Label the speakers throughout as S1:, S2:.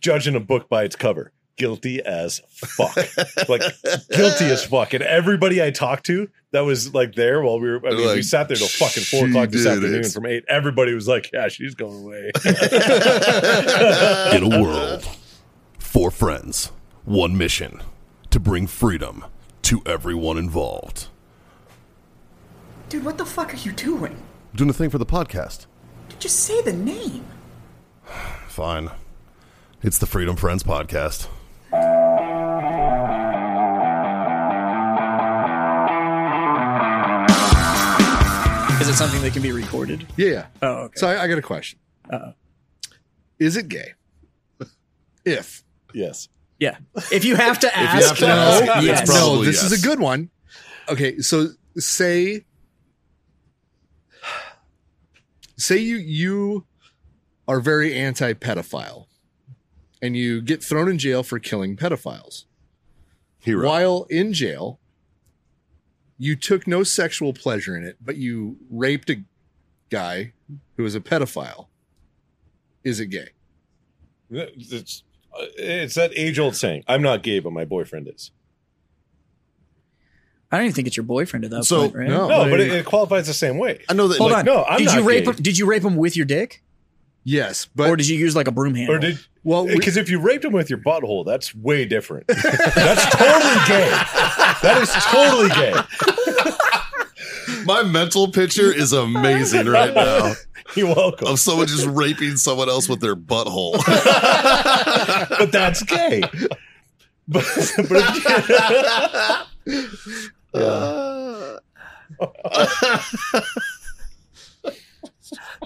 S1: judging a book by its cover. Guilty as fuck. like guilty as fuck. And everybody I talked to that was like there while we were, I mean, we
S2: Like,
S1: sat there till fucking four
S2: she
S1: o'clock this
S2: did
S1: afternoon
S2: it.
S1: from eight. Everybody was like, yeah, she's going away.
S3: In a world, four friends, one mission to bring freedom to everyone involved.
S4: Dude, what the fuck are you doing?
S3: Doing a thing for the podcast.
S4: Dude, just say the name.
S3: Fine. It's the Freedom Friends podcast.
S5: Is it something that can be recorded?
S2: Yeah.
S5: Oh, okay.
S2: So I, I got a question. Is it gay? If
S1: yes.
S5: yeah. If you have to
S3: you
S5: ask,
S3: have to ask,
S5: no,
S3: it's
S5: yes.
S3: probably-
S2: no, this is
S3: yes.
S2: a good one. Okay, so say say you you are very anti pedophile, and you get thrown in jail for killing pedophiles.
S3: Hero.
S2: While in jail, you took no sexual pleasure in it, but you raped a guy who was a pedophile. Is it gay?
S1: It's, it's that age old saying I'm not gay, but my boyfriend is.
S5: I don't even think it's your boyfriend at that
S3: So,
S5: point, right?
S2: no.
S1: No, but it, it qualifies the same way.
S3: I know that.
S5: Hold
S3: like,
S5: on.
S1: no, I'm
S5: did
S1: not
S5: you rape
S1: gay.
S5: him? Did you rape him with your dick,
S2: Yes, but
S5: or did you use like a broom handle?
S1: Or did
S2: well, we-
S1: because if you raped him with your butthole, that's way different. that's totally gay. That is totally gay.
S3: My mental picture is amazing right now
S1: You're welcome.
S3: of someone just raping someone else with their butthole.
S1: But that's gay. But, but if,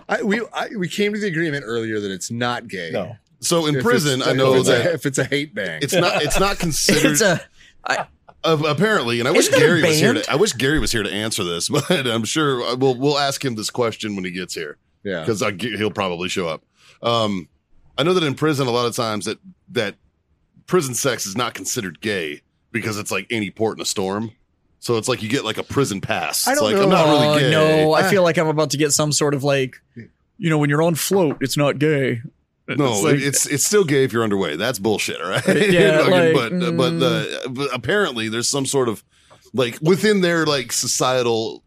S2: I, we I, we came to the agreement earlier that it's not gay.
S1: no,
S3: So in
S2: If
S3: prison,
S2: it's-
S3: I know
S2: if it's a-
S3: that
S2: if it's a hate bang,
S3: it's not it's not considered
S5: it's a I,
S3: Uh, apparently, and I wish
S5: Isn't it a
S3: Gary was here.
S5: band?
S3: To, I wish Gary was here to answer this, but I'm sure I- we'll we'll ask him this question when he gets here
S2: yeah.
S3: because he'll probably show up. Um, I know that in prison, a lot of times that that prison sex is not considered gay because it's like any port in a storm. So it's like you get like a prison pass.
S2: I
S3: It's
S2: don't
S3: like, I'm
S2: know.
S3: not
S5: oh,
S3: really gay. Ah.
S5: no, I feel like I'm about to get some sort of like, you know, when you're on float, it's not gay.
S3: No,
S5: It's like-
S3: it's it's still gay if you're underway. That's bullshit, all right?
S5: Yeah,
S3: Fucking-
S5: like,
S3: but but
S5: mm.
S3: the but apparently there's some sort of like within their like societal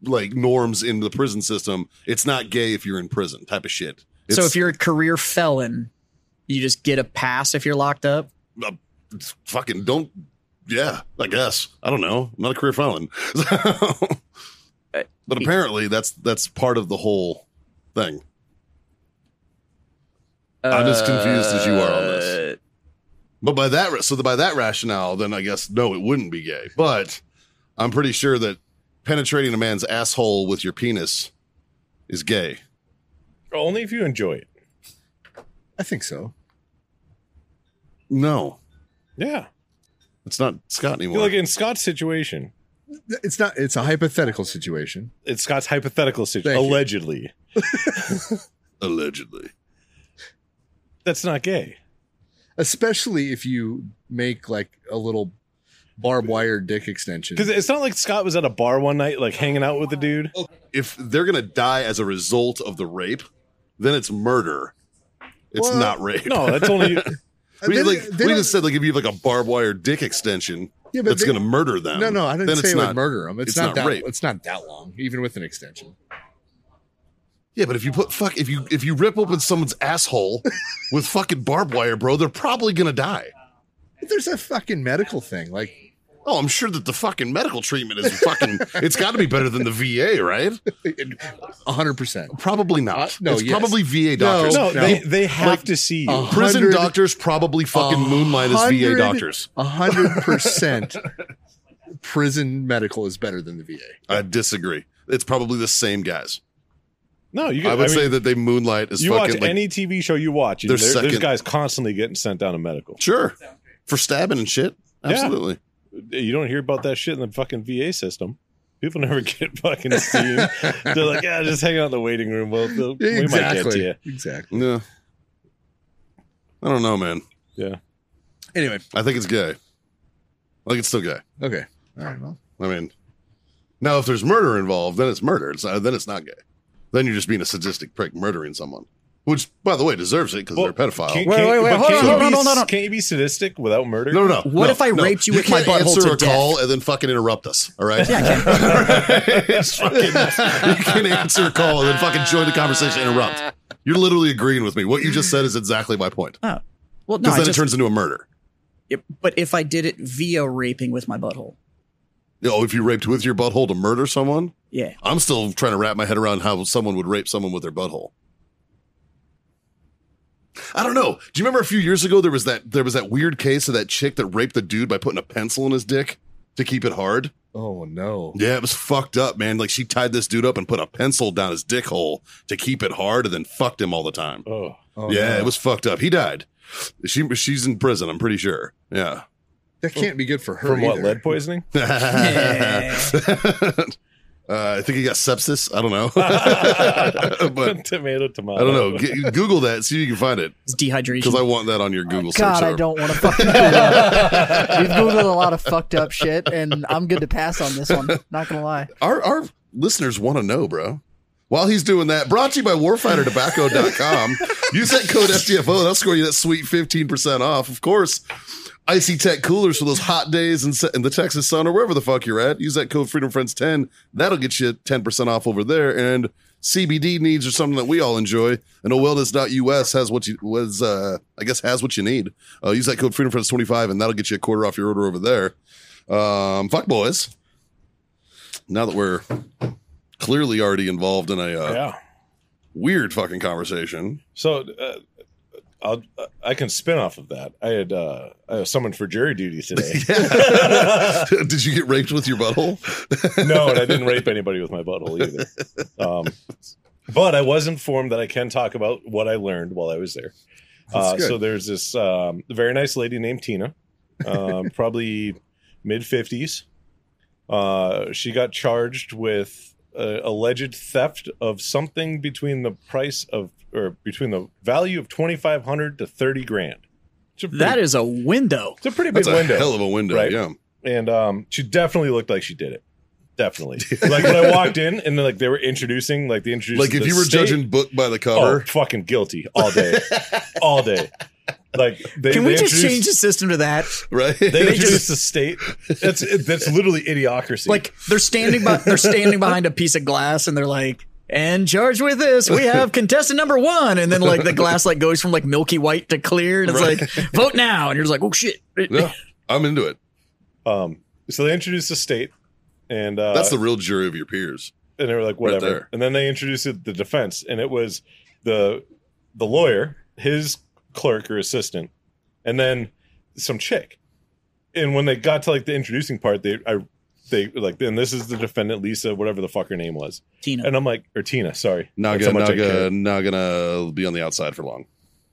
S3: like norms in the prison system, it's not gay if you're in prison type of shit. It's,
S5: so if you're a career felon, you just get a pass if you're locked up.
S3: uh, it's fucking don't yeah, I guess. I don't know. I'm not a career felon. So- but apparently that's that's part of the whole thing. I'm as confused as you are on this.
S5: Uh,
S3: But by that, ra- so by that rationale, then I guess no, it wouldn't be gay. But I'm pretty sure that penetrating a man's asshole with your penis is gay.
S1: only if you enjoy it.
S2: I think so.
S3: No,
S1: Yeah,
S3: it's not Scott anymore.
S1: like in Scott's situation,
S2: It's not. It's a hypothetical situation.
S1: it's Scott's hypothetical situation.
S2: Thank you.
S1: Allegedly,
S3: Allegedly,
S1: that's not gay.
S2: especially if you make like a little barbed wire dick extension.
S1: Because it's not like Scott was at a bar one night, like hanging out with a dude.
S3: if they're gonna die as a result of the rape, then it's murder. It's
S2: Well,
S3: not rape.
S1: No, that's only
S3: we
S2: They-
S3: like
S2: they
S3: we
S2: don't-
S3: just said like if you have like a barbed wire dick extension,
S2: Yeah, but
S3: that's
S2: they-
S3: gonna murder them.
S2: no, no, I didn't
S3: then
S2: say
S3: it's
S2: it
S3: not
S2: would murder them. It's,
S3: it's
S2: not,
S3: not
S2: that.
S3: rape.
S2: It's not that long, even with an extension.
S3: Yeah, but if you put fuck if you if you rip open someone's asshole with fucking barbed wire, bro, they're probably gonna die.
S2: But there's that fucking medical thing. Like,
S3: Oh, I'm sure that the fucking medical treatment is fucking it's gotta be better than the VA, right?
S2: hundred percent.
S3: Probably not.
S2: Uh, no,
S3: it's
S2: yes.
S3: probably VA doctors.
S1: no.
S2: no.
S1: They they have
S3: Like,
S1: to see you.
S2: uh,
S3: Prison
S2: 100
S3: doctors probably fucking moonlight as VA doctors.
S2: hundred percent. Prison medical is better than the VA.
S3: I disagree. It's probably the same guys.
S1: no, you.
S3: I
S1: mean,
S3: would say that they moonlight as
S1: you watch
S3: fucking like
S1: any TV show you watch,
S3: Their
S1: there, there's
S3: second-
S1: guys constantly getting sent down to medical.
S3: sure for stabbing and shit.
S1: Yeah.
S3: Absolutely.
S1: you don't hear about that shit in the fucking VA system. People never get fucking seen. They're like, yeah, just hang out in the waiting room. Well, they'll- we might get to you.
S2: Exactly. Exactly.
S3: Yeah. I don't know, man.
S1: Yeah.
S2: Anyway.
S3: I think it's gay. Like it's still gay.
S2: Okay. All right. Well.
S3: I mean, now if there's murder involved, then it's murder. It's uh, then it's not gay. Then you're just being a sadistic prick murdering someone. which by the way deserves it because
S1: Well,
S3: they're a pedophile.
S1: Can't-
S5: Wait,
S1: can't-
S5: wait, wait,
S1: but
S5: hold
S1: can't
S5: on,
S1: you
S5: hold on,
S1: be-
S5: hold on, hold on.
S1: Can't you be sadistic without murder?
S3: no, no, no.
S5: What
S3: no,
S5: if I
S3: no.
S5: raped you with my
S3: can't
S5: butthole
S3: answer
S5: to
S3: a call and then fucking interrupt us. All right.
S5: Yeah, I can.
S3: It's fucking- you can answer a call and then fucking join the conversation. and Interrupt. You're literally agreeing with me. What you just said is exactly my point.
S5: Well, no,
S3: Because
S5: I
S3: then
S5: just,
S3: it turns into a murder.
S5: it- but if I did it via raping with my butthole,
S3: Oh, if you raped with your butthole to murder someone,
S5: yeah,
S3: I'm still trying to wrap my head around how someone would rape someone with their butthole. I don't know. Do you remember a few years ago there was that there was that weird case of that chick that raped the dude by putting a pencil in his dick to keep it hard?
S2: Oh no.
S3: Yeah, it was fucked up, man. Like she tied this dude up and put a pencil down his dick hole to keep it hard and then fucked him all the time.
S1: Oh,
S2: Oh,
S3: yeah,
S2: no.
S3: it was fucked up. He died. She she's in prison, I'm pretty sure. Yeah.
S2: That can't be good for her.
S1: from what?
S2: either.
S1: Lead poisoning?
S3: uh, I think he got sepsis. I don't know. but
S1: tomato, tomato.
S3: I don't know. G- Google that. See if you can find it
S5: it's dehydration.
S3: because I want that on your Google
S6: God,
S3: search.
S6: I don't want to fucking Google. it. We've Googled a lot of fucked up shit, and I'm good to pass on this one. Not gonna lie.
S3: Our our listeners want to know, bro. While he's doing that, brought to you by warfightertobacco.com. Use that code FTFO and I'll score you that sweet 15% off. Of course, Icy Tech coolers for those hot days in, se- in the Texas sun or wherever the fuck you're at. Use that code FreedomFriends10. That'll get you 10% off over there. And CBD needs are something that we all enjoy. And owellness.us has what you was, uh, I guess, has what you need. Uh, use that code FreedomFriends25 and that'll get you a quarter off your order over there. Um, fuck boys. Now that we're clearly already involved in a uh,
S1: Yeah.
S3: weird fucking conversation.
S1: So uh, I'll, uh, I can spin off of that. I had uh, I was summoned for jury duty today.
S3: Did you get raped with your butthole?
S1: no, and I didn't rape anybody with my butthole either. Um, but I was informed that I can talk about what I learned while I was there. Uh,
S2: That's good.
S1: so there's this um, very nice lady named Tina, um, probably mid 50s. Uh, she got charged with uh, alleged theft of something between the price of or between the value of 2500 to 30 grand. It's a pretty,
S5: that is a window.
S1: it's a pretty big
S3: That's a
S1: window
S3: hell of a window.
S1: Right.
S3: Yeah.
S1: and um, she definitely looked like she did it. Definitely. like when I walked in, and then like they were introducing, like they introduced.
S3: Like if
S1: the
S3: you were
S1: state-
S3: judging book by the
S1: oh,
S3: cover,
S1: fucking guilty all day, all day. Like they,
S5: Can
S1: they
S5: we just
S1: introduced-
S5: change the system to that?
S3: right?
S1: They, introduced the state. That's it- that's literally idiocracy.
S5: Like they're standing by, they're standing behind a piece of glass, and they're like, "And charged with this, we have contestant number one." And then like the glass like goes from like milky white to clear, and it's
S3: Right.
S5: like, "Vote now," and you're just like, "Oh shit!"
S3: yeah, I'm into it.
S1: um, so they introduced the state, and uh,
S3: That's the real jury of your peers.
S1: and they were like
S3: Right
S1: whatever
S3: there.
S1: and then they introduced the defense and it was the the lawyer his clerk or assistant and then some chick and when they got to like the introducing part they i they like then this is the defendant lisa whatever the fuck her name was
S5: Tina,
S1: and i'm like or tina sorry
S3: Naga,
S1: That's how much I
S3: Naga,
S1: care.
S3: not gonna be on the outside for long.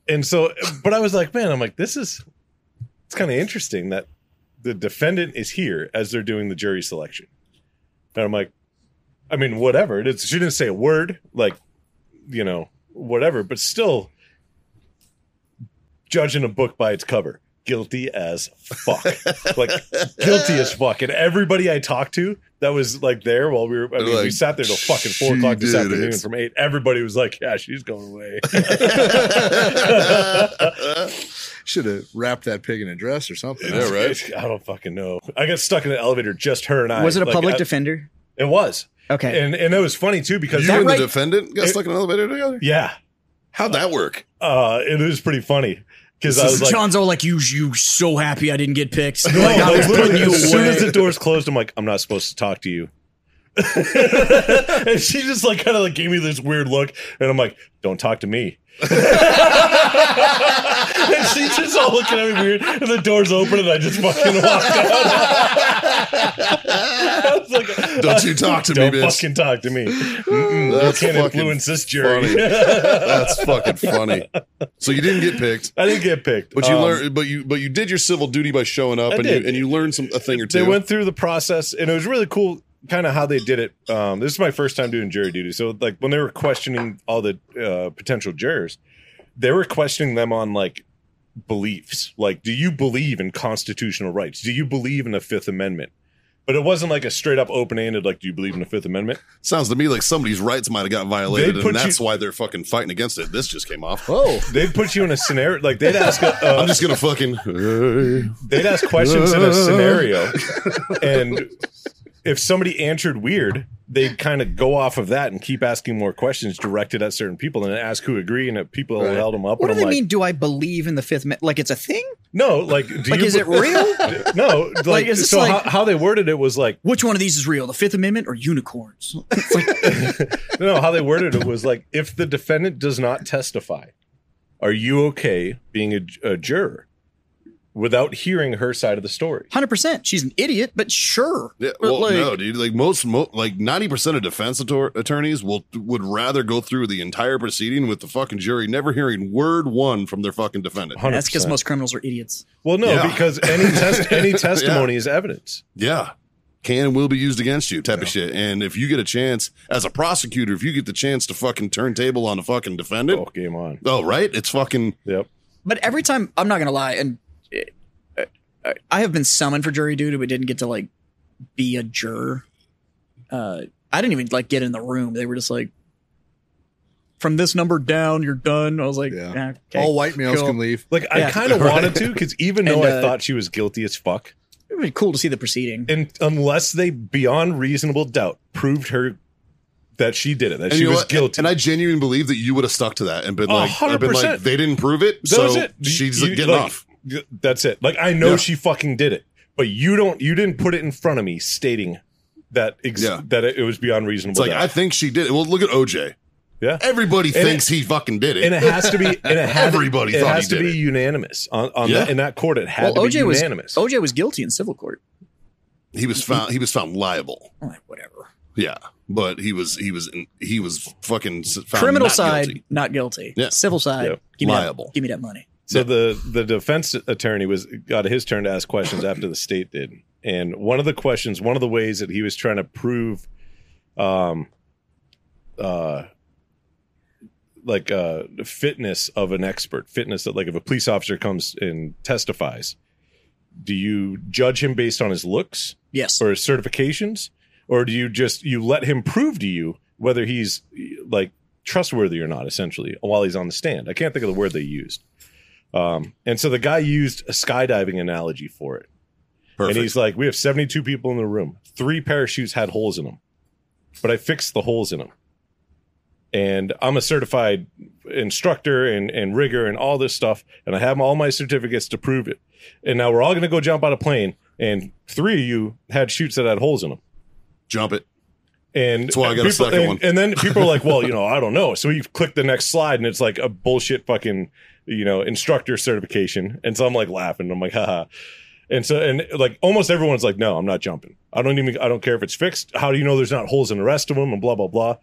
S1: and so but i was like man i'm like this is it's kind of interesting that the defendant is here as they're doing the jury selection and i'm like i mean whatever it is, she didn't say a word like you know whatever but still judging a book by its cover guilty as fuck like guilty as fuck and everybody i talked to that was like there while we were i mean we
S3: Like,
S1: sat there till fucking four
S3: she
S1: o'clock this
S3: did
S1: afternoon
S3: it.
S1: from eight everybody was like yeah she's going away
S2: Should have wrapped that pig in a dress or something.
S3: Yeah, right.
S1: I don't fucking know. I got stuck in an elevator, just her and I.
S5: was it a
S1: Like,
S5: public
S1: I-
S5: defender?
S1: It was,
S5: Okay,
S1: and and it was funny too because
S3: you and
S5: right?
S3: the defendant got
S1: It-
S3: stuck in an elevator together.
S1: yeah,
S3: How'd that work?
S1: uh, it was pretty funny because I was like,
S5: John's all like, "You, you, so happy I didn't get picked."
S1: no,
S5: Like, I
S1: like,
S5: was
S1: literally,
S5: putting you
S1: as soon
S5: away.
S1: as the doors closed, I'm like, I'm not supposed to talk to you. and she just like kind of like gave me this weird look, and I'm like, "Don't talk to me." and she's just all looking at me weird, and the doors open, and I just fucking walked out. I was like,
S3: Don't you talk to me,
S1: Don't
S3: bitch.
S1: fucking talk to me. Mm-mm,
S3: That's
S1: you can't
S3: fucking
S1: influence this jury.
S3: funny. That's fucking funny. So you didn't get picked,
S1: I didn't get picked.
S3: but you
S1: Um,
S3: learned, but you, but you did your civil duty by showing up,
S1: I
S3: and
S1: did.
S3: you and you learned some a thing or two.
S1: They went through the process, and it was really cool, kind of how they did it. Um, this is my first time doing jury duty, so like when they were questioning all the uh, potential jurors, they were questioning them on like beliefs, like do you believe in constitutional rights? Do you believe in the Fifth Amendment? But it wasn't like a straight up open ended like, do you believe in the Fifth Amendment?
S3: Sounds to me like somebody's rights might have got violated,
S1: They put
S3: and that's
S1: you-
S3: why they're fucking fighting against it. This just came off.
S2: Oh,
S1: They'd put you in a scenario like they'd ask a, uh,
S3: I'm just gonna fucking.
S1: they'd ask questions in a scenario, and if somebody answered weird, they'd kind of go off of that and keep asking more questions directed at certain people, and then ask who agree, and if people
S3: Right.
S1: held them up.
S5: What do
S1: and
S5: they
S1: I'm like,
S5: mean? Do I believe in the fifth? Amendment? like it's a thing?
S1: No, like, do
S5: Like
S1: you
S5: is it
S1: be-
S5: real?
S1: No, like,
S5: Like, is this
S1: so.
S5: like-
S1: how, how they worded it was like
S5: Which one of these is real? The Fifth Amendment or unicorns? It's like,
S1: no, how they worded it was like if the defendant does not testify, are you okay being a, a juror without hearing her side of the story?
S5: Hundred percent. She's an idiot, but sure.
S3: Yeah,
S5: But,
S3: well,
S5: like,
S3: no, dude. Like most, mo- like ninety percent of defense attor- attorneys will would rather go through the entire proceeding with the fucking jury never hearing word one from their fucking defendant.
S1: 100%.
S5: That's because most criminals are idiots.
S1: Well, no,
S3: Yeah.
S1: because any test any testimony is evidence.
S3: Yeah. Can and will be used against you, type of shit. And if you get a chance as a prosecutor, if you get the chance to fucking turn table on a fucking defendant,
S1: Oh, game on.
S3: oh right, it's fucking
S1: Yep.
S5: But every time, I'm not gonna lie, and uh, uh, I have been summoned for jury duty, but didn't get to like be a juror. Uh, I didn't even like get in the room. They were just like, "From this number down, you're done." I was like,
S2: Yeah.
S5: "Ah, okay.
S2: all white males
S5: cool.
S2: can leave.
S1: Like I
S5: Yeah.
S1: kind of wanted to because even though
S5: And,
S1: I
S5: uh,
S1: thought she was guilty as fuck,
S5: It would be cool to see the proceeding.
S1: and unless they beyond reasonable doubt proved her that she did it, that she
S3: you know
S1: was
S3: what?
S1: guilty.
S3: And I genuinely believe that you would have stuck to that and been
S1: Oh,
S3: like, I've been
S1: 100%.
S3: like, they didn't prove it,
S1: That was
S3: so
S1: it. You-
S3: she's
S1: you-
S3: getting
S1: like,
S3: off.
S1: y- That's it. Like I know
S3: Yeah.
S1: she fucking did it, but you don't. You didn't put it in front of me, stating that ex-
S3: Yeah.
S1: that it, it was beyond reasonable.
S3: It's like
S1: doubt.
S3: I think she did it. Well, look at OJ.
S1: yeah,
S3: Everybody
S1: it-
S3: thinks he fucking did it.
S1: and it has to be. And it had,
S3: Everybody
S1: It
S3: thought
S1: has
S3: he
S1: to
S3: did
S1: be
S3: it.
S1: unanimous on, on
S3: Yeah.
S1: that, in that court. It had
S5: Well,
S1: to
S5: OJ
S1: be
S5: was
S1: unanimous.
S5: OJ was guilty in civil court.
S3: he was found. He was found liable.
S5: I'm like, whatever.
S3: Yeah, but he was he was in, he was fucking s- found
S5: Criminal
S3: not
S5: side,
S3: guilty.
S5: not guilty.
S3: Yeah.
S5: Civil side,
S1: Yeah.
S5: give me
S3: Liable.
S5: That, give me that money.
S1: So the the defense attorney was got his turn to ask questions after the state did, and one of the questions, one of the ways that he was trying to prove, um, uh, like uh, the fitness of an expert, fitness that like if a police officer comes and testifies, do you judge him based on his looks
S5: Yes.
S1: or his certifications, or do you just you let him prove to you whether he's like trustworthy or not? Essentially, while he's on the stand, I can't think of the word they used. Um, and so the guy used a skydiving analogy for it.
S3: Perfect.
S1: And he's like, we have 72 people in the room. Three parachutes had holes in them, but I fixed the holes in them. And I'm a certified instructor and, and rigger and all this stuff. And I have all my certificates to prove it. And now we're all going to go jump out of plane. And three of you had shoots that had holes in them.
S3: Jump it.
S1: And
S3: That's why I got a
S1: people-
S3: second
S1: and-
S3: one.
S1: And then people are like, well, you know, I don't know. So you click the next slide and it's like a bullshit fucking, you know, instructor certification. And so I'm like laughing. I'm like, haha. And so, and like almost everyone's like, no, I'm not jumping. I don't even, I don't care if it's fixed. How do you know there's not holes in the rest of them and blah, blah, blah.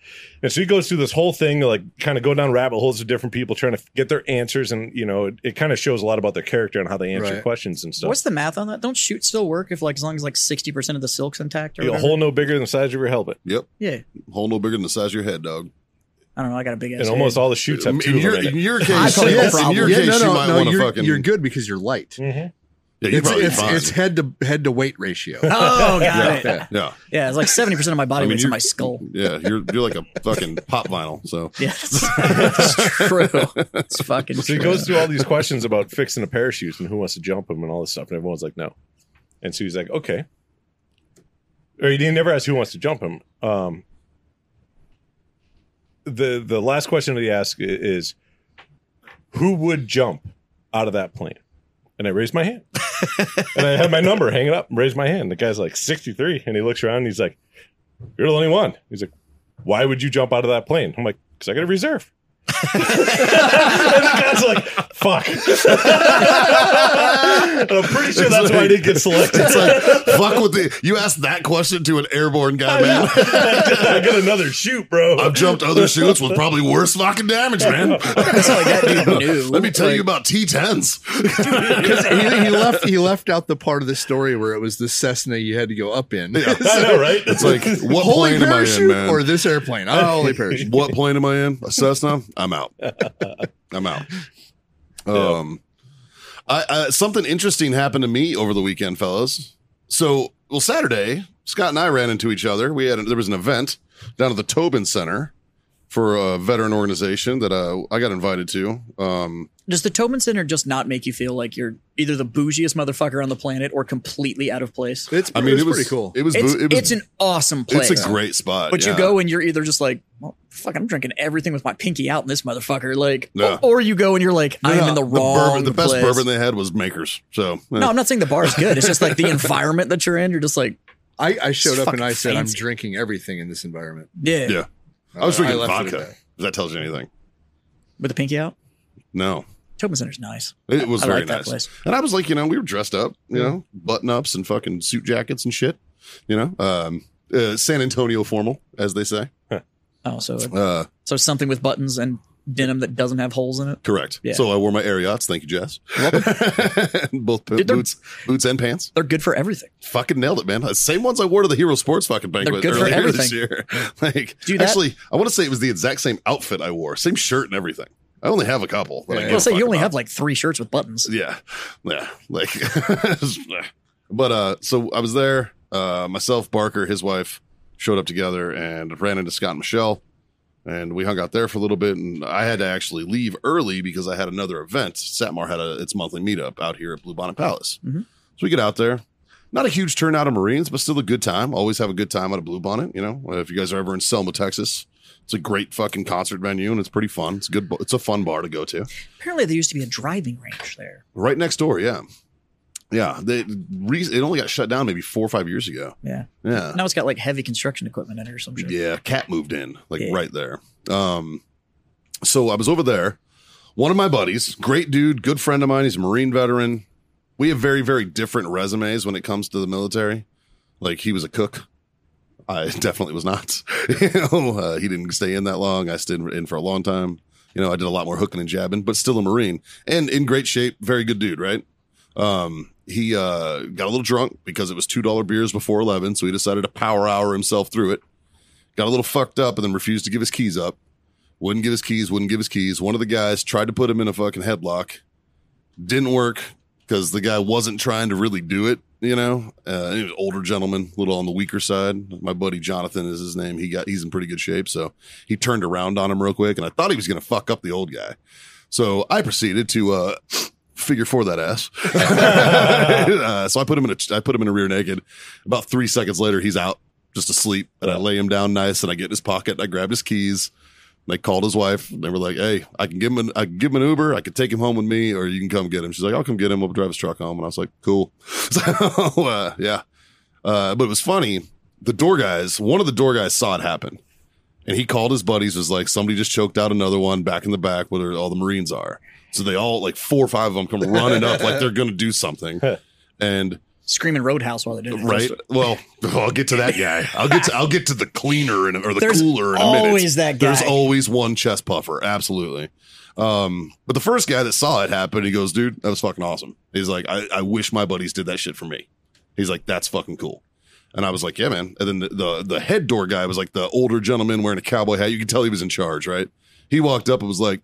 S1: And so he goes through this whole thing, like kind of go down rabbit holes with different people trying to get their answers. And, you know, it, it kind of shows a lot about their character and how they answer
S2: Right.
S1: questions and stuff.
S5: What's the math on that? Don't shoot still work if like as long as like sixty percent of the silk's intact or
S1: a
S5: whatever?
S1: hole no bigger than the size of your helmet.
S3: Yep.
S5: yeah.
S3: Hole no bigger than the size of your head, dog. Uh,
S5: I don't know. I got a big ass.
S1: And almost all the shoots have
S3: In
S1: two of
S3: your,
S1: them in it.
S3: in your
S5: I
S3: case,
S5: probably have a
S3: in
S5: problem.
S3: your
S2: yeah,
S3: case,
S2: no,
S3: you
S2: no,
S3: might
S2: no.
S3: want to
S2: You're,
S3: fucking.
S2: you're good because you're light.
S1: Mhm.
S3: yeah, you're
S2: It's,
S3: probably
S2: it's,
S3: fine.
S2: it's head to head to weight ratio.
S5: Oh, got it.
S2: Yeah.
S3: yeah,
S5: Yeah, it's like seventy percent of my body
S3: I mean,
S5: weight's in
S3: you're-
S5: my skull.
S3: yeah, you're you're like a fucking pop vinyl. So
S5: Yeah, it's true. It's fucking.
S1: So he
S5: true.
S1: goes through all these questions about fixing a parachute and who wants to jump him and all this stuff, and everyone's like, no. And so he's like, okay. Or he didn't never ask who wants to jump him. Um, the the last question that he asked i- is, who would jump out of that plane? And I raised my hand, and I had my number hanging up. Raised my hand. The guy's like sixty three, and he looks around and he's like, "You're the only one." He's like, "Why would you jump out of that plane?" I'm like, "Cause I got a reserve." and the guy's like, fuck. And I'm pretty sure that's why I didn't get selected.
S3: it's like fuck with the. You asked that question to an airborne guy, man.
S1: I got another shoot, bro.
S3: I've jumped other shoots with probably worse fucking damage, man.
S5: That's like that dude knew.
S3: Let me tell
S5: Like,
S3: you about T10s.
S2: he, he left he left out the part of the story where it was the Cessna you had to go up in.
S1: I know, right?
S3: It's like what
S2: Holy
S3: plane am I in,
S2: parachute
S3: man?
S2: or this airplane? Oh, holy parachute.
S3: what plane am I in? A Cessna? I'm out. I'm out. Um, I, I, something interesting happened to me over the weekend, fellas. So well, Saturday, Scott and I ran into each other. We had there was an event down at the Tobin Center for a veteran organization that uh, I got invited to. Um,
S5: Does the Tobin Center just not make you feel like you're either the bougiest motherfucker on the planet or completely out of place?
S2: It's
S3: I mean, it was
S2: pretty cool.
S3: It was
S5: It's,
S3: it was
S5: it's an awesome place.
S3: It's a great spot.
S5: But
S3: yeah.
S5: you go and you're either just like, well, fuck, I'm drinking everything with my pinky out in this motherfucker. Like,
S3: Yeah.
S5: or, or you go and you're like, I'm
S3: Yeah,
S5: in the wrong
S3: bourbon, the best
S5: place.
S3: bourbon they had was Makers. So eh.
S5: no, I'm not saying the bar is good. It's just like the environment that you're in. You're just like,
S2: I, I showed
S5: It's
S2: up and I
S5: fucking
S2: said, I'm
S5: fancy.
S2: drinking everything in this environment.
S5: yeah,
S3: Yeah. I was drinking
S2: left it at
S3: vodka.
S2: that.
S3: If that tells you anything.
S5: with the pinky out.
S3: No,
S5: Tobin Center's nice.
S3: it was
S5: I
S3: very
S5: like that
S3: nice.
S5: place.
S3: And I was like, you know, we were dressed up, you know, button ups and fucking suit jackets and shit. You know, um, uh, San Antonio formal, as they say.
S5: Oh, so
S3: Uh,
S5: so something with buttons and denim that doesn't have holes in it.
S3: correct.
S5: Yeah.
S3: So I wore my Ariats. Thank you, Jess. Both p-
S5: Dude, they're-
S3: boots, boots and pants.
S5: They're good for everything.
S3: Fucking nailed it, man. The Same ones I wore to the Hero Sports fucking banquet
S5: good for
S3: earlier this year. Like,
S5: Dude, that-
S3: actually, I want to say it was the exact same outfit I wore, same shirt and everything. I only have a couple. that I
S2: Yeah.
S3: give
S5: I'll
S3: a
S5: say
S3: fuck
S5: you only
S3: about.
S5: have like three shirts with buttons.
S3: yeah yeah like but uh so i was there uh myself barker his wife showed up together and ran into scott and michelle and we hung out there for a little bit and i had to actually leave early because i had another event satmar had a, its monthly meetup out here at blue bonnet palace
S5: Mhm.
S3: so we get out there not a huge turnout of marines but still a good time always have a good time at a blue bonnet you know Uh, if you guys are ever in selma texas it's a great fucking concert venue and it's pretty fun it's a good it's a fun bar to go to
S5: Apparently, there used to be a driving range there.
S3: Right next door, yeah. Yeah, they re- it only got shut down maybe four or five years ago.
S5: Yeah.
S3: Yeah,
S5: Now it's got like heavy construction equipment in it or some shit.
S3: yeah. Cat moved in like
S5: Yeah.
S3: right there. Um, so I was over there. One of my buddies, great dude, good friend of mine. He's a Marine veteran. We have very very different resumes when it comes to the military. Like he was a cook. I definitely was not. you know, uh, he didn't stay in that long. I stayed in for a long time. You know, I did a lot more hooking and jabbing, but still a Marine and in great shape. Very good dude, right? Um, he uh, got a little drunk because it was two dollar beers before eleven, so he decided to power hour himself through it. Got a little fucked up and then refused to give his keys up. Wouldn't give his keys. Wouldn't give his keys. One of the guys tried to put him in a fucking headlock. Didn't work because the guy wasn't trying to really do it. You know, uh, he was an older gentleman, a little on the weaker side. My buddy Jonathan is his name. He got he's in pretty good shape, so he turned around on him real quick, and I thought he was gonna fuck up the old guy. So I proceeded to uh, figure for that ass. uh, so I put him in a I put him in a rear naked. About three seconds later, he's out just asleep, and I lay him down nice, and I get in his pocket, and I grabbed his keys. And I called his wife. And they were like, "Hey, I can give him an I can give him an Uber. I can take him home with me, or you can come get him." She's like, "I'll come get him. I'll drive his truck home." And I was like, "Cool." So uh, yeah, uh, but it was funny. The door guys, one of the door guys saw it happen, and he called his buddies. Was like, "Somebody just choked out another one back in the back where all the Marines are." So they all like four or five of them come running up like they're gonna do something, and
S5: Screaming Roadhouse while they do it.
S3: right? Well, I'll get to that guy. I'll get to I'll get to the cleaner in, a- or the
S5: There's
S3: cooler in a minute.
S5: always that guy.
S3: There's always one chest puffer, absolutely. Um, but the first guy that saw it happen, he goes, "Dude, that was fucking awesome." He's like, "I, I wish my buddies did that shit for me." He's like, "That's fucking cool." And I was like, "Yeah, man." And then the, the the head door guy was like the older gentleman wearing a cowboy hat. You could tell he was in charge, right? He walked up and was like,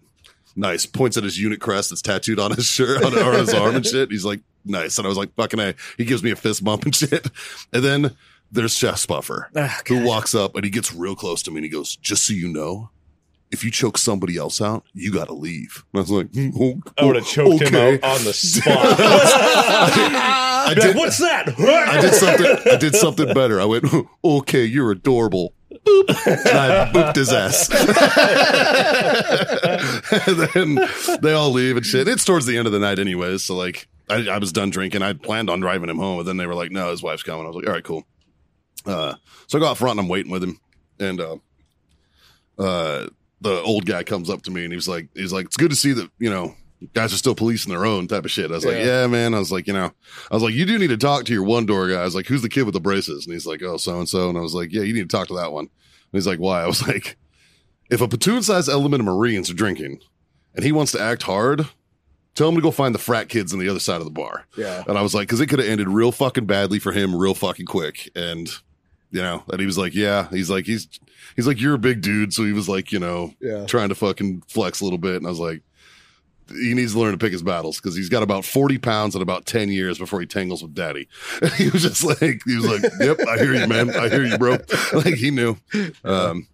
S3: "Nice." Points at his unit crest that's tattooed on his shirt on, or on his arm and shit. He's like, "Nice." And I was like, "Fucking a." He gives me a fist bump and shit. And then there's Chef's Buffer
S1: Oh,
S5: Ah,
S3: who
S5: God.
S3: walks up and he gets real close to me and he goes, "Just so you know, if you choke somebody else out, you got to leave." And I was like, "Hmm, oh,
S1: I would have choked
S3: okay."
S1: him out on the spot.
S3: I
S1: I'd be like,
S3: did,
S1: What's that?
S3: I did something. I did something better. I went, "Okay, you're adorable." Boop. And I booped his ass. and then they all leave and shit. It's towards the end of the night, anyways. So like, I, I was done drinking. I planned on driving him home, and then they were like, "No, his wife's coming." I was like, "All right, cool." Uh, so I go out front and I'm waiting with him, and uh, uh, the old guy comes up to me and he was like, "He's like, it's good to see that you know." Guys are still policing their own type of shit. I was like, yeah, man. I was like, you know, I was like, you do need to talk to your one door guy. I was like, who's the kid with the braces? And he's like, oh, so and so. And I was like, yeah, you need to talk to that one. And he's like, why? I was like, if a platoon sized element of Marines are drinking and he wants to act hard, tell him to go find the frat kids on the other side of the bar.
S2: Yeah.
S3: And I was like, because it could have ended real fucking badly for him, real fucking quick. And you know, and he was like, yeah, he's like, he's he's like, you're a big dude, so he was like, you know,
S2: Yeah.
S3: trying to fucking flex a little bit. And I was like, he needs to learn to pick his battles because he's got about 40 pounds in about 10 years before he tangles with daddy. he was just like, he was like, yep, I hear you, man. I hear you, bro. Like he knew. Um,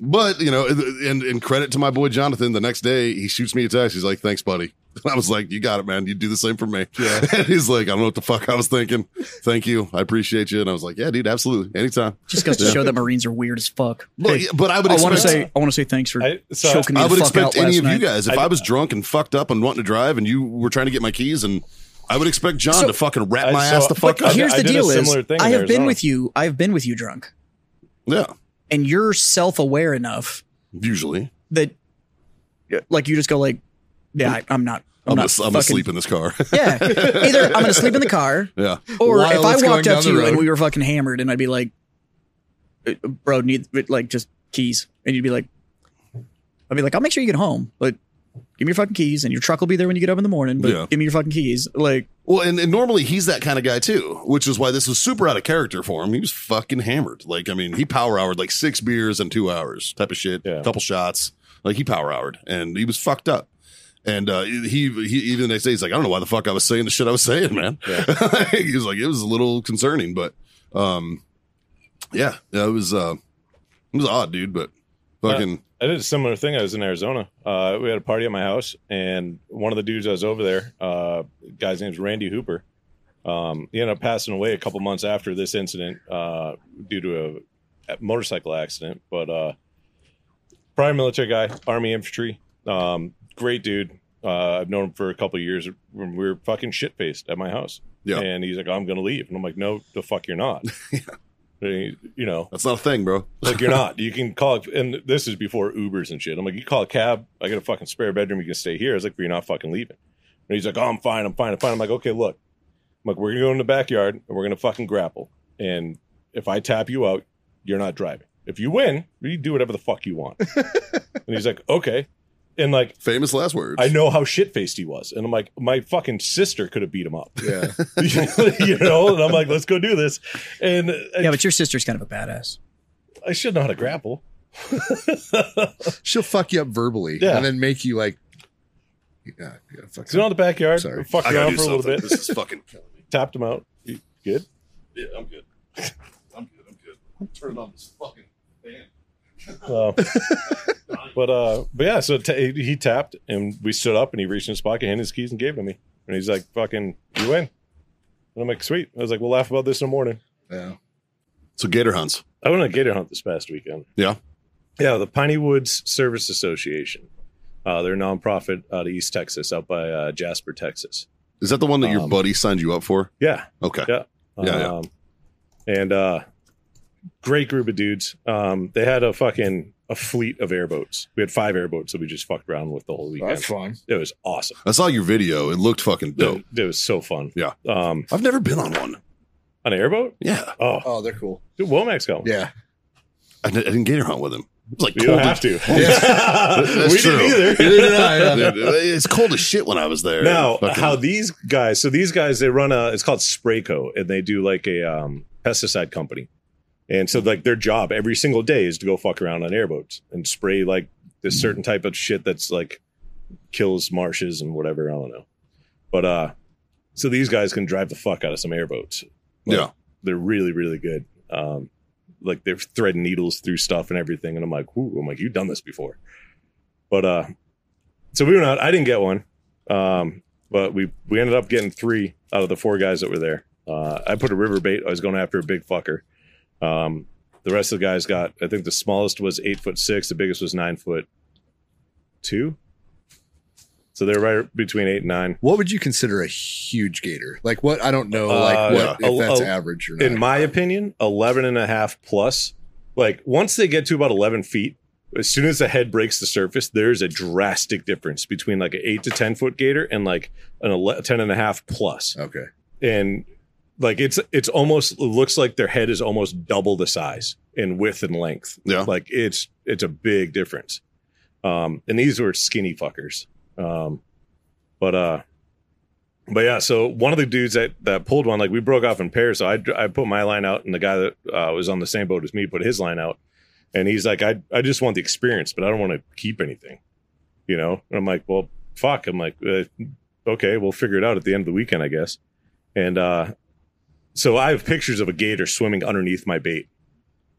S3: but you know, and, and credit to my boy Jonathan. The next day, he shoots me a text. He's like, "Thanks, buddy." And I was like, "You got it, man. You do the same for me."
S2: Yeah.
S3: And he's like, "I don't know what the fuck I was thinking. Thank you. I appreciate you." And I was like, "Yeah, dude, absolutely, anytime."
S5: Just goes to show that Marines are weird as fuck.
S3: But, but I would.
S5: I want to
S3: expect-
S5: say I want to say thanks for
S1: I- so
S5: choking me
S3: I
S5: the
S3: would
S5: fuck
S3: expect
S5: out
S3: any
S5: last
S3: of you
S5: night.
S3: guys, if I,
S1: I-
S3: was drunk and fucked up and wanting to drive, and you were trying to get my keys, and I would expect John
S5: So-
S3: to fucking wrap
S1: I-
S3: my
S1: so-
S3: ass the fuck
S1: I
S5: But
S3: up.
S1: did-
S5: here's
S1: I
S5: the
S1: did a
S5: deal: is
S1: similar thing in
S5: I have been
S1: Arizona.
S5: with you. I have been with you drunk,
S3: yeah,
S5: and you're self aware enough
S3: usually
S5: that, like, you just go like, "Yeah, I, I'm not. I'm,
S3: I'm,
S5: not
S3: gonna, I'm gonna
S5: fucking-
S3: sleep in this car.
S5: Yeah, either I'm gonna sleep in the car,
S3: yeah,
S5: or
S2: While
S5: if I
S2: it's
S5: walked
S2: going
S5: up
S2: down
S5: to
S2: the
S5: you and
S2: road.
S5: we were fucking hammered, and I'd be like, "Uh, "Bro, need like just keys," and you'd be like, "I'd be like, I'll make sure you get home, but give me your fucking keys, and your truck will be there when you get up in the morning, but
S3: Yeah.
S5: give me your fucking keys." Like,
S3: Well, and, and normally he's that kind of guy too, which is why this was super out of character for him. He was fucking hammered. Like, I mean, he power houred like six beers in two hours type of shit,
S1: Yeah.
S3: couple shots. Like he power houred and he was fucked up. And uh, he, he even the next day he's like, I don't know why the fuck I was saying the shit I was saying, man. he was like, it was a little concerning, but um, yeah, yeah, it was uh, it was odd, dude. But fucking
S1: I did a similar thing. I was in Arizona. Uh, we had a party at my house, and one of the dudes I was over there, uh, guy's name's Randy Hooper. Um, he ended up passing away a couple months after this incident uh, due to a motorcycle accident. But uh, prior military guy, Army infantry, um, great dude. Uh, I've known him for a couple years. When we were fucking shit faced at my house,
S3: Yeah.
S1: And he's like, "I'm gonna leave," and I'm like, "No, the fuck, you're not." And he- You know,
S3: that's not a thing, bro.
S1: like you're not. You can call it, and this is before Ubers and shit. I'm like, you call a cab. I got a fucking spare bedroom. You can stay here. I was like, but you're not fucking leaving. And he's like, oh, I'm fine. I'm fine. I'm fine. I'm like, okay, look. I'm like, we're gonna go in the backyard and we're gonna fucking grapple. And if I tap you out, you're not driving. If you win, you do whatever the fuck you want. and he's like, okay. And like,
S3: Famous last words.
S1: I know how shit faced he was. And I'm like, my fucking sister could have beat him up.
S2: Yeah.
S1: you know. And I'm like, let's go do this. And I,
S5: yeah, but your sister's kind of a badass.
S1: I should know how to grapple.
S2: She'll fuck you up verbally
S1: Yeah.
S2: and then make you like, yeah, yeah, fuck
S1: So
S2: up.
S1: out the backyard,
S2: Sorry.
S1: fuck
S3: I gotta
S1: around
S3: do
S1: for a little
S3: something.
S1: bit,
S3: This is fucking killing me.
S1: tapped him out. You Good.
S3: Yeah, I'm good. I'm good. I'm good. I'm turning on this fucking fan.
S1: Uh, but uh, but yeah, so ta he tapped and we stood up and he reached in his pocket, handed his keys, and gave it to me. And he's like, "Fucking, you win." And I'm like, "Sweet." I was like, "We'll laugh about this in the morning."
S2: Yeah.
S3: So gator hunts.
S1: I went on a gator hunt this past weekend.
S3: Yeah.
S1: Yeah, the Piney Woods Service Association. Uh, they're a nonprofit out of East Texas, out by uh, Jasper, Texas.
S3: Is that the one that your
S1: Um,
S3: buddy signed you up for?
S1: Yeah,
S3: Okay.
S1: Yeah.
S3: Yeah, yeah.
S1: Um, And uh, great group of dudes. Um, they had a fucking a fleet of airboats. We had five airboats that we just fucked around with the whole weekend.
S2: fun.
S1: It was awesome.
S3: I saw your video. It looked fucking dope.
S1: It, it was so fun.
S3: Yeah.
S1: Um,
S3: I've never been on one.
S1: on an airboat?
S3: Yeah.
S1: Oh,
S2: Oh, they're cool.
S1: dude, Womack's going.
S2: Yeah.
S3: I, di- I didn't gator hunt with him. It was like
S1: You
S3: cold.
S1: don't have
S3: as-
S1: to.
S3: That's
S1: we
S3: true.
S1: didn't either.
S3: Dude, it's cold as shit when I was there.
S1: Now,
S3: Fucking-
S1: how these guys? So these guys, they run a. It's called Sprayco, and they do like a um, pesticide company. And so, like their job every single day is to go fuck around on airboats and spray like
S3: Hmm.
S1: this certain type of shit that's like kills marshes and whatever. I don't know, but uh, so these guys can drive the fuck out of some airboats. Like,
S3: Yeah.
S1: they're really really good. Um, like they're threading needles through stuff and everything, and I'm like, "Ooh," I'm like, "You've done this before," but uh, so we went out. I didn't get one. Um, but we we ended up getting three out of the four guys that were there. Uh, I put a river bait. I was going after a big fucker. Um, the rest of the guys got. I think the smallest was eight foot six. The biggest was nine foot two. So they're right between eight and nine.
S2: What would you consider a huge gator? Like what? I don't know.
S1: Uh,
S2: Like what?
S1: yeah.
S2: If that's
S1: Oh, oh,
S2: average or not?
S1: In my opinion, 11 and a half plus. Like once they get to about 11 feet, as soon as the head breaks the surface, there's a drastic difference between like an eight to 10 foot gator and like an 11, 10 and a half plus.
S2: okay.
S1: and like it's it's almost it looks like their head is almost double the size in width and length.
S3: Yeah.
S1: Like it's it's a big difference. Um and these were skinny fuckers. Um but uh but yeah, so one of the dudes that that pulled one like we broke off in pairs, so I I put my line out and the guy that uh, was on the same boat as me put his line out and he's like I I just want the experience, but I don't want to keep anything. You know? And I'm like, well, fuck. I'm like, uh, okay, we'll figure it out at the end of the weekend, I guess. And uh, so I have pictures of a gator swimming underneath my bait,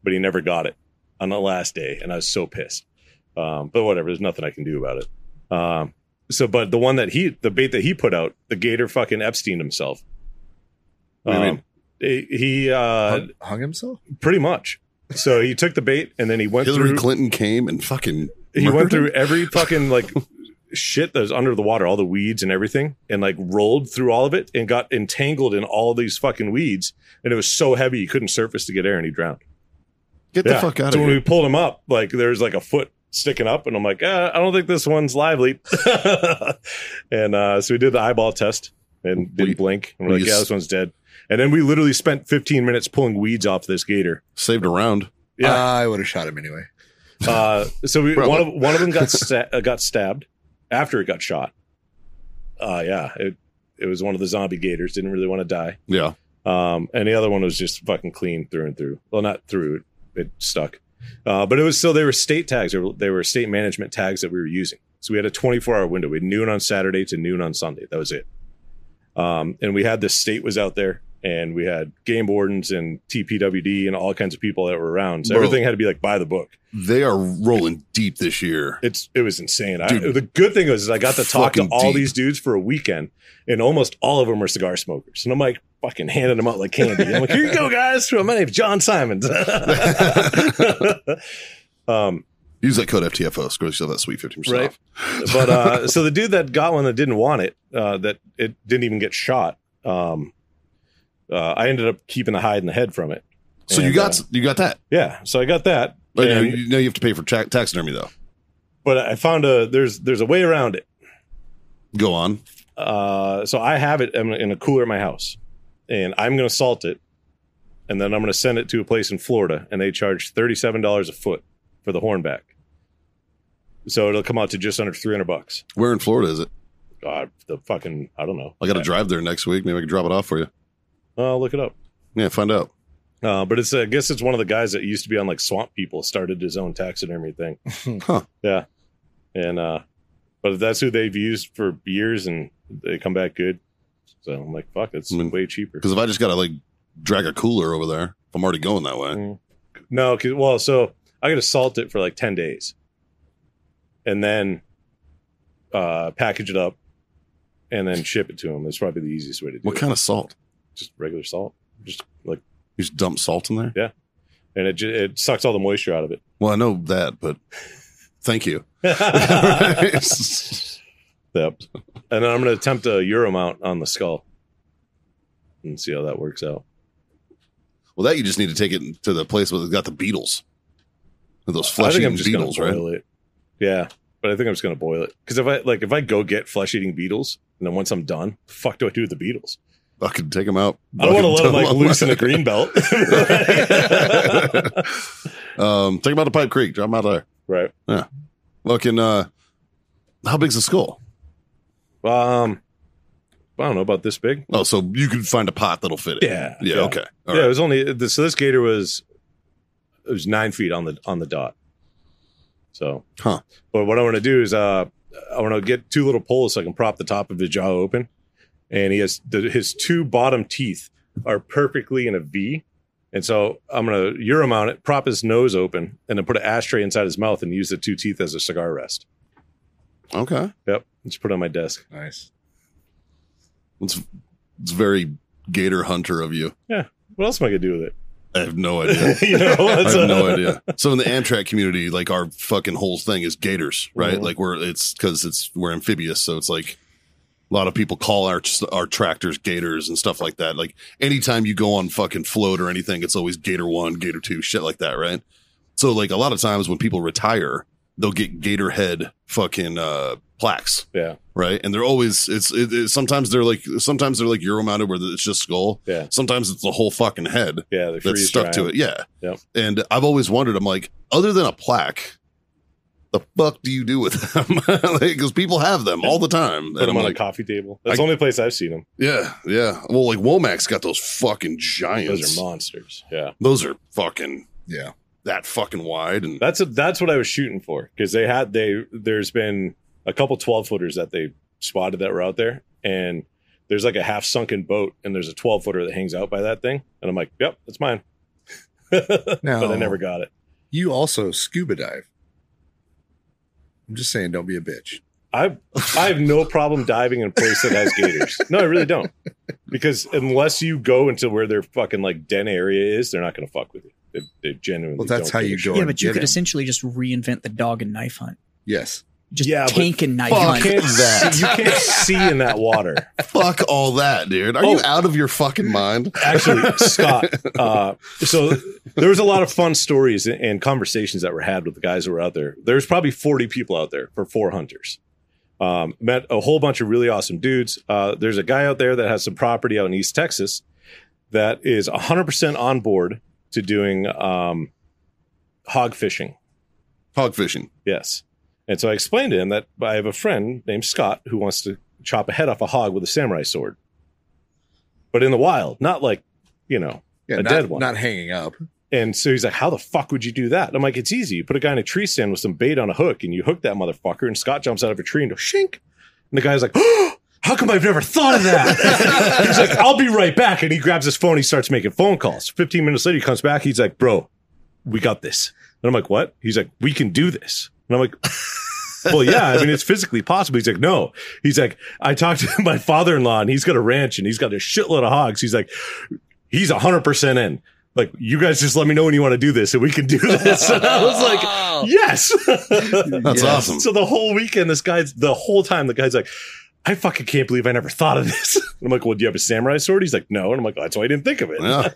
S1: but he never got it on the last day, and I was so pissed. Um, but whatever, there's nothing I can do about it. Um, so, but the one that he, the bait that he put out, the gator fucking Epstein himself.
S3: What do you
S1: Um, he he, uh,
S2: hung, hung himself?
S1: pretty much. So he took the bait and then he went
S3: Hillary
S1: through.
S3: Clinton came and fucking.
S1: he
S3: murdered
S1: went through
S3: him?
S1: every fucking like shit that was under the water, all the weeds and everything, and like rolled through all of it and got entangled in all these fucking weeds. And it was so heavy he couldn't surface to get air, and he drowned.
S3: Get the
S1: Yeah.
S3: fuck out
S1: so
S3: of
S1: when
S3: here.
S1: we pulled him up, like there's like a foot sticking up, and I'm like, uh, I don't think this one's lively. and uh, so we did the eyeball test and
S3: Were
S1: didn't
S3: you-
S1: blink. And
S3: were
S1: we're like,
S3: you
S1: yeah,
S3: s-
S1: this one's dead. And then we literally spent 15 minutes pulling weeds off this gator.
S3: Saved a round.
S1: Yeah.
S2: I would have shot him anyway.
S1: Uh, so we,
S3: Probably.
S1: one of one of them got sta- uh, got stabbed after it got shot. Uh, yeah, it it was one of the zombie gators. Didn't really want to die.
S3: Yeah.
S1: Um, and the other one was just fucking clean through and through. Well, not through. It stuck. Uh, but it was still they were state tags. They were, they were state management tags that we were using. So we had a 24 hour window. We had noon on Saturday to noon on Sunday. That was it. Um, and we had the state was out there, and we had game wardens and TPWD and all kinds of people that were around. So
S3: Bro.
S1: everything had to be like by the book
S3: They are rolling deep this year.
S1: it's it was insane. I,
S3: Dude.
S1: the good thing was is I got to talk to
S3: Fucking
S1: all
S3: deep.
S1: these dudes for a weekend, and almost all of them are cigar smokers. And I'm like fucking handing them out like candy. I'm like, here you go, guys. My name's John Simons. um,
S3: Use that code FTFO. Screw yourself that sweet 15%
S1: Right.
S3: off.
S1: but uh, so the dude that got one that didn't want it, uh, that it didn't even get shot. Um, uh, I ended up keeping a hide in the head from it.
S3: So you
S1: And,
S3: got
S1: uh,
S3: you got that.
S1: yeah. So I got that.
S3: But now,
S1: And-
S3: you, now you have to pay for ta- taxidermy though.
S1: but I found a there's there's a way around it.
S3: Go on.
S1: Uh, so I have it in in a cooler at my house, and I'm going to salt it, and then I'm going to send it to a place in Florida, and they charge thirty seven dollars a foot for the hornback. So it'll come out to just under three hundred bucks.
S3: Where in Florida is it?
S1: God, the fucking I don't know.
S3: I got to drive there next week. Maybe I can drop it off for you.
S1: I'll look it up.
S3: Yeah, find out.
S1: Uh, but it's I guess it's one of the guys that used to be on like Swamp People started his own taxidermy thing.
S3: Huh.
S1: Yeah, and uh, but that's who they've used for years, and they come back good. So I'm like, fuck, it's
S3: I mean,
S1: way cheaper.
S3: Because if I just got to like drag a cooler over there, if I'm already going that way.
S1: No, 'cause- well, so I gotta salt it for like ten days, and then uh package it up, and then ship it to them. That's probably the easiest way to do
S3: What
S1: it.
S3: kind of salt?
S1: Just regular salt, just like,
S3: You just dump salt in there?
S1: and it ju- it sucks all the moisture out of it.
S3: Well, I know that, but thank you.
S1: Yep. And then I'm gonna attempt a euro mount on the skull, and see how that works out.
S3: Well, that you just need to take it to the place where they've got the beetles. Those flesh
S1: I think
S3: eating
S1: I'm just
S3: beetles,
S1: gonna
S3: right?
S1: boil it. Yeah, but I think I'm just gonna boil it because if I like if I go get flesh eating beetles, and then once I'm done, fuck, do I do with the beetles?
S3: I could take them out.
S1: I don't want to let him
S3: Fucking
S1: like
S3: dump 'em
S1: loose in the
S3: out.
S1: green belt.
S3: um, take them out to Pipe Creek. Drop them out there.
S1: right.
S3: Fucking, uh, how big's the skull?
S1: Um, I don't know about this big.
S3: Oh, so you can find a pot that'll fit it.
S1: Yeah,
S3: Yeah.
S1: yeah.
S3: Okay. All
S1: yeah,
S3: right.
S1: it was only the- so this gator was it was nine feet on the on the dot. So,
S3: Huh.
S1: But what I want to do is uh, I want to get two little poles so I can prop the top of his jaw open, and he has the, his two bottom teeth are perfectly in a V. And so I'm gonna euro mount it, prop his nose open, and then put an ashtray inside his mouth and use the two teeth as a cigar rest.
S3: Okay.
S1: Yep, just put it on my desk.
S2: Nice.
S3: It's, it's very gator hunter of you.
S1: What else am I gonna do with
S3: I have no idea.
S1: it? you know,
S3: I
S1: it's, uh,
S3: have no idea. So in the Amtrak community, like our fucking whole thing is gators, right?
S1: Mhm.
S3: Like we're it's because it's we're amphibious, so it's like a lot of people call our our tractors gators and stuff like that. Like anytime you go on fucking float or anything, it's always gator one, gator two, shit like that, right? So like a lot of times when people retire, they'll get gator head fucking uh plaques.
S1: Yeah.
S3: Right. And they're always, it's, it, it- sometimes they're like, sometimes they're like Euro mounted where it's just skull.
S1: Yeah.
S3: Sometimes it's the whole fucking head
S1: Yeah, they
S3: that's stuck to it. Yeah.
S1: Yep.
S3: And I've always wondered, I'm like, other than a plaque, the fuck do you do with them? Because people have them all the time.
S1: Put
S3: And
S1: them
S3: I'm
S1: on
S3: like,
S1: a coffee table. That's
S3: I-
S1: the only place I've seen them.
S3: yeah, yeah. Well, like Womack's got those fucking giants.
S1: Those are monsters. Yeah,
S3: Those are fucking
S2: Yeah.
S3: that fucking wide. And
S1: that's a, that's what I was shooting for because they had they. There's been a couple 12 footers that they spotted that were out there. And there's like a half sunken boat and there's a 12 footer that hangs out by that thing. And I'm like, yep, that's mine. but
S2: Now,
S1: I never got it.
S2: You also scuba dive. I'm just saying, don't be a bitch.
S1: I I have no problem diving in a place that has gators. No, I really don't. Because unless you go into where their fucking like den area is, they're not going to fuck with you. They, they genuinely.
S2: Well, that's
S1: don't
S2: how
S1: give a
S2: you
S1: shit.
S2: go.
S5: yeah,
S2: and
S5: but you
S2: get
S5: could
S2: him.
S5: essentially just reinvent the dog and knife hunt.
S2: Yes.
S5: Just
S1: Yeah, but
S5: tank and knife
S1: You
S5: hunt.
S1: can't, see, you can't see in that water.
S3: Fuck all that, dude. Are you
S1: Oh.
S3: out of your fucking mind?
S1: Actually, Scott. Uh, so there was a lot of fun stories and- and conversations that were had with the guys who were out there. There's probably 40 people out there for four hunters. Um, met a whole bunch of really awesome dudes. Uh, there's a guy out there that has some property out in East Texas that is 100% on board to doing um, hog fishing.
S3: Hog fishing.
S1: Yes. And so I explained to him that I have a friend named Scott who wants to chop a head off a hog with a samurai sword. But in the wild, not like, you know.
S2: Yeah,
S1: A
S2: not,
S1: dead one.
S2: not hanging up.
S1: And so he's like, How the fuck would you do that? And I'm like, It's easy. You put a guy in a tree stand with some bait on a hook and you hook that motherfucker, and Scott jumps out of a tree and goes, shink. And the guy's like, How come I've never thought of that? he's like, I'll be right back. And he grabs his phone, he starts making phone calls. 15 minutes later, he comes back. He's like, Bro, we got this. And I'm like, What? He's like, We can do this. And I'm like, well, yeah, I mean, it's physically possible. He's like, no. He's like, I talked to my father in law and he's got a ranch and he's got a shitload of hogs. He's like, he's 100% in. Like, you guys just let me know when you want to do this and we can do this. And I was like, yes.
S3: That's awesome.
S1: So the whole weekend, this guy's the whole time, the guy's like, I fucking can't believe I never thought of this. I'm like, well, do you have a samurai sword? He's like, no. And I'm like, that's why I didn't think of it.
S3: Yeah.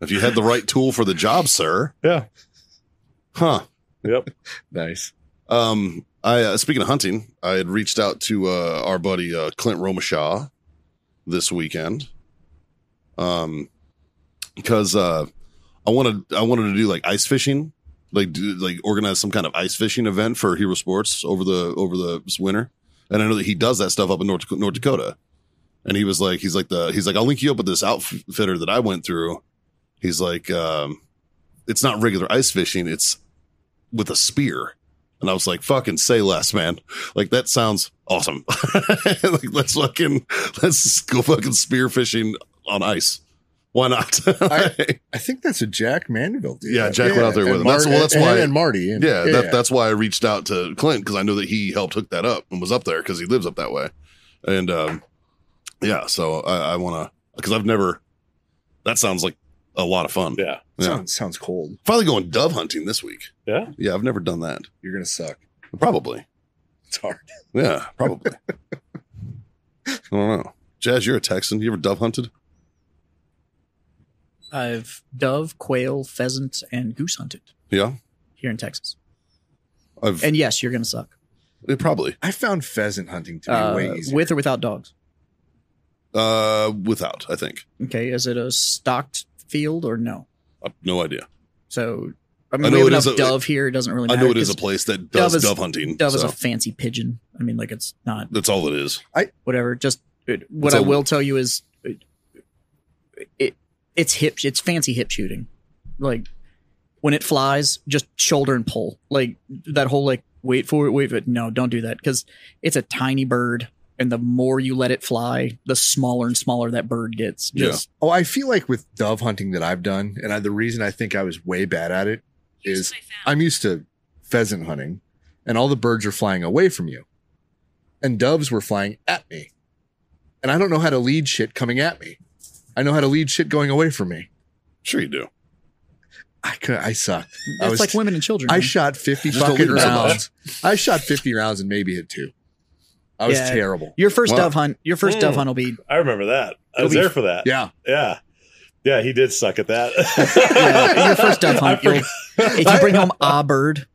S3: if you had the right tool for the job, sir.
S1: Yeah.
S3: Huh.
S1: Yep.
S2: Nice.
S3: Um, I uh, speaking of hunting, I had reached out to uh, our buddy uh, Clint Romashaw this weekend, um, because uh, I wanted I wanted to do like ice fishing, like do, like organize some kind of ice fishing event for Hero Sports over the over the this winter, and I know that he does that stuff up in North, North Dakota, and he was like he's like the he's like I'll link you up with this outfitter that I went through. He's like, um, it's not regular ice fishing; it's with a spear. And I was like, fucking say less, man. Like that sounds awesome. like let's fucking let's go fucking spear fishing on ice. Why not?
S2: I- I think that's a Jack Mandeville dude.
S3: Yeah, Jack went out there with
S2: and
S3: him. That's- well, that's
S2: and-
S3: why-
S2: And Marty. And,
S3: yeah, that, that's why I reached out to Clint because I know that he helped hook that up and was up there because he lives up that way. And um, yeah, so I, I want to because I've never. That sounds like a lot of fun.
S1: Yeah.
S3: yeah.
S2: Sounds, sounds cold.
S3: Finally going dove hunting this week.
S1: Yeah.
S3: Yeah, I've never done that.
S2: You're going to suck.
S3: Probably.
S2: It's hard.
S3: Yeah, probably. I don't know. Jazz, you're a Texan. You ever dove hunted?
S5: I've dove, quail, pheasant, and goose hunted
S3: Yeah,
S5: here in Texas.
S3: I've
S5: And yes, you're gonna suck
S3: yeah, probably
S2: I found pheasant hunting to be
S5: uh,
S2: way easier.
S5: with or without dogs.
S3: uh, without. I think
S5: Okay, is it a stocked field or no?
S3: I've no idea.
S5: So I
S3: I
S5: mean,
S3: know
S5: we have
S3: it is
S5: enough
S3: a-
S5: dove here. It doesn't really
S3: I
S5: matter.
S3: know it is a
S5: 'cause
S3: place that does
S5: dove
S3: dove,
S5: is-
S3: hunting.
S5: Dove is
S3: so
S5: a fancy pigeon. I mean, like it's not
S3: that's all it is.
S5: whatever. Just it, what
S3: It's
S5: I
S3: a-
S5: will tell you is, it, it it's hip. It's fancy hip shooting. Like when it flies, just shoulder and pull. Like that whole like wait for it, wait for it. No, don't do that because it's a tiny bird, and the more you let it fly, the smaller and smaller that bird gets.
S3: Yeah.
S5: Just
S2: oh, I feel like with dove hunting that I've done, and I, the reason I think I was way bad at it is I'm used to pheasant hunting, and all the birds are flying away from you, and doves were flying at me, and I don't know how to lead shit coming at me. I know how to lead shit going away from me.
S3: Sure, you do.
S2: I could, I sucked. I
S5: it's
S2: was
S5: like women and children.
S2: I
S5: man.
S2: shot 50
S3: Just don't
S2: fucking
S3: leave it so
S2: rounds. I shot 50 rounds and maybe hit two. I was
S5: Yeah.
S2: terrible.
S5: your first
S3: Wow.
S5: dove hunt. Your first dove
S1: Mm.
S5: hunt will be
S1: I remember that. I was
S5: It'll be-
S1: there for that.
S2: Yeah.
S1: Yeah. Yeah, he did suck at that.
S5: yeah, your first dove
S1: I
S5: hunt. You'll,
S1: forgot-
S5: if you bring home a bird,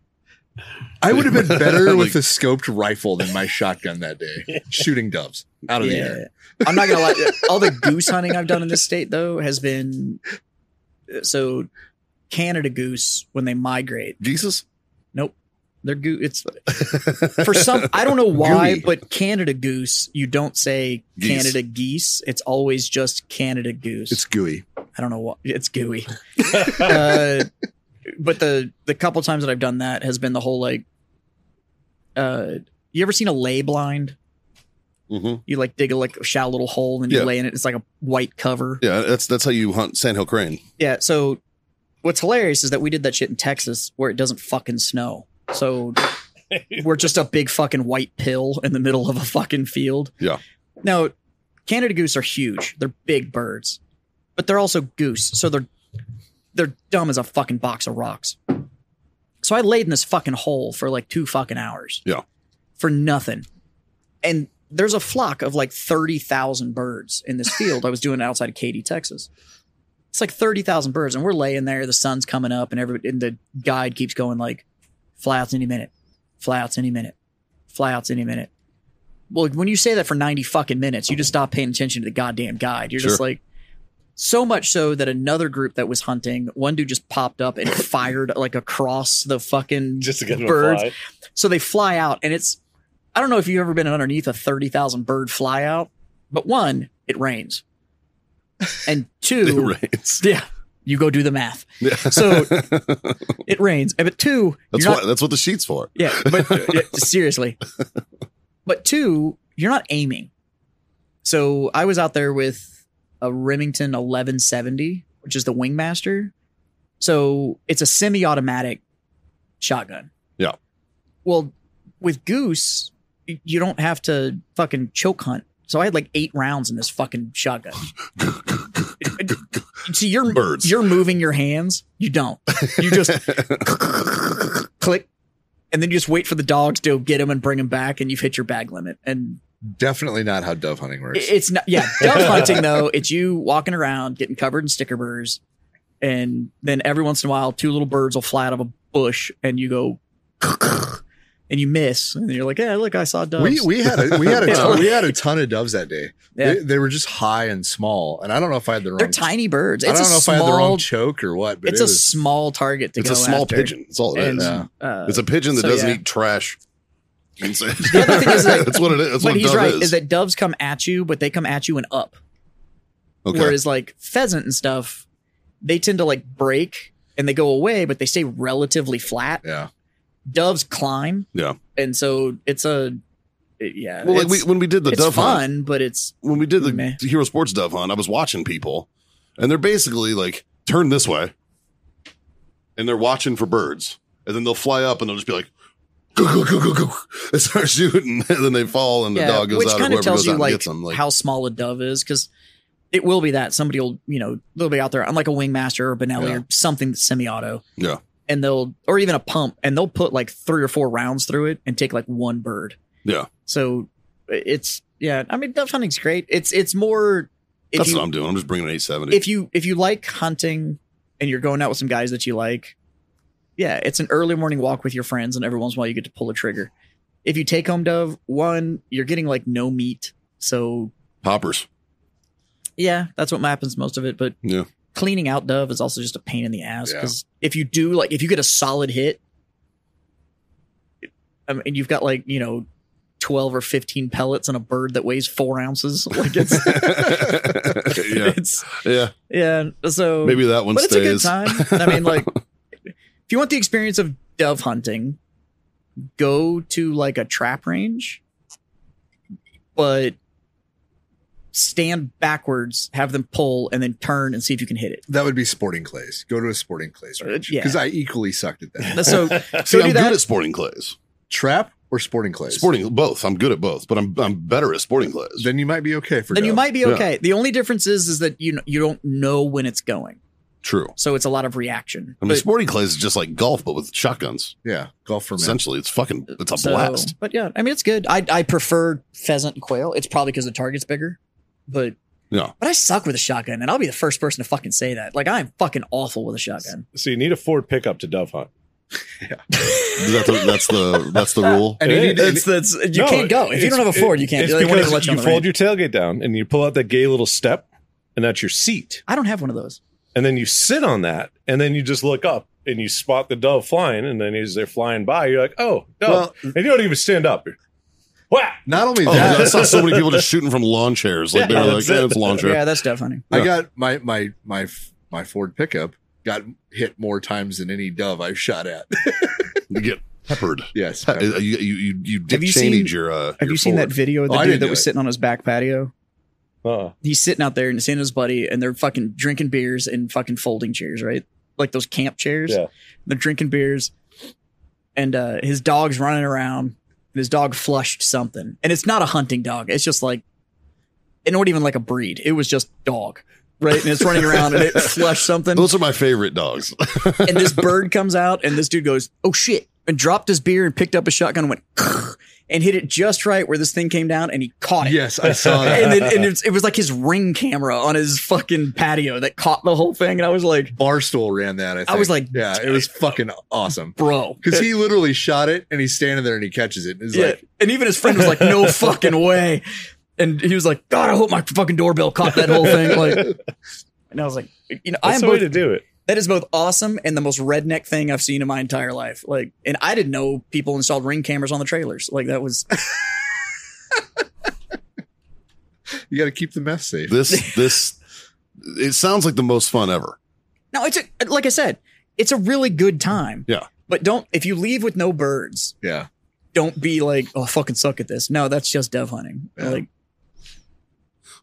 S2: I would have been better
S3: Like-
S2: with a scoped rifle than my shotgun that day, shooting doves out of the air.
S5: I'm not gonna lie. All the goose hunting I've done in this state though has been so Canada goose when they migrate.
S3: Geese's.
S5: Nope, they're goose. It's for some. I don't know why,
S2: Gooey.
S5: but Canada goose. You don't say
S3: Geese.
S5: Canada geese. It's always just Canada goose.
S2: It's gooey.
S5: I don't know what it's gooey. uh, but the the couple times that I've done that has been the whole like uh You ever seen a lay blind?
S3: hmm
S5: You like dig a like shallow little hole and you
S3: Yeah.
S5: lay in it. It's like a white cover.
S3: Yeah, that's that's how you hunt sandhill crane.
S5: Yeah. So what's hilarious is that we did that shit in Texas where it doesn't fucking snow. So we're just a big fucking white pill in the middle of a fucking field.
S3: Yeah.
S5: Now, Canada goose are huge. They're big birds, but they're also goose. So they're they're dumb as a fucking box of rocks. So I laid in this fucking hole for like two fucking hours.
S3: Yeah.
S5: For nothing. And there's a flock of like 30,000 birds in this field I was doing outside of Katy, Texas. It's like 30,000 birds and we're laying there, the sun's coming up and everybody and the guide keeps going like fly outs any minute. Fly outs any minute. Fly outs any minute. Well, when you say that for 90 fucking minutes, you just stop paying attention to the goddamn guide. You're just
S3: Sure.
S5: like so much so that another group that was hunting, one dude just popped up and fired like across the fucking
S1: just to get them to
S5: birds.
S1: fly.
S5: So they fly out, and it's I don't know if you've ever been underneath a thirty thousand bird fly out, but one, it rains, and
S3: It
S5: two,
S3: rains.
S5: yeah, you go do the math.
S3: Yeah.
S5: So it rains, and but two,
S3: That's
S5: you're
S3: why
S5: not-
S3: that's what the sheet's for.
S5: yeah, but uh, yeah, seriously, but two, you're not aiming. So I was out there with a Remington 1170, which is the Wingmaster. So it's a semi-automatic shotgun.
S3: Yeah.
S5: Well, with Goose, y- you don't have to fucking choke hunt. So I had like eight rounds in this fucking shotgun. so you're
S3: Birds.
S5: you're moving your hands. You don't. You just click, and then you just wait for the dogs to get them and bring them back, and you've hit your bag limit. And
S2: Definitely not how dove hunting works.
S5: it- it's not, yeah, dove hunting though. It's you walking around getting covered in sticker burrs, and then every once in a while, two little birds will fly out of a bush, and you go, and you miss, and you're like, "Yeah, look, I saw doves."
S2: we we had a, we had a
S5: Yeah.
S2: ton, we had a ton of doves that day.
S5: Yeah.
S2: They, they were just high and small, and I don't know if I had the wrong.
S5: They're tiny birds. It's
S2: I don't
S5: a
S2: know if
S5: small,
S2: I had the wrong choke or what, but
S5: It's
S2: it
S5: a
S2: was-
S5: small target to
S3: It's
S5: go
S3: a small
S5: after.
S3: pigeon. That's all it is.
S5: And,
S2: Yeah.
S5: uh,
S3: It's a pigeon that
S5: so,
S3: doesn't
S5: yeah.
S3: eat trash. That's
S5: The other thing is, like,
S3: what it is. That's
S5: but
S3: what a
S5: he's
S3: dove
S5: right is.
S3: is.
S5: that doves come at you, but they come at you and up.
S3: okay.
S5: Whereas like pheasant and stuff, they tend to like break and they go away, but they stay relatively flat.
S2: yeah.
S5: Doves climb.
S3: Yeah.
S5: And so it's a it- yeah.
S3: Well, like we,
S5: it's,
S3: when we did the
S5: it's
S3: dove hunt,
S5: fun, but it's
S3: when we did the
S5: Meh.
S3: Hero Sports Dove Hunt, I was watching people, and they're basically like turn this way, and they're watching for birds, and then they'll fly up and they'll just be like, go go go go go, and start shooting, and then they fall, and the
S5: yeah,
S3: dog goes
S5: which
S3: out, or
S5: kind
S3: whoever
S5: of tells
S3: goes out
S5: you
S3: and
S5: like,
S3: gets them. Like,
S5: how small a dove is because it will be that somebody will you know they'll be out there on like a wingmaster or a Benelli
S2: Yeah.
S5: or something that's semi-auto.
S3: Yeah.
S5: And they'll or even a pump and they'll put like three or four rounds through it and take like one bird.
S3: yeah,
S5: So it's yeah. I mean, dove hunting's great. It's it's more if
S3: that's
S5: you
S3: what I'm doing. I'm just bringing an 870.
S5: if you if you like hunting and you're going out with some guys that you like, yeah, it's an early morning walk with your friends, and every once in a while you get to pull a trigger. If you take home dove, one you're getting like no meat, so
S3: Poppers,
S5: yeah, that's what happens most of it. But
S3: yeah,
S5: cleaning out dove is also just a pain in the ass
S2: Yeah.
S5: because if you do like if you get a solid hit, I mean, you've got like you know. 12 or 15 pellets and a bird that weighs four ounces. Like it's,
S3: yeah,
S5: it's,
S3: yeah.
S5: yeah. So
S3: Maybe that one
S5: but
S3: stays.
S5: it's a good time. I mean, like, if you want the experience of dove hunting, go to like a trap range, but stand backwards, have them pull, and then turn and see if you can hit it.
S2: That would be sporting clays. Go to a sporting clays
S5: Uh,
S2: range
S5: yeah.
S2: because I equally sucked at that.
S5: So,
S3: See,
S5: so
S3: I'm
S5: do
S3: good
S5: that.
S3: at sporting clays.
S2: Trap or sporting clays.
S3: Sporting both. I'm good at both, but I'm I'm better at sporting clays.
S2: Then you might be okay for.
S5: Then you
S2: dove.
S5: might be
S3: Yeah.
S5: okay. The only difference is is that you you don't know when it's going,
S3: True.
S5: so it's a lot of reaction.
S3: I mean,
S5: But-
S3: sporting clays is just like golf, but with shotguns.
S2: Yeah, golf for men.
S3: Essentially, it's fucking it's a
S5: So-
S3: blast.
S5: But yeah, I mean, it's good. I I prefer pheasant and quail. It's probably because the target's bigger, but
S3: Yeah.
S5: But I suck with a shotgun, and I'll be the first person to fucking say that. Like I am fucking awful with a shotgun.
S1: So you need a Ford pickup to dove hunt.
S3: Is that the, that's the that's the rule.
S2: And you
S1: It
S2: need to,
S5: It's that's you
S1: No,
S5: can't go if you
S1: it's-
S5: don't have a
S1: it-
S5: Ford. You can't.
S1: It's
S5: They won't even
S1: because
S5: let
S1: you,
S5: you on the
S1: fold
S5: range.
S1: your tailgate down and you pull out that gay little step, and that's your seat.
S5: I don't have one of those.
S1: And then you sit on that, and then you just look up and you spot the dove flying, and then as they're flying by, you're like, oh, dove.
S2: Well-
S1: and you don't even stand up. Wow.
S2: not only
S3: Oh,
S2: that,
S3: I saw so many people just shooting from lawn chairs. Like
S1: Yeah,
S3: they were like,
S1: that's
S3: yeah,
S1: it.
S3: it's a lawn chair.
S5: Yeah, that's dove hunting.
S2: I got my my my f- my Ford pickup got hit more times than any dove I've shot at.
S3: You get Peppered.
S2: Yes.
S3: Pe- You, you, you, you Dick
S5: Have you
S3: Cheney'd
S5: seen-
S3: your. Uh,
S5: Have
S3: your
S5: you seen that
S3: fork.
S5: video of the
S2: Oh, I
S5: dude
S2: didn't
S5: that
S2: do
S5: was
S2: it.
S5: sitting on his back patio?
S1: Uh,
S5: He's sitting out there and seeing his buddy, and they're fucking drinking beers and fucking folding chairs, right? Like those camp chairs.
S1: Yeah.
S5: They're drinking beers, and uh, his dog's running around, and his dog flushed something, and it's not a hunting dog. It's just like, it wasn't even like a breed. It was just dog, right? And it's running around, and it flushed something.
S3: Those are my favorite dogs.
S5: and this bird comes out, and this dude goes, "Oh shit!" and dropped his beer and picked up a shotgun and went, and hit it just right where this thing came down, and he caught it.
S2: Yes, I saw that.
S5: And, then, and it's- it was like his ring camera on his fucking patio that caught the whole thing, and I was like,
S2: Barstool ran that. I, think.
S5: was like,
S2: yeah, it was fucking awesome.
S5: "Bro."
S2: Because he literally shot it and he's standing there and he catches it. And he's
S5: Yeah.
S2: like,
S5: and even his friend was like, "No fucking way!" And he was like, "God, I hope my fucking doorbell caught that whole thing." Like, and I was like, "You know, I
S1: that's
S5: am
S1: the way
S5: both
S1: to do it.
S5: That is both awesome and the most redneck thing I've seen in my entire life. Like, and I didn't know people installed ring cameras on the trailers. Like, that was
S2: you got to keep the mess safe.
S3: This, this, it sounds like the most fun ever.
S5: no. It's a, like I said, it's a really good time.
S3: Yeah.
S5: But don't if you leave with no birds,
S2: Yeah.
S5: don't be like, oh, I fucking suck at this. No, that's just dove hunting.
S2: Yeah.
S5: Like,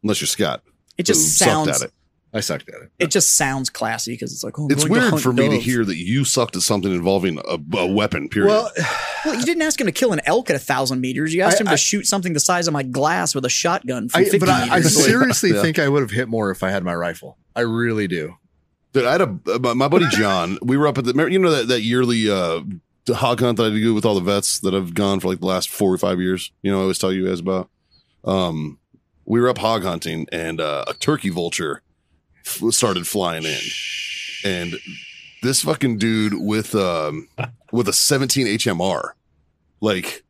S3: Unless you're Scott.
S5: it just
S3: who sucked
S5: sounds.
S3: at
S5: It.
S3: it.
S2: I sucked at it.
S5: just sounds classy because it's like, oh, I'm
S3: It's
S5: going to
S3: weird
S5: hunt
S3: for me to
S5: doves.
S3: hear that you sucked at something involving a, a weapon. Period.
S2: Well,
S5: Well, you didn't ask him to kill an elk at a thousand meters. You asked
S2: I-
S5: him to
S2: I-
S5: shoot something the size of my glass with a shotgun from
S2: I,
S5: fifty
S2: but I, I
S5: meters. Like,
S2: seriously
S3: Yeah.
S2: think I would have hit more if I had my rifle. I really do.
S3: Dude, I had a my, my buddy John. we were up at the remember- you know that that yearly uh hog hunt that I do with all the vets that have gone for like the last four or five years. You know, I always tell you guys about. Um, we were up hog hunting and uh, a turkey vulture f- started flying in, and this fucking dude with um with a 17 HMR, like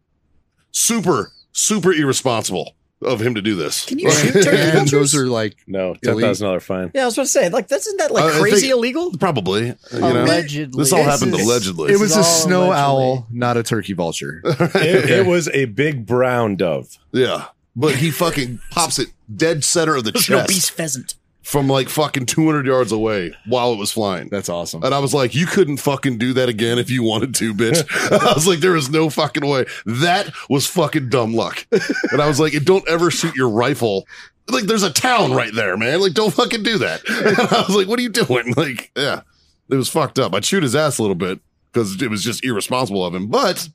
S3: super super irresponsible of him to do this.
S5: Can you shoot
S2: And,
S5: turkey vultures?
S2: those are like,
S1: No, ten
S2: Elite.
S1: thousand dollar fine.
S5: yeah, I was about to say, like, isn't that like
S3: Uh, I
S5: crazy
S3: think-
S5: illegal?
S3: Probably, you
S5: Oh,
S3: know,
S6: allegedly.
S3: this all happened
S6: is-
S3: allegedly.
S2: it was a
S6: all
S2: snow
S6: allegedly.
S2: owl, not a turkey vulture.
S1: It, it was a big brown dove.
S3: Yeah. But he fucking pops it dead center of the
S5: There's an obese
S3: chest
S5: pheasant.
S3: from like fucking 200 yards away while it was flying.
S2: That's awesome.
S3: And I was like, you couldn't fucking do that again if you wanted to, bitch. I was like, there is no fucking way. That was fucking dumb luck. And I was like, and don't ever shoot your rifle. Like, there's a town right there, man. Like, don't fucking do that. And I was like, what are you doing? Like, yeah, it was fucked up. I'd shoot his ass a little bit because it was just irresponsible of him, but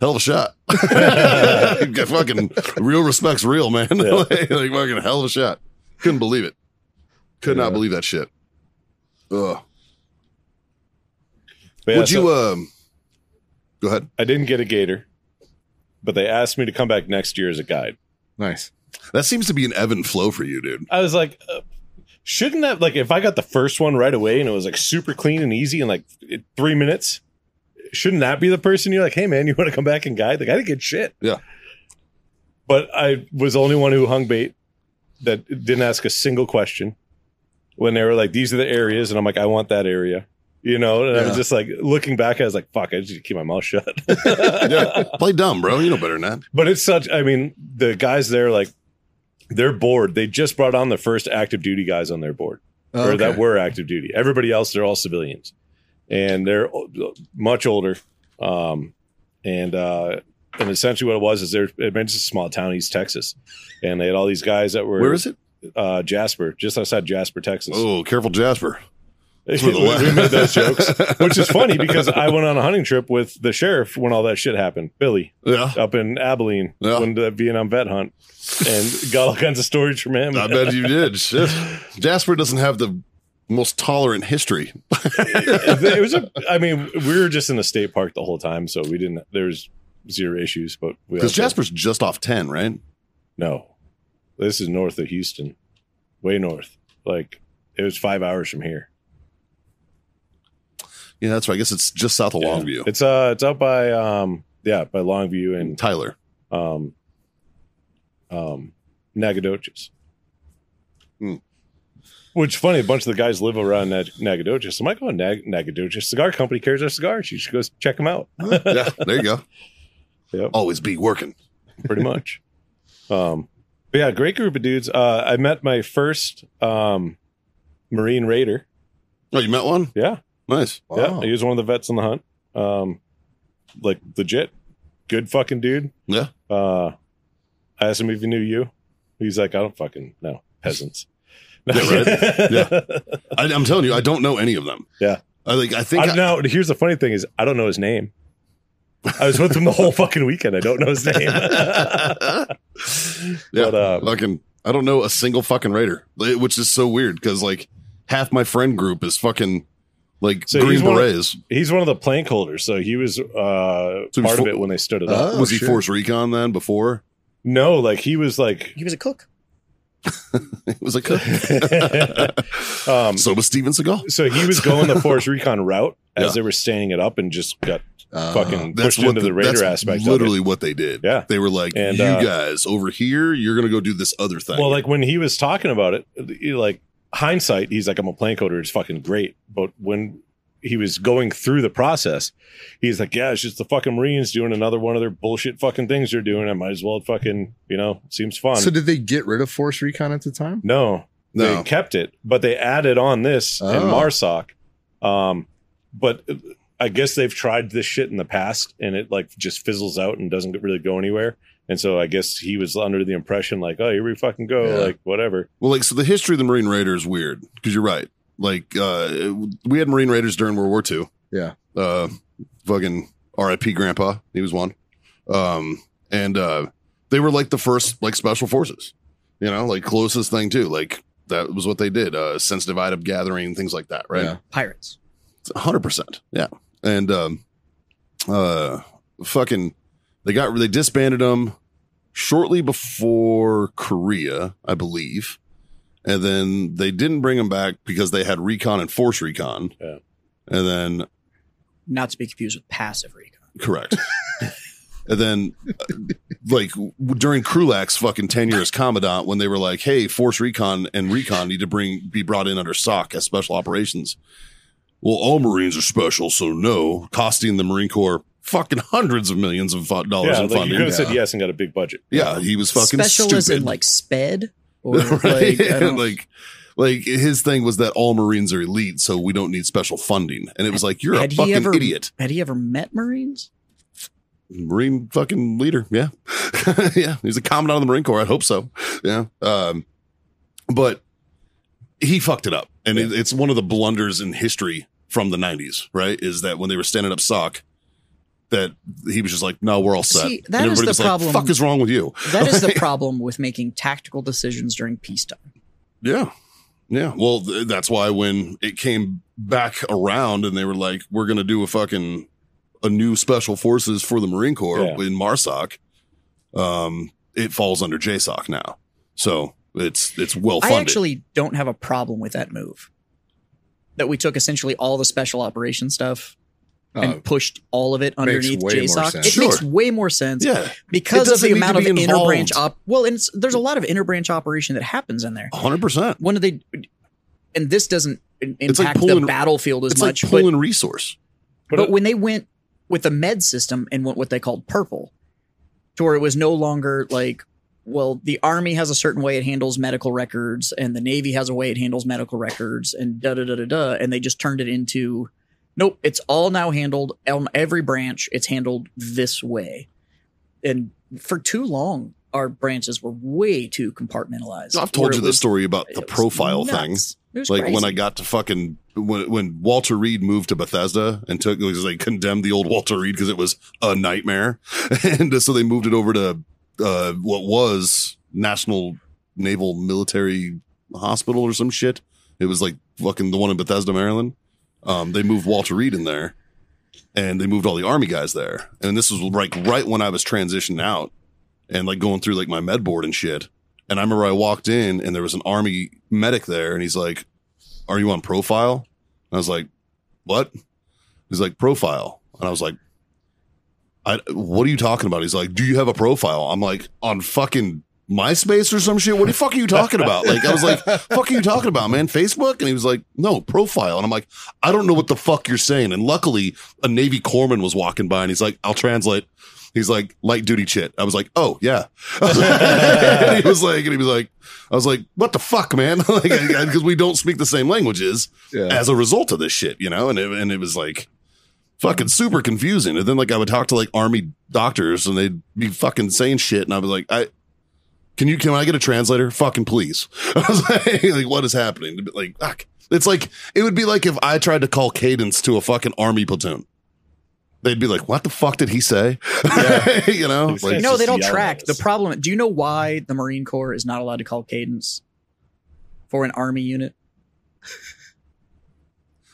S3: hell of a shot. Got fucking real respect's real, man. like, fucking hell of a shot. Couldn't believe it. Could
S1: Yeah.
S3: not believe that shit. Ugh.
S1: But yeah,
S3: Would you
S1: so
S3: um go ahead?
S1: I didn't get a gator, but they asked me to come back next year as a guide.
S2: nice.
S3: That seems to be an ebb and flow for you, dude.
S1: I was like, uh, shouldn't that like if I got the first one right away and it was like super clean and easy in like th- three minutes, shouldn't that be the person you're like, hey man, you want to come back and guide? Like I didn't get shit.
S3: Yeah.
S1: But I was the only one who hung bait that didn't ask a single question when they were like, these are the areas, and I'm like, I want that area. You know, and I was
S2: Yeah.
S1: just like looking back, I was like, fuck, I just need to keep my mouth shut.
S3: Yeah. Play dumb, bro. You know better than that.
S1: But it's such. I mean, the guys there, like, they're bored. They just brought on the first active duty guys on their board,
S2: Oh,
S1: or that
S2: okay.
S1: were active duty. Everybody else, they're all civilians, and they're o- much older. Um, and uh, and essentially, what it was is they're it meant just a small town, East Texas, and they had all these guys that were
S3: Where is it?
S1: uh, Jasper, just outside Jasper, Texas.
S3: Oh, careful, Jasper.
S1: we made those jokes, which is funny because I went on a hunting trip with the sheriff when all that shit happened, Billy
S3: Yeah.
S1: up in Abilene
S3: Yeah.
S1: when the Vietnam vet hunt and got all kinds of stories from him.
S3: I bet you did. Shit. Jasper doesn't have the most tolerant history.
S1: it was a, I mean, we were just in the state park the whole time, so we didn't, there's zero issues, but we
S3: Because
S1: also-
S3: Jasper's just off ten, right?
S1: no, this is north of Houston, way north. Like it was five hours from here.
S3: Yeah, that's right. I guess it's just south of Longview.
S1: It's, uh, it's out by, um, yeah, by Longview
S3: And
S1: and,
S3: Tyler.
S1: um, um, Nagadoches.
S3: Hmm.
S1: Which funny, a bunch of the guys live around Nag- Nagadoches. I'm like, oh, Nag- Nagadoches cigar company carries our cigars. You should go check them out.
S3: yeah, there you go.
S1: Yep.
S3: Always be working.
S1: pretty much. Um, but yeah, great group of dudes. Uh, I met my first um, Marine Raider.
S3: Oh, you met one?
S1: Yeah,
S3: Nice.
S1: yeah, he was one of the vets on the hunt. Um, like legit, good fucking dude.
S3: Yeah.
S1: Uh, I asked him if he knew you. He's like, I don't fucking know peasants.
S3: Yeah, I, I'm telling you, I don't know any of them.
S1: Yeah.
S3: I like. I think.
S1: I, now, here's the funny thing is I don't know his name. I was with him the whole fucking weekend. I don't know his name.
S3: yeah.
S1: But, uh,
S3: fucking. I don't know a single fucking Raider, li- which is so weird because like half my friend group is fucking like
S1: So he's
S3: Green
S1: one of-
S3: Berets.
S1: He's one of the plank holders, so he was uh,
S3: So Uh-huh.
S1: part of
S3: before-
S1: it when they stood it up.
S2: Oh,
S3: Uh, was he
S2: shit.
S3: Force Recon then? Before
S1: No, like he was like
S5: He was a cook.
S3: it was like.
S1: um,
S3: so was Steven Seagal.
S1: So he was going the Force Recon route as
S3: Yeah.
S1: they were staying it up and just got
S2: Uh,
S1: fucking pushed into the, Raider aspect.
S3: Literally
S1: Of
S3: what they did.
S1: Yeah.
S3: they were like,
S1: And,
S3: "You
S1: uh,
S3: guys over here, you're gonna go do this other
S1: it.
S3: thing."
S1: Well, like when he was talking about it, he, like hindsight, he's like, I'm a plane coder. It's fucking great. But when he was going through the process, he's like, yeah, it's just the fucking Marines doing another one of their bullshit fucking things they're doing. I might as well fucking, you know, seems fun.
S2: So did they get rid of Force Recon at the time?
S1: no, they
S3: no,
S1: kept it, but they added on this and
S2: Oh.
S1: Marsoc. Um, but I guess they've tried this shit in the past, and it like just fizzles out and doesn't really go anywhere. And so I guess he was under the impression like, oh, here we fucking go,
S2: Yeah.
S1: like whatever.
S3: Well, like, so the history of the Marine Raider is weird because you're right. Like, uh, we had Marine Raiders during World War II.
S2: Yeah.
S3: Uh, fucking RIP Grandpa. He was one. Um, and, uh, they were like the first, like, special forces, you know, like, closest thing to, like, that was what they did. Uh, sensitive item gathering, things like that, right?
S2: Yeah.
S5: Pirates.
S3: hundred percent. Yeah, and um, uh, fucking, they got they disbanded them shortly before Korea, I believe, and then they didn't bring them back because they had recon and force recon.
S1: Yeah.
S3: and then
S5: Not to be confused with passive recon.
S3: correct. And then, uh, like w- during Krulak's fucking tenure as commandant, when they were like, "Hey, Force Recon and Recon need to bring be brought in under SOC as special operations," well, all Marines are special, so no, costing the Marine Corps fucking hundreds of millions of fu- dollars
S1: yeah, like
S3: in
S1: you
S3: funding.
S1: could have
S3: Yeah.
S1: said yes and got a big budget.
S3: he was fucking
S5: Specialist
S3: stupid.
S5: in like sped or
S3: right?
S5: like, I don't-
S3: like, like his thing was that all Marines are elite, so we don't need special funding, and it was like you're a
S5: had he
S3: fucking
S5: ever
S3: idiot.
S5: had he ever met Marines?
S3: Marine fucking leader. Yeah. yeah. He's a commandant of the Marine Corps. I'd hope so. Yeah. Um, but he fucked it up. And it, it's one of the blunders in history from the 90s, right? Is that when they were standing up sock, that he was just like, no, we're all set.
S5: See, that is the problem.
S3: Like, Fuck is wrong with you?
S5: That is the problem with making tactical decisions during peacetime.
S3: Yeah. Yeah. Well, th- that's why when it came back around and they were like, we're going to do a fucking a new special forces for the Marine Corps
S1: Yeah.
S3: in MARSOC, um, it falls under JSOC now. So it's it's well funded.
S5: I actually don't have a problem with that move. That we took essentially all the special operation stuff
S3: Uh,
S2: Oh,
S5: and pushed all of it underneath
S2: way more
S5: JSOC.
S2: sense.
S5: It
S3: Sure.
S5: makes way more sense
S3: yeah,
S5: because of
S3: doesn't
S5: the
S3: need to
S5: amount of
S3: be
S5: interbranch
S3: involved.
S5: op. Well, and it's, there's a lot of interbranch operation that happens in there.
S3: hundred percent.
S5: One of the, and this doesn't in-
S3: It's like
S5: impact
S3: pulling-
S5: the battlefield as
S3: It's
S5: much,
S3: like
S5: but
S3: pulling resource.
S1: But,
S5: but when they went with the med system and went what they called purple, to where it was no longer like, well, the army has a certain way it handles medical records, and the navy has a way it handles medical records, and da da da da da, and they just turned it into, nope, it's all now handled on every branch. It's handled this way, and for too long, our branches were way too compartmentalized.
S3: I've told
S5: Where
S3: you
S5: it
S3: the
S5: was-
S3: story about
S5: it
S3: the
S5: was
S3: profile thing.
S5: nuts. It was
S3: like when
S5: crazy.
S3: I got to fucking when when Walter Reed moved to Bethesda and took because they condemned the old Walter Reed because it was a nightmare, and so they moved it over to uh, what was National Naval Military Hospital or some shit. It was like fucking the one in Bethesda, Maryland. Um, they moved Walter Reed in there, and they moved all the army guys there. And this was like right when I was transitioning out and like going through like my med board and shit. And I remember I walked in and there was an army medic there, and he's like, "Are you on profile?" And I was like, "What?" He's like, "Profile," and I was like, "I what are you talking about?" He's like, "Do you have a profile?" I'm like, "On fucking." MySpace or some shit. What the fuck are you talking about? Like, I was like, fuck are you talking about, man? Facebook? And he was like, no, profile. And I'm like, I don't know what the fuck you're saying. And luckily, a Navy corpsman was walking by and he's like, I'll translate. He's like, light duty chit. I was like, oh, yeah. and he was like, and he was like, I was like, what the fuck, man? like, because we don't speak the same languages
S2: yeah.
S3: as a result of this shit, you know? And it, and it was like, fucking super confusing. And then like I would talk to like army doctors and they'd be fucking saying shit, and I was like, I can you can I get a translator? Fucking please. I was like, like what is happening? They'd be Like fuck. It's like it would be like if I tried to call cadence to a fucking army platoon. They'd be like, "What the fuck did he say?" you know,
S1: It's
S3: like,
S1: just
S5: no, they
S1: yelling
S5: don't track
S1: at
S5: the
S1: us.
S5: problem. Do you know why the Marine Corps is not allowed to call cadence for an army unit?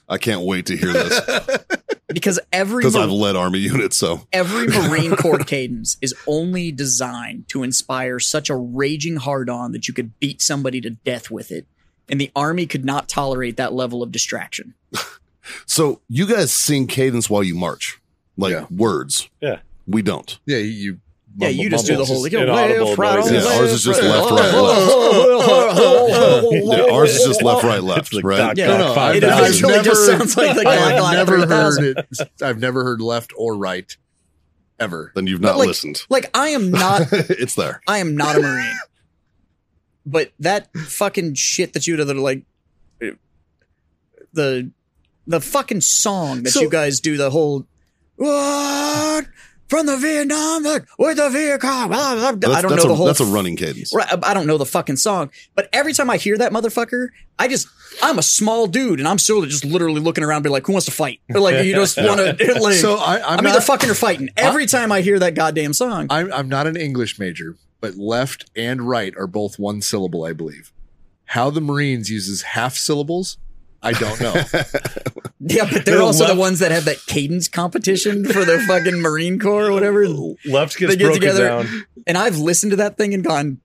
S3: I can't wait to hear this
S5: Because every
S3: because I've
S5: mar-
S3: led army units. So
S5: every Marine Corps cadence is only designed to inspire such a raging hard on that you could beat somebody to death with it. And the army could not tolerate that level of distraction.
S3: So you guys sing cadence while you march, like
S2: Yeah.
S3: words.
S1: Yeah.
S3: we don't.
S2: Yeah, you. you
S5: Yeah, you just Oh. do the
S1: mumble.
S5: whole
S1: It's just inaudible noises.
S3: Yeah, ours is just left, right,
S5: right.
S3: Yeah, ours is just left, right, left,
S1: It's like
S3: right.
S1: dot,
S5: Yeah.
S1: dot,
S5: No,
S2: no,
S1: five,
S5: It
S2: I've
S1: dot.
S5: officially just
S2: never-
S5: sounds like the
S2: I have
S5: Glock
S2: never heard
S5: 3000.
S2: it. I've never heard left or right, ever.
S3: Then you've not
S5: like-
S3: listened.
S5: Like I am not
S3: it's there.
S5: I am not a Marine. but that fucking shit that you do, that are like the the fucking song that
S2: So-
S5: you guys do the whole what from the Vietnam like, with the Viet Cong. blah, blah, blah." I
S3: That's-
S5: don't
S3: that's a,
S5: know the whole.
S3: That's a running cadence.
S5: Right, I I don't know the fucking song, but every time I hear that motherfucker, I just I'm a small dude and I'm still just literally looking around, be like, who wants to fight? Or like you just want to. Like,
S2: So I, I'm,
S5: I'm,
S2: not.
S5: either fucking or fighting. Every time I hear that goddamn song,
S2: I'm, I'm not an English major, but left and right are both one syllable, I believe. How the Marines uses half syllables, I don't know.
S5: Yeah, but they're
S1: They're
S5: also
S1: left-
S5: the ones that have that cadence competition for the fucking Marine Corps or whatever.
S1: Left gets
S5: They get
S1: broken
S5: together.
S1: down.
S5: And I've listened to that thing and gone,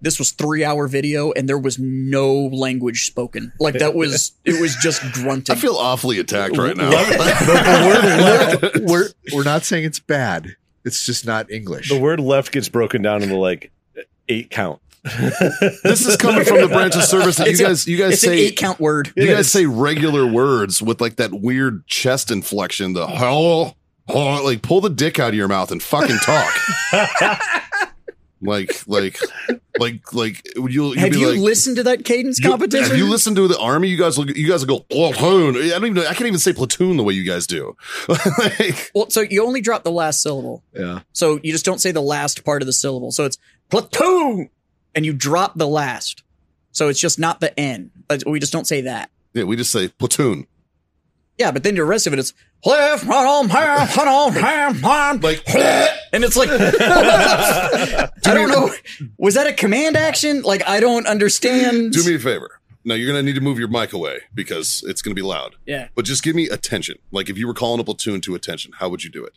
S5: this was three hour video and there was no language spoken. Like that was it was just grunting.
S3: I feel awfully attacked right now.
S2: we're we're not saying it's bad. It's just not English.
S1: The word left gets broken down into like eight count.
S3: this is coming from the branch of service that you
S5: It's a-
S3: guys. You guys
S5: it's an
S3: say
S5: eight count word.
S3: you
S1: It
S3: guys
S1: is.
S3: say regular words with like that weird chest inflection. The hell, oh, like pull the dick out of your mouth and fucking talk. like, like, like, like you'll, you'll
S5: Have
S3: be
S5: you
S3: like,
S5: listened to that cadence
S3: you-
S5: competition?
S3: If you listen to the army, you guys will, you guys will go platoon. I don't even know. I can't even say platoon the way you guys do. like,
S5: well, so you only drop the last syllable.
S2: yeah.
S5: So you just don't say the last part of the syllable. So it's platoon and you drop the last. So it's just not the N. But We just don't say that.
S3: yeah, we just say platoon.
S5: Yeah, but then the rest of it is left, right, on, ham, hon, on, ham, hon.
S3: Like,
S5: and it's like I don't know. Was that a command action? Like I don't understand.
S3: do me a favor. Now you're gonna need to move your mic away because it's gonna be loud.
S5: yeah,
S3: But just give me attention. Like if you were calling a platoon to attention, how would you do it?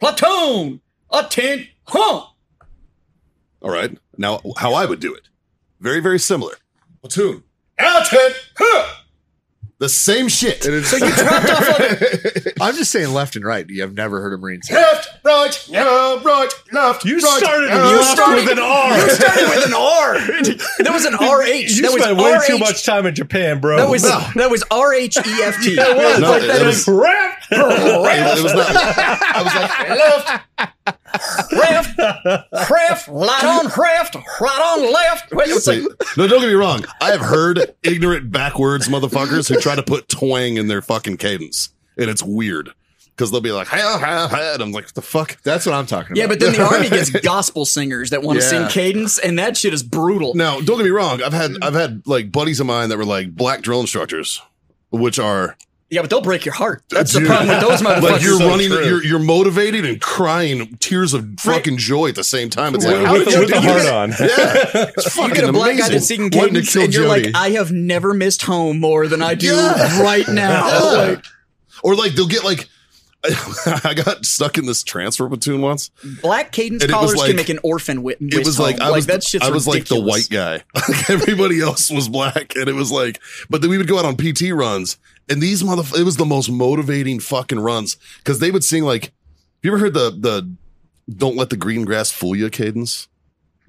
S5: platoon, attend, huh?
S3: All right. Now, how I would do it. Very, very similar. Platoon. Attention. Huh. The same shit.
S2: And it's-
S5: So you dropped off. On,
S2: I'm just saying left and right. You have never heard a Marine say.
S3: Left, right, yeah, right, left.
S1: You
S3: right,
S1: started
S3: yeah,
S1: left
S3: right.
S5: started-
S1: with an R.
S5: you started with an R. That was an R H.
S1: You
S5: That was
S1: spent way
S5: RH.
S1: too much time in Japan, bro.
S5: That was
S1: No,
S5: that was R H E F T.
S1: it's
S3: No,
S1: like
S3: it-
S1: that
S3: it
S1: is
S3: was-
S1: rap.
S3: It, it was not. I was like, left.
S5: Craft, craft, right on craft, right on left. It's like,
S3: See, no, don't get me wrong. I have heard ignorant backwards motherfuckers who try to put twang in their fucking cadence, and it's weird because they'll be like, ha, ha, ha, and I'm like, what the fuck?
S2: That's what I'm talking
S5: Yeah,
S2: about.
S5: but then the army gets gospel singers that want to
S2: Yeah.
S5: sing cadence, and that shit is brutal.
S3: Now, don't get me wrong. I've had I've had like buddies of mine that were like black drill instructors, which are
S5: Yeah, but they'll break your heart. That's
S3: Dude.
S5: the problem with those motherfuckers.
S3: like you're
S1: so
S3: running,
S1: true.
S3: you're you're motivated and crying tears of fucking joy at the same time. It's like, how
S1: With,
S3: did
S1: the-
S3: you
S1: with
S3: do
S1: the
S3: that?
S1: heart on.
S3: Yeah, it's
S5: you
S3: fucking
S5: get a black guy
S3: amazing.
S5: that's singing
S3: Wanting to
S5: cadence,
S3: kill
S5: and you're
S3: Jody.
S5: like, I have never missed home more than I do
S3: Yeah.
S5: right now.
S3: Yeah.
S5: Like,
S3: or like they'll get like I got stuck in this transfer platoon once.
S5: black cadence
S3: And it was
S5: collars
S3: like-
S5: can make an orphan wit.
S3: It was like I was
S5: that shit's
S3: I was like the
S5: ridiculous.
S3: white guy. Like everybody else was black, and it was like. But then we would go out on PT runs, and these motherf It was the most motivating fucking runs because they would sing like. You ever heard the the "Don't let the green grass fool you" cadence?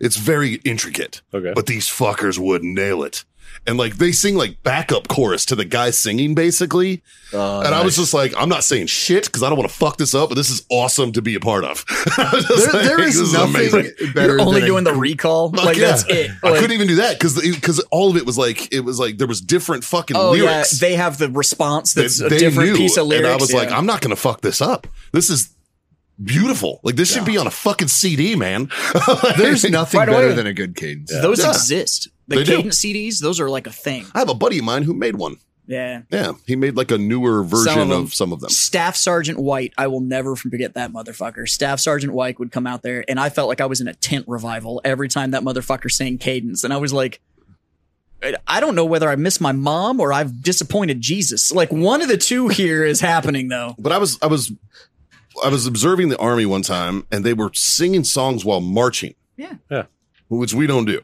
S3: It's very intricate.
S1: Okay.
S3: But these fuckers would nail it. and like they sing like backup chorus to the guy singing basically.
S2: Uh, Oh,
S3: and I was just like, I'm not saying shit because I don't want to fuck this up, but this is awesome to be a part of. I was just
S2: There,
S3: like,
S2: there
S3: this
S2: is nothing
S3: amazing.
S2: better.
S5: You're only
S2: than
S5: doing the recall.
S3: Fuck
S5: like
S3: yeah.
S5: that's it.
S3: I
S5: Like,
S3: couldn't even do that because because all of it was like it was like there was different fucking
S5: oh
S3: lyrics.
S5: yeah, they have the response
S3: that
S5: that's a different piece of lyrics.
S3: And I was like,
S5: yeah.
S3: I'm not going to fuck this up. This is beautiful. Like this should be on a fucking CD, man. Like,
S2: there's nothing
S5: Right
S2: better
S5: away.
S2: than a good cadence.
S5: those
S3: Yeah.
S5: exist. The
S3: They do.
S5: cadence CDs, those are like a thing.
S3: I have a buddy of mine who made one.
S5: Yeah.
S3: Yeah, he made like a newer version
S5: Some of
S3: of,
S5: them.
S3: some of them.
S5: Staff Sergeant White, I will never forget that motherfucker. Staff Sergeant White would come out there, and I felt like I was in a tent revival every time that motherfucker sang Cadence. And I was like, I don't know whether I miss my mom or I've disappointed Jesus. Like, one of the two here is happening, though.
S3: But I was I was I was observing the army one time, and they were singing songs while marching.
S5: Yeah.
S1: Yeah.
S3: which we don't do,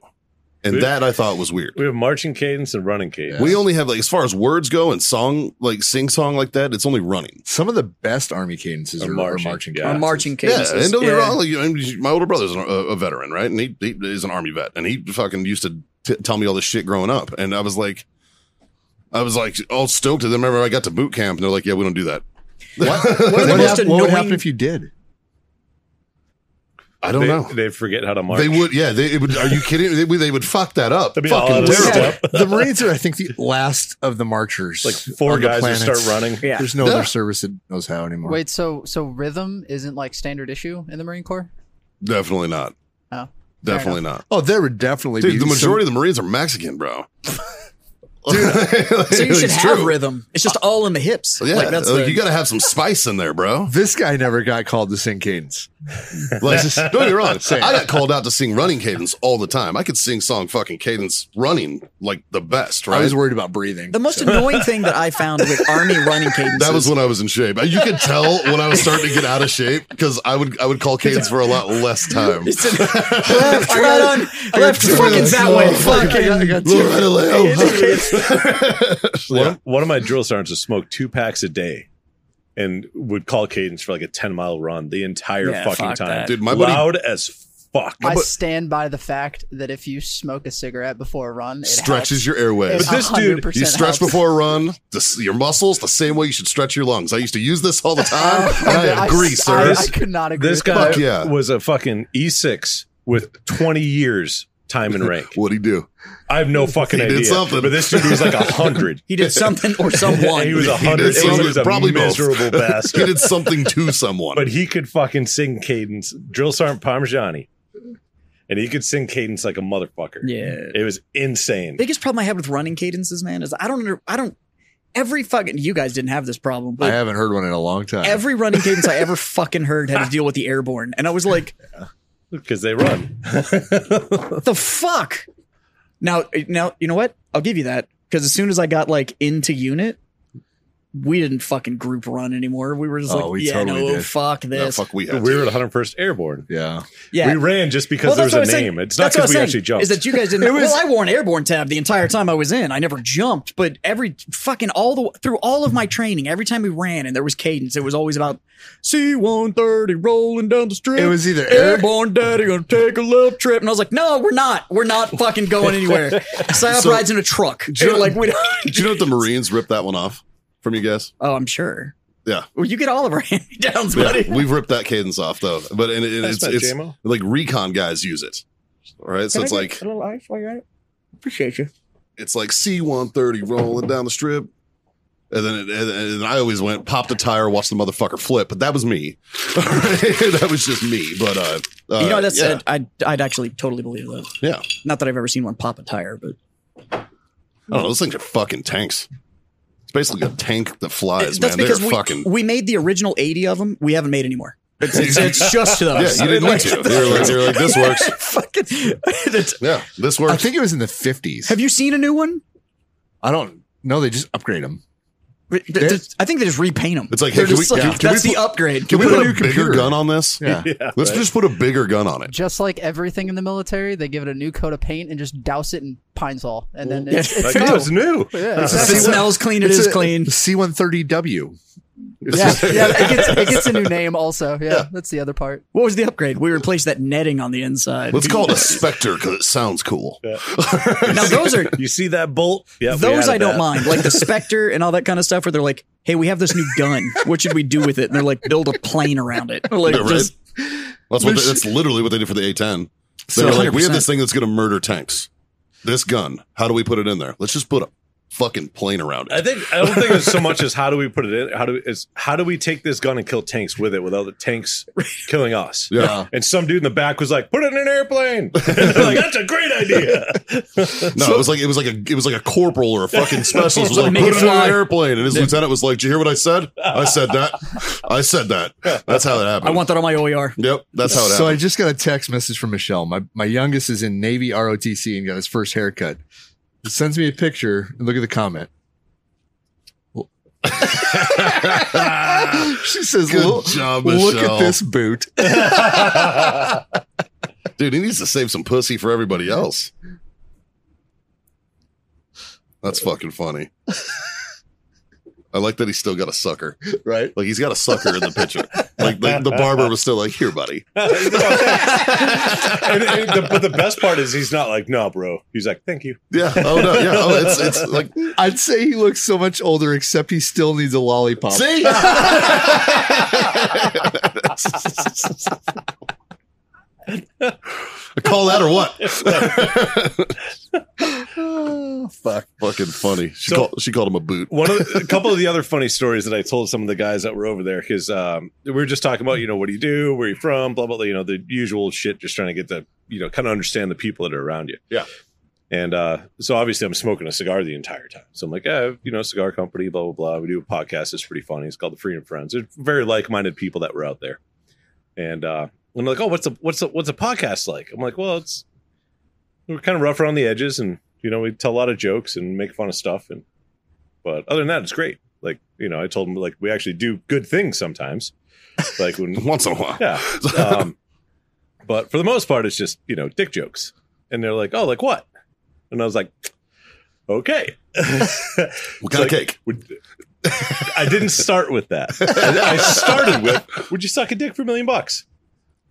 S3: and
S1: We-
S3: that I thought was weird.
S1: We have marching cadence and running cadence.
S3: We only have like as far as words go and song like sing song like that. It's only running.
S2: Some of the best army cadences
S1: Or
S2: are, are marching.
S1: marching, yeah.
S5: Or marching cadences.
S3: Yeah, and don't get me
S5: Yeah.
S3: wrong. Like, I mean, my older brother's an, a, a veteran, right? And he, he is an army vet, and he fucking used to t- tell me all this shit growing up, and I was like, I was like all stoked. And then remember, I got to boot camp, and they're like, "Yeah, we don't do that."
S5: One of the
S2: What,
S5: most
S2: hap- what would
S5: annoying-
S2: happen if you did?
S3: I don't
S1: they,
S3: know.
S1: They forget how to march.
S3: They would, yeah. They it would. Are you kidding? They, would- they would fuck that up.
S1: That'd be all
S3: Fucking
S1: out of
S3: terrible.
S1: step.
S2: the Marines are, I think, the last of the marchers.
S1: Like four
S2: on the
S1: guys would
S2: planet.
S1: start running.
S5: Yeah.
S2: There's no
S3: Yeah.
S2: other service that knows how anymore.
S6: Wait, so so rhythm isn't like standard issue in the Marine Corps?
S3: Definitely not.
S6: Oh,
S3: Definitely not.
S2: Oh, there would definitely be
S3: Dude, the
S2: some-
S3: majority of the Marines are Mexican, bro. Dude,
S5: So you should have rhythm. It's just all in the hips.
S3: Yeah,
S5: like that's
S3: like,
S5: the,
S3: you got to have some spice in there, bro.
S2: This guy never got called to sing cadence.
S3: Like, don't get me wrong. I
S2: Same.
S3: got called out to sing running cadence all the time. I could sing song fucking cadence running like the best,
S2: I
S3: right?
S2: was worried about breathing.
S5: the most annoying thing that I found with army running cadences.
S3: that was when I was in shape. You could tell when I was starting to get out of shape because I would I would call cadence for a lot less time.
S5: It's an, left, right on, left, fucking that way. Fuck.
S2: I got, I got
S3: Little right away.
S1: One, of, one of my drill sergeants would smoke two packs a day and would call cadence for like a 10 mile run the entire
S5: Yeah,
S1: fucking
S5: fuck
S1: time.
S5: that.
S3: Dude, my buddy-
S1: Loud as fuck.
S6: I stand by the fact that if you smoke a cigarette before a run, it
S3: Stretches
S6: helps.
S3: your airways.
S1: But this dude,
S6: 100%
S3: You stretch
S6: helps.
S3: before a run, this, your muscles the same way you should stretch your lungs. I used to use this all the time, and I agree,
S6: I,
S3: sir.
S6: I could not agree.
S1: this
S6: with that.
S1: guy
S3: Fuck yeah.
S1: was a fucking E6 with 20 years time and rank.
S3: What'd he do?
S1: I have no fucking
S3: He did
S1: idea.
S3: something.
S1: But this dude was like a hundred.
S5: He did something or someone.
S1: he was a hundred.
S3: did
S1: He, was
S3: something.
S1: a
S3: Probably both.
S1: miserable
S3: He
S1: bastard.
S3: did something to someone.
S1: but he could fucking sing cadence. Drill Sergeant Parmigiani, and he could sing cadence like a motherfucker.
S5: Yeah.
S1: it was insane.
S5: Biggest problem I had with running cadences, man, is I don't under, I don't every fucking you guys didn't have this problem,
S2: I
S5: but
S2: haven't heard one in a long time.
S5: every running cadence I ever fucking heard had to deal with the airborne, and I was like,
S1: Because they run.
S5: what the fuck. Now, now you know what? I'll give you that because as soon as I got like into unit. We didn't fucking group run anymore. We were just
S2: Oh,
S5: like,
S2: we
S5: yeah,
S2: totally
S5: no,
S2: did.
S5: fuck
S3: No,
S5: this.
S3: fuck, we
S1: we
S3: had
S1: were at 101st Airborne.
S2: yeah.
S5: yeah,
S1: We ran just because there was
S5: that's
S1: a
S5: what I was saying.
S1: name. It's not
S5: That's
S1: because
S5: what I was
S1: we
S5: saying,
S1: actually jumped.
S5: Is that you guys didn't? well, I wore an airborne tab the entire time I was in. I never jumped, but every fucking all the through all of my training, every time we ran and there was cadence, it was always about C one thirty rolling down the strip.
S2: It was either air-
S5: airborne daddy gonna take a little trip, and I was like, no, we're not, we're not fucking going anywhere. Psyop
S3: So-
S5: rides in a truck,
S3: you know-
S5: like we. Don't,
S3: Do you know if the Marines ripped that one off from you guys?
S5: oh, I'm sure.
S3: Yeah.
S5: Well, you get all of our hand me downs, buddy.
S3: Yeah, we've ripped that cadence off though, but and, it- and
S1: That's
S3: it's
S1: not
S3: it's
S1: JMO.
S3: like recon guys use it, all right? So it's like
S5: a little ice while you're at it. Appreciate you.
S3: it's like C one thirty rolling down the strip, and then it, and, and I always went pop the tire, watch the motherfucker flip, but that was me, All right? that was just me. But uh, uh
S5: you know, that's
S3: yeah,
S5: i I'd, I'd actually totally believe that.
S3: yeah.
S5: Not that I've ever seen one pop a tire, but
S3: I don't know. Those things are fucking tanks. It's basically a tank that flies,
S5: that's
S3: man. They're
S5: because we,
S3: fucking.
S5: we made the original 80 of them. We haven't made any more. It's, it's, it's just
S3: yeah,
S5: those.
S3: you didn't need to. They were like, they were like, this works.
S5: Fucking, that's-
S3: Yeah, this
S2: I
S3: works.
S2: think it was in the 50s.
S5: have you seen a new one?
S2: I don't know. They just upgrade them.
S5: Th- th- th- I think they just repaint them.
S3: It's like, hey, can we- yeah, can
S5: that's
S3: we
S5: the upgrade.
S3: Can we
S2: put
S3: put
S2: a
S3: a
S2: new
S3: bigger
S2: computer.
S3: gun on this?
S2: Yeah.
S3: Let's just put a bigger gun on it.
S6: Just like everything in the military, they give it a new coat of paint and just douse it in pine sol, and then
S5: Yeah.
S6: it's, it's
S1: Like, that
S6: new.
S1: was new.
S6: Yeah,
S5: It
S6: exactly.
S5: smells clean. It is clean.
S2: C130W.
S6: Yeah, yeah. It gets, it gets a new name also. Yeah, that's the other part.
S5: What was the upgrade? We replaced that netting on the inside.
S3: Let's call it a specter because it sounds cool.
S5: Now those are
S1: You see that bolt? Yeah, we
S5: those
S1: added
S5: I don't
S1: that.
S5: mind, like the Spectre and all that kind of stuff, where they're like, "Hey, we have this new gun. What should we do with it?" And they're like, "Build a plane around it." Like,
S3: Yeah, right.
S5: just-
S3: That's what. They, that's literally what they did for the A10. They
S5: So-
S3: were like, we have
S5: 100%.
S3: this thing that's going to murder tanks. This gun. How do we put it in there? Let's just put a fucking plane around
S1: I
S3: it.
S1: think I don't think it's so much as how do we put it in? How do it's how do we take this gun and kill tanks with it without the tanks killing us?
S3: Yeah.
S1: And some dude in the back was like, "Put it in an airplane." And they're like, "That's a great idea."
S3: No, it was like it was like a it was like a corporal or a fucking specialist was like
S5: Make it
S3: put it in
S5: fly."
S3: an airplane, and his lieutenant was like, "Did you hear what I said? I said that. I said that. That's how it happened.
S5: I want that on my E OER.
S3: Yep, that's how it
S2: So I
S3: happened.
S2: just got a text message from Michelle. My my youngest is in Navy ROTC and got his first haircut. He sends me a picture and look at the comment. she says,
S3: Good
S2: "Look-
S3: job,
S2: look
S3: Michelle."
S2: at this boot.
S3: Dude, he needs to save some pussy for everybody else. That's fucking funny. I like that he's still got a sucker.
S2: Right?
S3: Like he's got a sucker in the picture. Like the, the barber was still like, "Here, buddy."
S1: And- and the- but the best part is he's not like, "No, bro." He's like, "Thank you."
S3: Yeah. Oh no. Yeah. Oh, it's it's like
S2: I'd say he looks so much older, except he still needs a lollipop.
S3: see. Call that or what?
S2: Oh, fuck.
S3: Fucking funny. She
S1: So-
S3: called she called him a boot.
S1: One of the, a couple of the other funny stories that I told some of the guys that were over there because um, we were just talking about, you know, what do you do, where you from, blah blah, blah you know, the usual shit, just trying to get the, you know, kind of understand the people that are around you.
S3: Yeah.
S1: And uh, so obviously I'm smoking a cigar the entire time. So I'm like, yeah, you know, cigar company, blah, blah, blah. We do a podcast. It's pretty funny. It's called The Freedom Friends. It's very like-minded people that were out there. And uh, I'm like, oh, what's a what's a what's a podcast like? I'm like, well, it's we're kind of rough around the edges and you know, we tell a lot of jokes and make fun of stuff and but other than that, it's great. Like, you know, I told them like we actually do good things sometimes. Like when
S3: Once in a while.
S1: yeah. Um, but for the most part, it's just, you know, dick jokes. And they're like, oh, like what? And I was like, okay.
S3: What kind
S1: Like-
S3: of cake?
S1: Would- I didn't start with that. I I started with, would you suck a dick for a million bucks?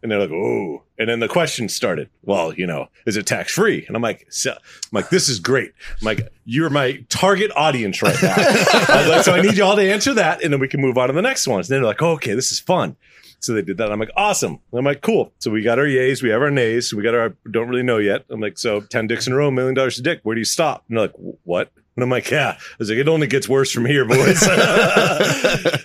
S1: And they're like, oh. And then the question started, well, you know, is it tax free? And I'm like, so, I'm like, this is great. I'm like, you're my target audience right now. I was like, so I need y'all to answer that, and then we can move on to the next ones. And they're like, oh, okay, this is fun. So they did that. I'm like, awesome. And I'm like, cool. So we got our yays, we have our nays, we got our don't really know yet. I'm like, so 10 dicks in a row, million dollars a dick. Where do you stop? And they're like, "Wh- what? And I'm like, yeah. I was like, it only gets worse from here, boys.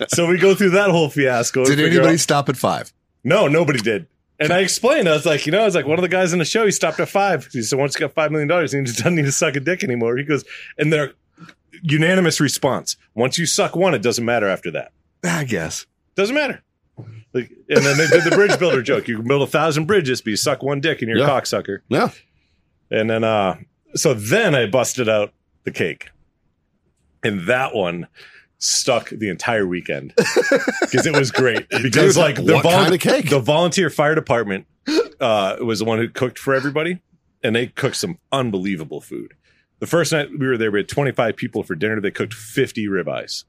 S1: so we go through that whole fiasco. and
S2: Did
S1: figure
S2: anybody
S1: out-
S2: stop at five?
S1: no, nobody did. And I explained, I was like, you know, I was like, one of the guys in the show, he stopped at five. He said, once he got $5 million, he doesn't need to suck a dick anymore. He goes, and their unanimous response once you suck one, it doesn't matter after that.
S2: I guess.
S1: Doesn't matter. Like, and then they did the bridge builder joke. You can build a thousand bridges, but you suck one dick and you're
S3: Yeah.
S1: a cocksucker.
S3: Yeah.
S1: And then, uh, so then I busted out the cake. And that one stuck the entire weekend because it was great. Because,
S3: Dude,
S1: like, the
S3: what
S1: vol-
S3: kind of cake?
S1: the volunteer fire department uh, was the one who cooked for everybody, and they cooked some unbelievable food. The first night we were there, we had 25 people for dinner. They cooked 50 ribeyes.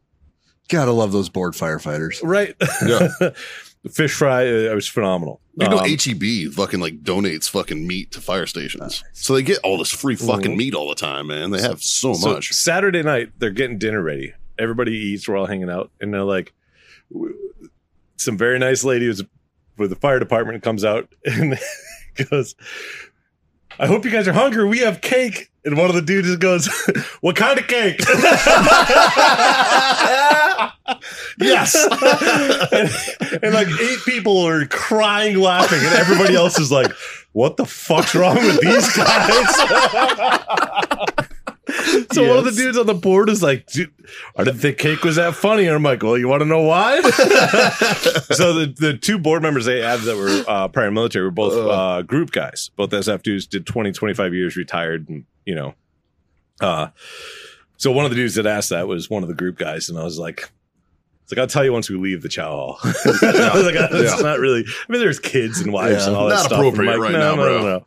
S2: Gotta love those bored firefighters.
S1: Right.
S3: Yeah.
S1: the fish fry, uh, it was phenomenal.
S3: You know,
S1: Um,
S3: HEB fucking like donates fucking meat to fire stations, so they get all this free fucking
S2: Mm-hmm.
S1: Mhm.
S3: meat all the time, man. They have so,
S1: so
S3: much.
S1: Saturday night, they're getting dinner ready. Everybody eats. We're all hanging out, and they're like, w- some very nice lady was with the fire department comes out and goes, "I hope you guys are hungry. We have cake." And one of the dudes just goes, "What kind of cake?" yes. and, and like eight people are crying, laughing, and everybody else is like, "What the fuck's wrong with these guys?" So one of the dudes on the board is like, "Dude, I didn't think cake was that funny. And I'm like, well, you want to know why? so the, the two board members they have that were uh, prior military were both uh, group guys. Both SF dudes did 20, 25 years retired and, you know. Uh, so one of the dudes that asked that was one of the group guys. And I was like, it's like, I'll tell you once we leave the chow hall. I was like, it's not really, I mean, there's kids and wives and all that
S3: Not
S1: stuff. I'm
S3: appropriate
S1: like,
S3: right
S1: no,
S3: now,
S1: no,
S3: bro.
S1: no, no.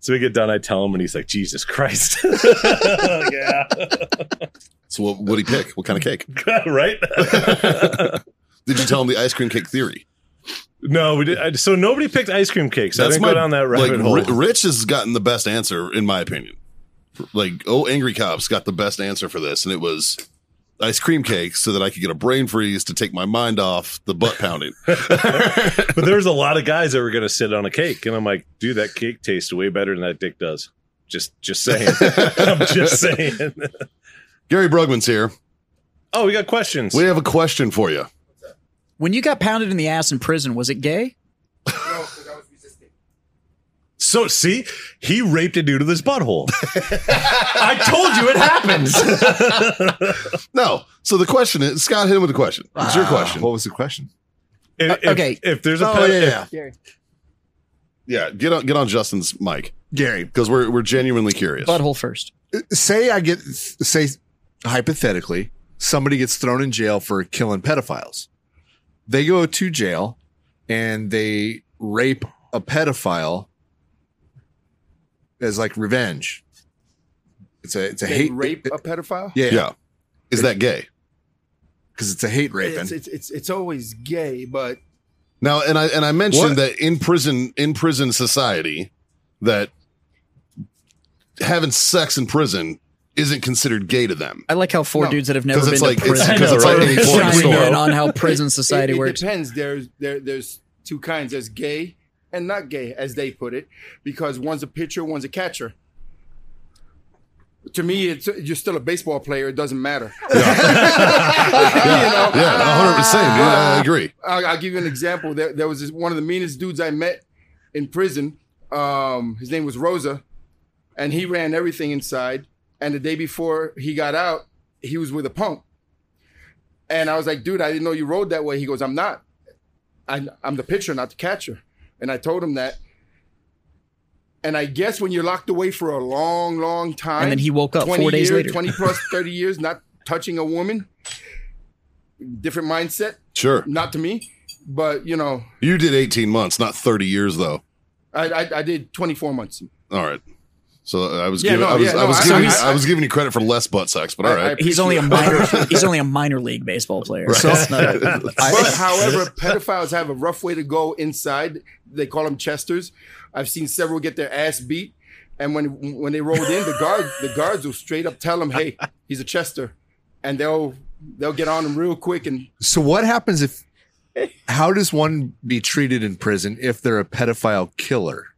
S1: So we get done. I tell him, and he's like, "Jesus Christ!" yeah,
S3: So what would he pick? What kind of cake?
S1: right.
S3: Did you tell him the ice cream cake theory?
S1: No, we did. I, so nobody picked ice cream cakes. I didn't go down that rabbit
S3: like,
S1: hole.
S3: Ri- Rich has gotten the best answer in my opinion. Like, oh, angry cops got the best answer for this, and it was ice cream cakes so that I could get a brain freeze to take my mind off the butt pounding.
S1: but there was a lot of guys that were going to sit on a cake, and I'm like, dude, that cake tastes way better than that dick does. Just, just saying. I'm just saying.
S3: Gary Brugman's here.
S1: Oh, we got questions.
S3: We have a question for you.
S5: When you got pounded in the ass in prison, was it gay?
S1: So see, he raped a dude with his butthole. I told you it happens.
S3: No. So the question is Scott hit him with a question. It's your question.
S2: What was the question?
S1: If, if-
S5: okay.
S1: If there's a
S3: Oh,
S1: pen-
S3: yeah, yeah.
S6: Gary.
S3: Yeah, get on get on Justin's mic
S2: Gary,
S3: because we're we're genuinely curious.
S5: Butthole first.
S2: say I get say hypothetically somebody gets thrown in jail for killing pedophiles. They go to jail and they rape a pedophile as like revenge. It's a it's a
S7: They
S2: hate
S7: rape a pedophile?
S2: Yeah, yeah,
S3: yeah. Is that gay?
S2: because it's a hate raping.
S7: It's, it's it's it's always gay, but
S3: Now, and I and I mentioned
S2: What?
S3: that in prison in prison society that having sex in prison isn't considered gay to them.
S5: I like how four
S2: No,
S5: dudes that have never
S3: 'cause
S5: been
S3: it's
S5: to
S3: like- it's-
S5: prison
S1: 'cause it's like
S5: are
S1: any porn
S5: chiming
S1: store.
S5: in on how prison
S7: it,
S5: society
S7: it
S5: works.
S7: depends. There's there there's two kinds. There's gay and not gay, as they put it, because one's a pitcher, one's a catcher. To me, it's you're still a baseball player. It doesn't matter. you know, Ah.
S3: Yeah, hundred percent. Yeah, I agree.
S7: I'll, I'll give you an example. There, there was this, one of the meanest dudes I met in prison. Um, his name was Rosa, and he ran everything inside. And the day before he got out, he was with a punk. And I was like, dude, I didn't know you rode that way. He goes, I'm not. I, I'm the pitcher, not the catcher. And I told him that. And I guess when you're locked away for a long, long time,
S5: And then he woke up four
S7: 20
S5: days
S7: years-
S5: later.
S7: 20 plus 30 years, not touching a woman, different mindset
S3: Sure,
S7: not to me, but you know,
S3: you did eighteen months, not thirty years though.
S7: I I, I did 24 months.
S3: All right. So uh, I was
S7: Yeah,
S3: giving
S7: no,
S3: I was,
S7: yeah,
S3: I
S7: no,
S3: was
S7: I-
S3: giving
S7: I-
S3: I was giving you credit for less butt sex, but all
S7: I- I
S3: right.
S5: He's only a minor. he's only a minor league baseball player. That's not a-
S7: But however, pedophiles have a rough way to go inside. They call them chesters. I've seen several get their ass beat, and when when they rolled in, the guard the guards will straight up tell them, "Hey, he's a chester," and they'll they'll get on him real quick. And
S2: So what happens if how does one be treated in prison if they're a pedophile killer?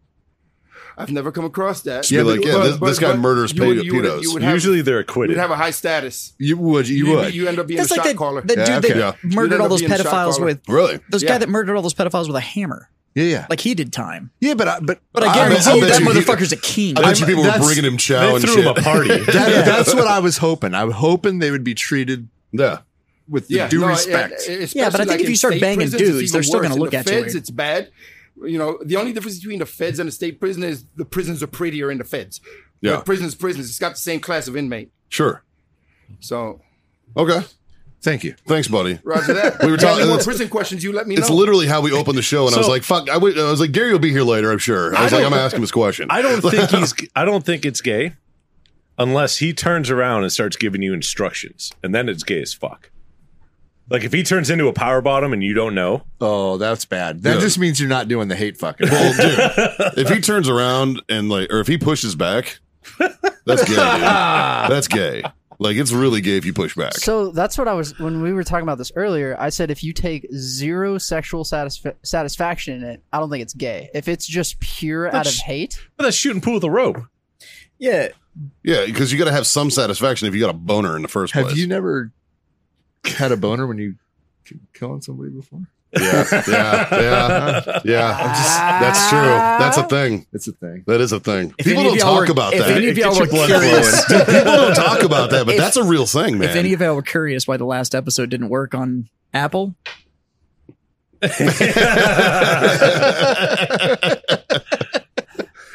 S7: I've never come across that.
S3: Just be like, yeah, this- this guy murders
S7: you would-
S3: pedo-
S7: you would-
S3: pedos.
S7: You would have,
S1: Usually they're
S7: you'd
S1: acquitted.
S7: have a high status.
S2: You would you
S7: You'd be-
S2: would.
S7: You end up being a
S5: That's
S7: shot
S5: like that,
S7: caller.
S5: that dude
S2: Yeah,
S5: that
S2: okay.
S3: Yeah.
S7: You'd
S5: murdered
S7: end
S5: all
S7: up
S5: those
S7: being a shot
S5: pedophiles
S7: caller.
S5: with
S3: Really?
S5: those guy
S7: Yeah.
S5: that murdered all those pedophiles with a hammer.
S2: yeah, yeah.
S5: Like he did time.
S2: yeah, but I, but
S5: But I
S2: I-
S5: guarantee
S3: I'll
S5: you
S3: bet
S5: that
S3: you he-
S5: motherfucker's a king.
S3: I bet
S2: I'm-
S3: you people were
S2: that's-
S3: bringing him chow
S1: they
S3: and
S1: threw
S3: shit.
S1: him a party.
S2: that- that's what I was hoping. I was hoping they would be treated
S3: yeah.
S2: with the due
S7: no,
S2: respect.
S7: and- and
S5: Yeah, but I think if
S7: especially,
S5: you
S7: in
S5: start
S7: state
S5: banging
S7: prisons, it's
S5: dudes,
S7: even
S5: they're still
S7: worse.
S5: gonna
S7: In
S5: look
S7: the
S5: at you
S7: feds,
S5: weird.
S7: It's bad. You know, the only difference between the feds and the state prison is the prisons are prettier in the feds.
S3: Yeah.
S7: But prisons, prisons. It's got the same class of inmate.
S3: Sure.
S7: So,
S3: Okay.
S2: Thank you.
S3: Thanks, buddy.
S7: Roger that.
S3: We were
S7: If you have
S3: talking-
S7: any more
S3: it's-
S7: prison questions. You let me know.
S3: It's literally how we opened the show, and I was
S1: So-
S3: like, "Fuck!" I wa- I was like, "Gary will be here later, I'm sure." I was like, "I'm gonna ask him this question."
S1: I don't think he's. I don't think it's gay, unless he turns around and starts giving you instructions, and then it's gay as fuck. Like if he turns into a power bottom and you don't know,
S2: Oh, that's bad. That
S3: Yeah.
S2: just means you're not doing the hate fucking.
S3: Well, dude, if he turns around and like, or if he pushes back, that's gay. Dude. That's gay. Like, it's really gay if you push back.
S6: So that's what I was when we were talking about this earlier. I said if you take zero sexual satisf- satisfaction in it, I don't think it's gay. If it's just pure out of
S1: That's-
S6: hate,
S1: but that's shooting pool with a rope.
S5: yeah,
S3: yeah, because you got to have some satisfaction if you got a boner in the first
S2: Have
S3: place.
S2: you never had a boner when you k- killing somebody before?
S3: yeah, yeah, uh-huh. yeah, yeah. I'm just- that's true. That's a thing.
S2: It's a thing.
S3: That is a thing.
S5: If
S3: People
S5: any
S3: don't
S5: of y'all
S3: talk
S5: were-
S3: about
S5: if
S3: that.
S5: any of y'all
S1: Get
S5: were
S1: your blood
S5: curious,
S1: flowing.
S3: People don't talk about that, but
S5: If-
S3: that's a real thing, man.
S5: if any of y'all were curious why the last episode didn't work on Apple,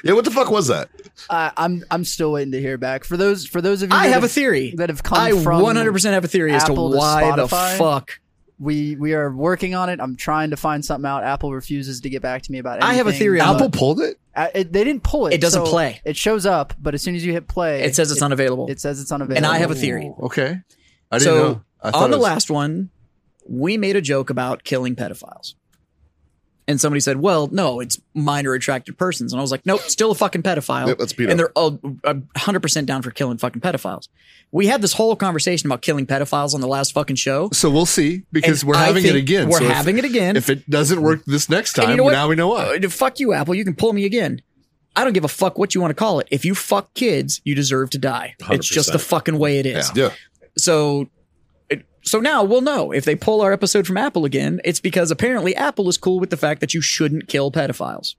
S3: yeah, what the fuck was that?
S6: I, I'm I'm still waiting to hear back. For those for those of you,
S5: I
S6: that
S5: have a theory.
S6: that have come
S5: I
S6: from
S5: 100% have a theory as to
S6: Apple to
S5: why the
S6: Spotify.
S5: fuck.
S6: We we are working on it. I'm trying to find something out. Apple refuses to get back to me about. Anything,
S5: I have a theory on
S2: Apple pulled it.
S6: I- it- they didn't pull it.
S5: It doesn't
S6: so
S5: play.
S6: It shows up, but as soon as you hit play,
S5: It says it's unavailable.
S6: It says it's
S5: and
S6: unavailable.
S5: I have a theory.
S2: Okay. I didn't
S5: So
S2: know. I thought
S5: on the
S2: it was-
S5: last one, we made a joke about killing pedophiles. And somebody said, well, no, it's minor attracted persons. And I was like, nope, still a fucking pedophile.
S3: Yep, that's Peter.
S5: and they're all uh, I'm 100% down for killing fucking pedophiles. We had this whole conversation about killing pedophiles on the last fucking show.
S2: So we'll see because
S5: And
S2: we're
S5: I
S2: having it
S5: think
S2: again.
S5: We're
S2: So if-
S5: having it again.
S2: If it doesn't work this next
S5: And
S2: time,
S5: you know what?
S2: now we know why.
S5: Uh, fuck you, Apple. You can pull me again. I don't give a fuck what you want to call it. If you fuck kids, you deserve to die. It's just the
S1: 100%.
S5: fucking way it is.
S3: Yeah.
S5: So, it, so now we'll know if they pull our episode from Apple again. It's because apparently Apple is cool with the fact that you shouldn't kill pedophiles.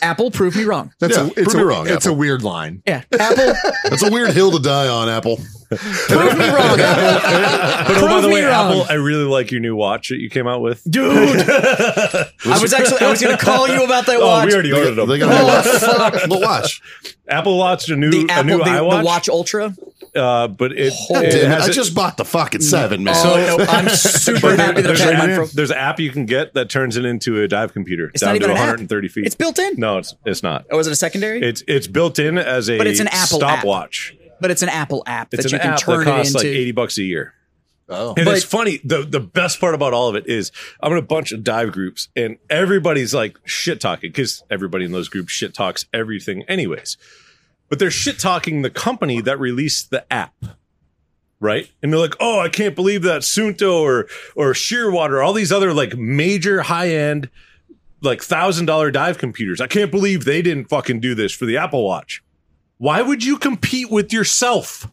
S5: Apple proved me wrong.
S2: That's
S3: Yeah,
S2: a, it's,
S3: prove
S2: a,
S3: me wrong,
S2: it's a
S3: Apple.
S2: weird line.
S5: Yeah, Apple
S3: That's a weird hill to die on, Apple.
S5: proved me wrong. Apple.
S1: But oh, by
S5: Prove
S1: the
S5: me
S1: way,
S5: wrong.
S1: Apple, I really like your new watch that you came out with.
S5: dude. I was actually I was going to call you about that
S1: Oh,
S5: watch.
S1: we already ordered
S3: They
S1: them.
S3: got a new watch. The watch.
S1: Apple launched a new
S5: the
S1: a new
S5: Apple, the, the
S1: iWatch,
S5: watch Ultra.
S1: uh, but it,
S5: God
S1: it
S3: Damn it.
S1: has
S3: I
S1: it-
S3: just bought the fucking seven, man.
S5: Oh, no, I'm super
S1: But there-
S5: happy that
S1: there's,
S5: I had
S1: an
S5: mine
S1: app-
S5: from.
S1: there's an app you can get that turns it into a dive computer
S5: It's
S1: down
S5: not even
S1: to
S5: an app.
S1: 130 feet.
S5: It's built in.
S1: no, it's it's not.
S5: Oh, is it a secondary?
S1: It's it's built in as a
S5: But it's an Apple app.
S1: stopwatch.
S5: but it's an Apple app
S1: It's
S5: that you
S1: an
S5: can
S1: app
S5: turn
S1: that costs
S5: it
S1: like
S5: into.
S1: 80 bucks a year.
S2: Oh.
S1: And
S5: But-
S1: it's funny. The the best part about all of it is I'm in a bunch of dive groups and everybody's like shit talking because everybody in those groups shit talks everything anyways. But they're shit talking the company that released the app. Right? And they're like, oh, I can't believe that Sunto or or Shearwater, all these other like major high-end, like thousand dollar dive computers. I can't believe they didn't fucking do this for the Apple Watch. Why would you compete with yourself?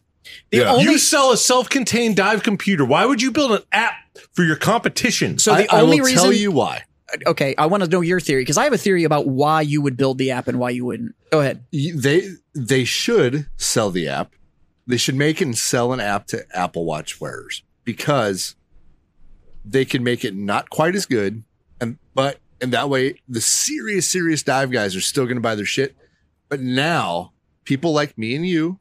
S5: the
S3: Yeah.
S5: only
S1: you sell a self-contained dive computer. Why would you build an app for your competition?
S5: so the
S2: I,
S5: only
S2: I will
S5: reason.
S2: tell you why.
S5: okay, I want to know your theory because I have a theory about why you would build the app and why you wouldn't. Go ahead.
S2: Y- They they should sell the app. They should make and sell an app to Apple Watch wearers because they can make it not quite as good, and but and that way the serious serious dive guys are still going to buy their shit. But now people like me and you,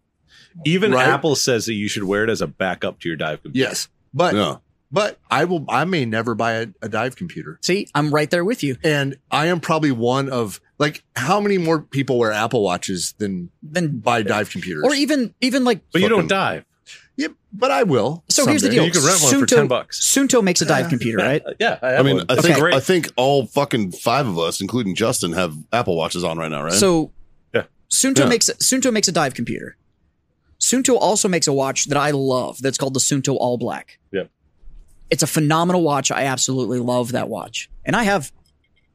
S1: Even
S2: Right.
S1: Apple says that you should wear it as a backup to your dive computer.
S2: yes, but
S3: Yeah.
S2: but I will I may never buy a, a dive computer.
S5: See, I'm right there with you.
S2: and I am probably one of like how many more people wear Apple watches than
S5: Then,
S2: buy dive computers?
S5: or e- even even like
S1: But you don't
S3: Fucking-
S1: dive.
S2: yeah, but I will.
S5: so. Here's the
S2: someday.
S5: deal.
S1: You can rent one for 10 bucks.
S5: Sunto makes a dive computer, right?
S1: Uh, Yeah,
S3: I mean, I think
S1: great.
S3: I think all fucking five of us, including Justin, have Apple watches on right now, right?
S5: So,
S1: Yeah.
S5: Sunto
S3: Yeah.
S5: makes Sunto makes a dive computer. Sunto also makes a watch that I love. That's called the Sunto All Black.
S1: Yep.
S5: It's a phenomenal watch. I absolutely love that watch, and I have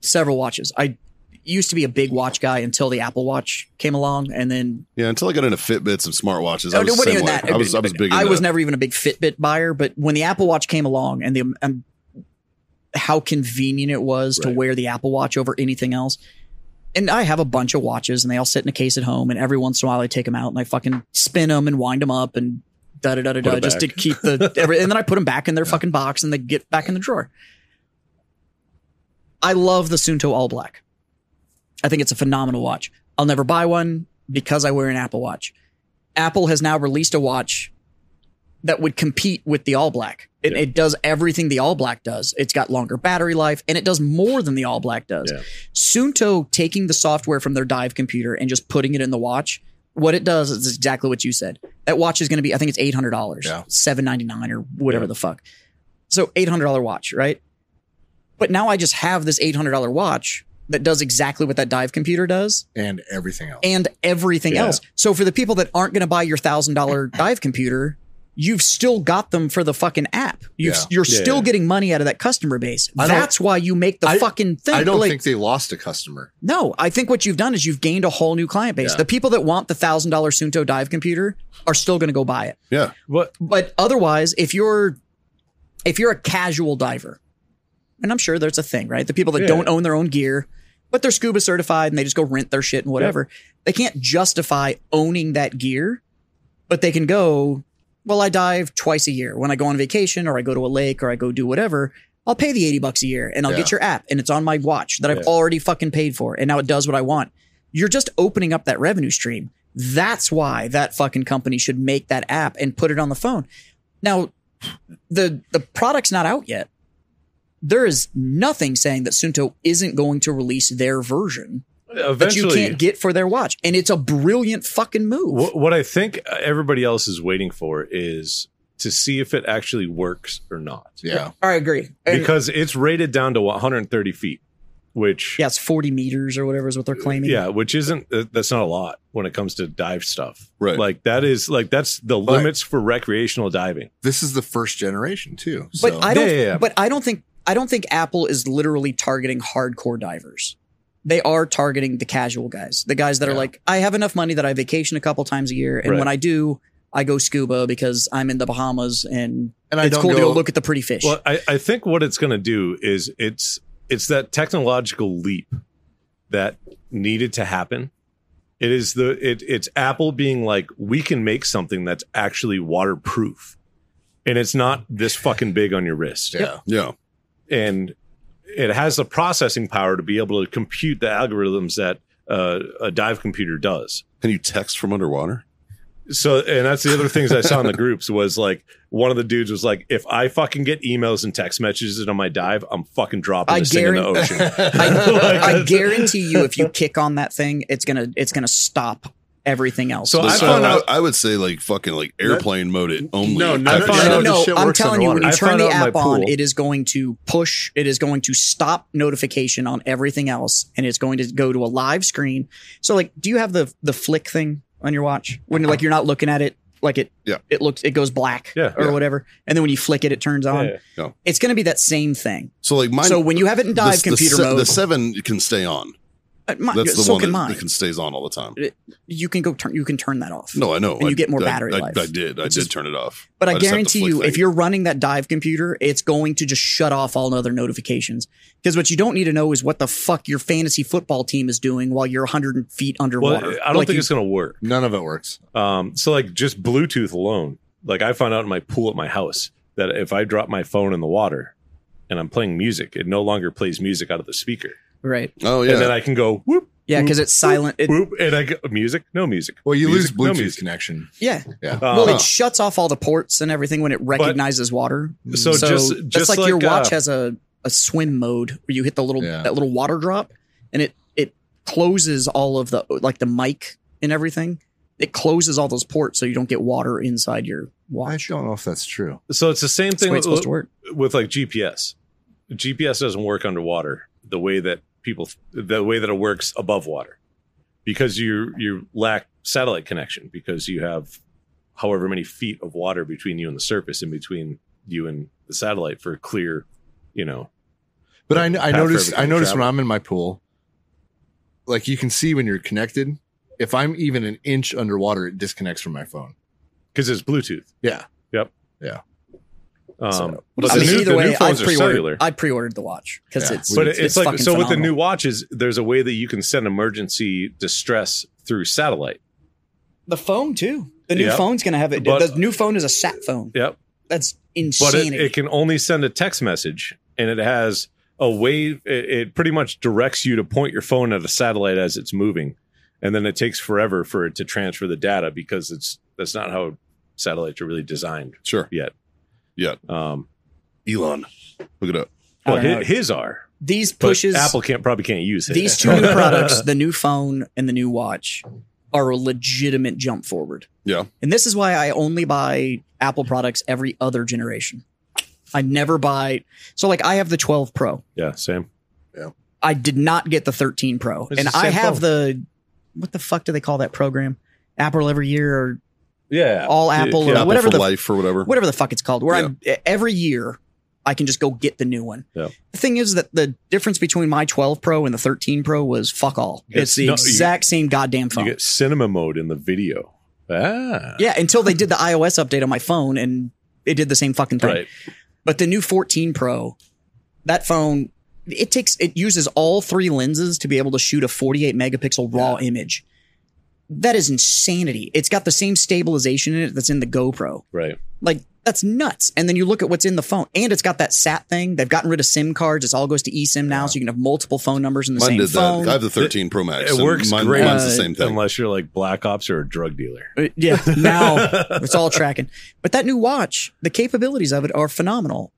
S5: several watches. I used to be a big watch guy until the Apple Watch came along, and then
S3: yeah, until I got into Fitbits and smartwatches, I
S5: Oh,
S3: was the
S5: no, wasn't
S3: same
S5: even
S3: way.
S5: that.
S3: I was I was big.
S5: I
S3: into
S5: was
S3: that.
S5: never even a big Fitbit buyer, but when the Apple Watch came along and the um, how convenient it was to wear the Apple Watch over anything else. And I have a bunch of watches and they all sit in a case at home and every once in a while I take them out and I fucking spin them and wind them up and da da da da da
S1: it
S5: just to keep the every, and then I put them back in their fucking box and they get back in the drawer. I love the Sunto All Black. I think it's a phenomenal watch. I'll never buy one because I wear an Apple Watch. Apple has now released a watch that would compete with the All Black. It, it does everything the All Black does. It's got longer battery life and it does more than the All Black does.
S1: Yeah.
S5: Sunto taking the software from their dive computer and just putting it in the watch. What it does is exactly what you said. That watch is going to be, I think it's eight hundred dollars,
S2: Yeah.
S5: seven ninety nine or whatever the fuck. So eight hundred dollar watch, right? But now I just have this eight hundred dollar watch that does exactly what that dive computer does
S2: and everything else.
S5: and everything
S1: Yeah.
S5: else. So for the people that aren't going to buy your thousand dollar dive computer, you've still got them for the fucking app. You've,
S2: Yeah.
S5: You're
S1: Yeah.
S5: still getting money out of that customer base.
S2: I don't-
S5: That's why you make the
S2: I-
S5: fucking thing.
S2: I don't
S5: like-
S2: think they lost a customer.
S5: no, I think what you've done is you've gained a whole new client base.
S2: Yeah.
S5: The people that want the thousand dollar Sunto dive computer are still going to go buy it.
S3: yeah,
S1: What?
S5: But otherwise, if you're if you're a casual diver, and I'm sure there's a thing, right? The people that
S1: Yeah.
S5: don't own their own gear, but they're scuba certified and they just go rent their shit and whatever. They can't justify owning that gear, but they can go, well, I dive twice a year. When I go on vacation or I go to a lake or I go do whatever, I'll pay the 80 bucks a year and I'll get
S2: Yeah.
S5: your app and it's on my watch that I've
S1: Yeah.
S5: already fucking paid for and now it does what I want. You're just opening up that revenue stream. That's why that fucking company should make that app and put it on the phone. Now, the the product's not out yet. There is nothing saying that Sunto isn't going to release their version that you
S1: Eventually,
S5: can't get for their watch, and it's a brilliant fucking move.
S1: what, what I think everybody else is waiting for is to see if it actually works or not.
S2: Yeah.
S5: I agree. And-
S1: Because it's rated down to 130 feet, which
S5: yeah, it's 40 meters or whatever is what they're claiming.
S1: Yeah, which isn't uh, that's not a lot when it comes to dive stuff.
S2: Right.
S1: Like that is like that's the
S2: But-
S1: limits for recreational diving.
S2: This is the first generation too.
S5: But
S2: So
S5: I don't.
S1: Yeah, yeah, yeah.
S5: But I don't think I don't think Apple is literally targeting hardcore divers. They are targeting the casual guys, the guys that are
S2: Yeah.
S5: like, I have enough money that I vacation a couple times a year, and
S1: Right.
S5: when I do, I go scuba because I'm in the Bahamas and,
S2: and I
S5: it's
S2: don't
S5: cool
S2: go,
S5: to go look at the pretty fish.
S1: Well, I, I think what it's going to do is it's it's that technological leap that needed to happen. It is the it it's Apple being like we can make something that's actually waterproof, and it's not this fucking big on your wrist.
S2: Yeah.
S3: Yeah.
S1: and it has the processing power to be able to compute the algorithms that uh, a dive computer does.
S3: Can you text from underwater?
S1: So, and that's the other things I saw in the groups was like one of the dudes was like, "If I fucking get emails and text messages on my dive, I'm fucking dropping
S5: I
S1: this thing in the
S5: guarantee-
S1: ocean." Like,
S5: I, I
S1: that's-
S5: guarantee you, if you kick on that thing, it's gonna it's gonna stop everything else.
S1: So I
S3: So
S1: found
S3: I,
S1: out-
S3: I would say like fucking like airplane mode it only.
S2: No, no,
S1: I found
S2: no, no,
S1: out-
S2: this
S5: no,
S2: shit
S5: I'm
S2: works
S5: telling you, when
S2: underwater.
S5: you
S1: I
S5: turn
S1: found
S5: the
S1: out in my
S5: app on,
S1: pool-
S5: it is going to push, it is going to stop notification on everything else, and it's going to go to a live screen. So, like, do you have the the flick thing on your watch when like you're not looking at it, like it
S3: Yeah.
S5: it looks it goes black
S1: Yeah,
S5: or
S3: yeah.
S5: whatever, and then when you flick it, it turns on.
S1: Yeah.
S3: No.
S5: It's going to be that same thing.
S3: So like mine.
S5: so when you have it in dive
S3: the,
S5: computer
S3: the, se-
S5: mode,
S3: the seven can stay on.
S5: uh, my-
S3: That's the
S5: so
S3: one
S5: can
S3: that,
S5: mine.
S3: that can stays on all the time.
S5: you can go turn you can turn that off.
S3: No, I know.
S5: And you
S3: I-
S5: get more
S3: I-
S5: battery
S3: I,
S5: life,
S3: I, did. I
S5: which
S3: did
S5: is-
S3: turn it off.
S5: But I,
S3: just have to
S5: guarantee
S3: flick
S5: you,
S3: things.
S5: if you're running that dive computer, it's going to just shut off all other notifications. Because what you don't need to know is what the fuck your fantasy football team is doing while you're 100 feet
S1: well,
S5: underwater.
S1: I don't
S5: Like,
S1: think
S5: you-
S1: it's gonna work.
S2: none of it works.
S1: Um, so like just Bluetooth alone, like I found out in my pool at my house that if I drop my phone in the water and I'm playing music, it no longer plays music out of the speaker,
S5: right.
S3: oh yeah,
S1: and then I can go whoop
S5: Yeah, because it's silent. It,
S1: whoop, and I go music, no music.
S2: Well, you
S1: Music, no
S2: lose Bluetooth
S1: music.
S2: connection.
S5: yeah.
S2: Yeah.
S5: Well,
S1: Uh-huh.
S3: Huh.
S5: it shuts off all the ports and everything when it recognizes water.
S1: Um, so, just
S5: that's
S1: just
S5: like,
S1: like,
S5: your watch
S1: uh,
S5: has a, a swim mode where you hit the little
S2: Yeah.
S5: that little water drop and it it closes all of the like the mic and everything. It closes all those ports so you don't get water inside your
S2: I
S5: watch.
S2: don't know if that's true.
S1: so it's the same
S5: That's the
S1: thing
S5: way it's
S1: with,
S5: supposed to work.
S1: with like GPS. GPS doesn't work underwater the way that people the way that it works above water because you you lack satellite connection because you have however many feet of water between you and the surface and between you and the satellite for clear, you know.
S2: But I, I
S1: Path for
S2: noticed I
S1: everything to
S2: noticed when
S1: travel.
S2: I'm in my pool, like you can see when you're connected. If I'm even an inch underwater, it disconnects from my phone.
S1: Because it's Bluetooth.
S2: Yeah.
S1: Yep.
S2: Yeah.
S1: Um,
S5: So-
S1: but
S5: I
S1: the
S5: mean,
S1: new,
S5: either
S1: the
S5: way,
S1: new
S5: I
S1: phones are cellular.
S5: pre-ordered. I pre-ordered the watch because
S2: Yeah.
S5: it's,
S1: but
S5: it's
S1: it's, like
S5: fucking
S1: so with the new
S5: phenomenal.
S1: watches there's a way that you can send emergency distress through satellite
S5: the phone too. The new
S1: Yeah.
S5: phone's gonna have it.
S1: But-
S5: the new phone is a sat phone.
S1: yep
S5: That's
S1: but it,
S5: insanity.
S1: it can only send a text message and it has a way it, it pretty much directs you to point your phone at a satellite as it's moving and then it takes forever for it to transfer the data because it's that's not how satellites are really designed
S3: sure.
S1: yet
S3: Yet.
S1: um
S3: Elon, look it up.
S5: I
S1: well
S5: don't know.
S1: his, his are
S5: These
S1: but
S5: pushes
S1: apple can't probably can't use it
S5: these two new products, the new phone and the new watch, are a legitimate jump forward.
S3: Yeah.
S5: And this is why I only buy Apple products every other generation. I never buy so like I have the 12 Pro.
S1: yeah sam
S5: I did not get the 13 Pro.
S1: It's
S5: and
S1: the
S5: I
S1: same
S5: have
S1: phone.
S5: the what the fuck do they call that program? Apple every year or
S1: yeah
S5: all Apple or
S1: yeah.
S3: Apple
S5: whatever
S3: for
S5: the
S3: life or whatever.
S5: whatever the fuck it's called. Where I'm every year, I can just go get the new one.
S1: Yeah.
S5: The thing is that the difference between my 12 Pro and the 13 Pro was fuck all.
S1: It's-
S5: It's the
S1: no, you-
S5: exact same goddamn
S1: you
S5: phone.
S1: get cinema mode in the video ah
S5: yeah, until they did the iOS update on my phone and it did the same fucking thing.
S1: right
S5: But the new 14 Pro, that phone, it takes it uses all three lenses to be able to shoot a 48 megapixel raw image. That is insanity. It's got the same stabilization in it that's in the GoPro.
S1: right
S5: Like that's nuts. And then you look at what's in the phone, and it's got that SAT thing. They've gotten rid of SIM cards. It's all goes to eSIM now, so you can have multiple phone numbers in the
S3: Mine
S5: same
S3: did
S5: phone.
S3: that. I have the 13 Pro Max.
S1: It
S3: and
S1: works
S3: mine,
S1: great.
S3: Mine's the same thing.
S1: unless you're like black ops or a drug dealer
S5: Uh, yeah, now it's all tracking. But that new watch, the capabilities of it are phenomenal.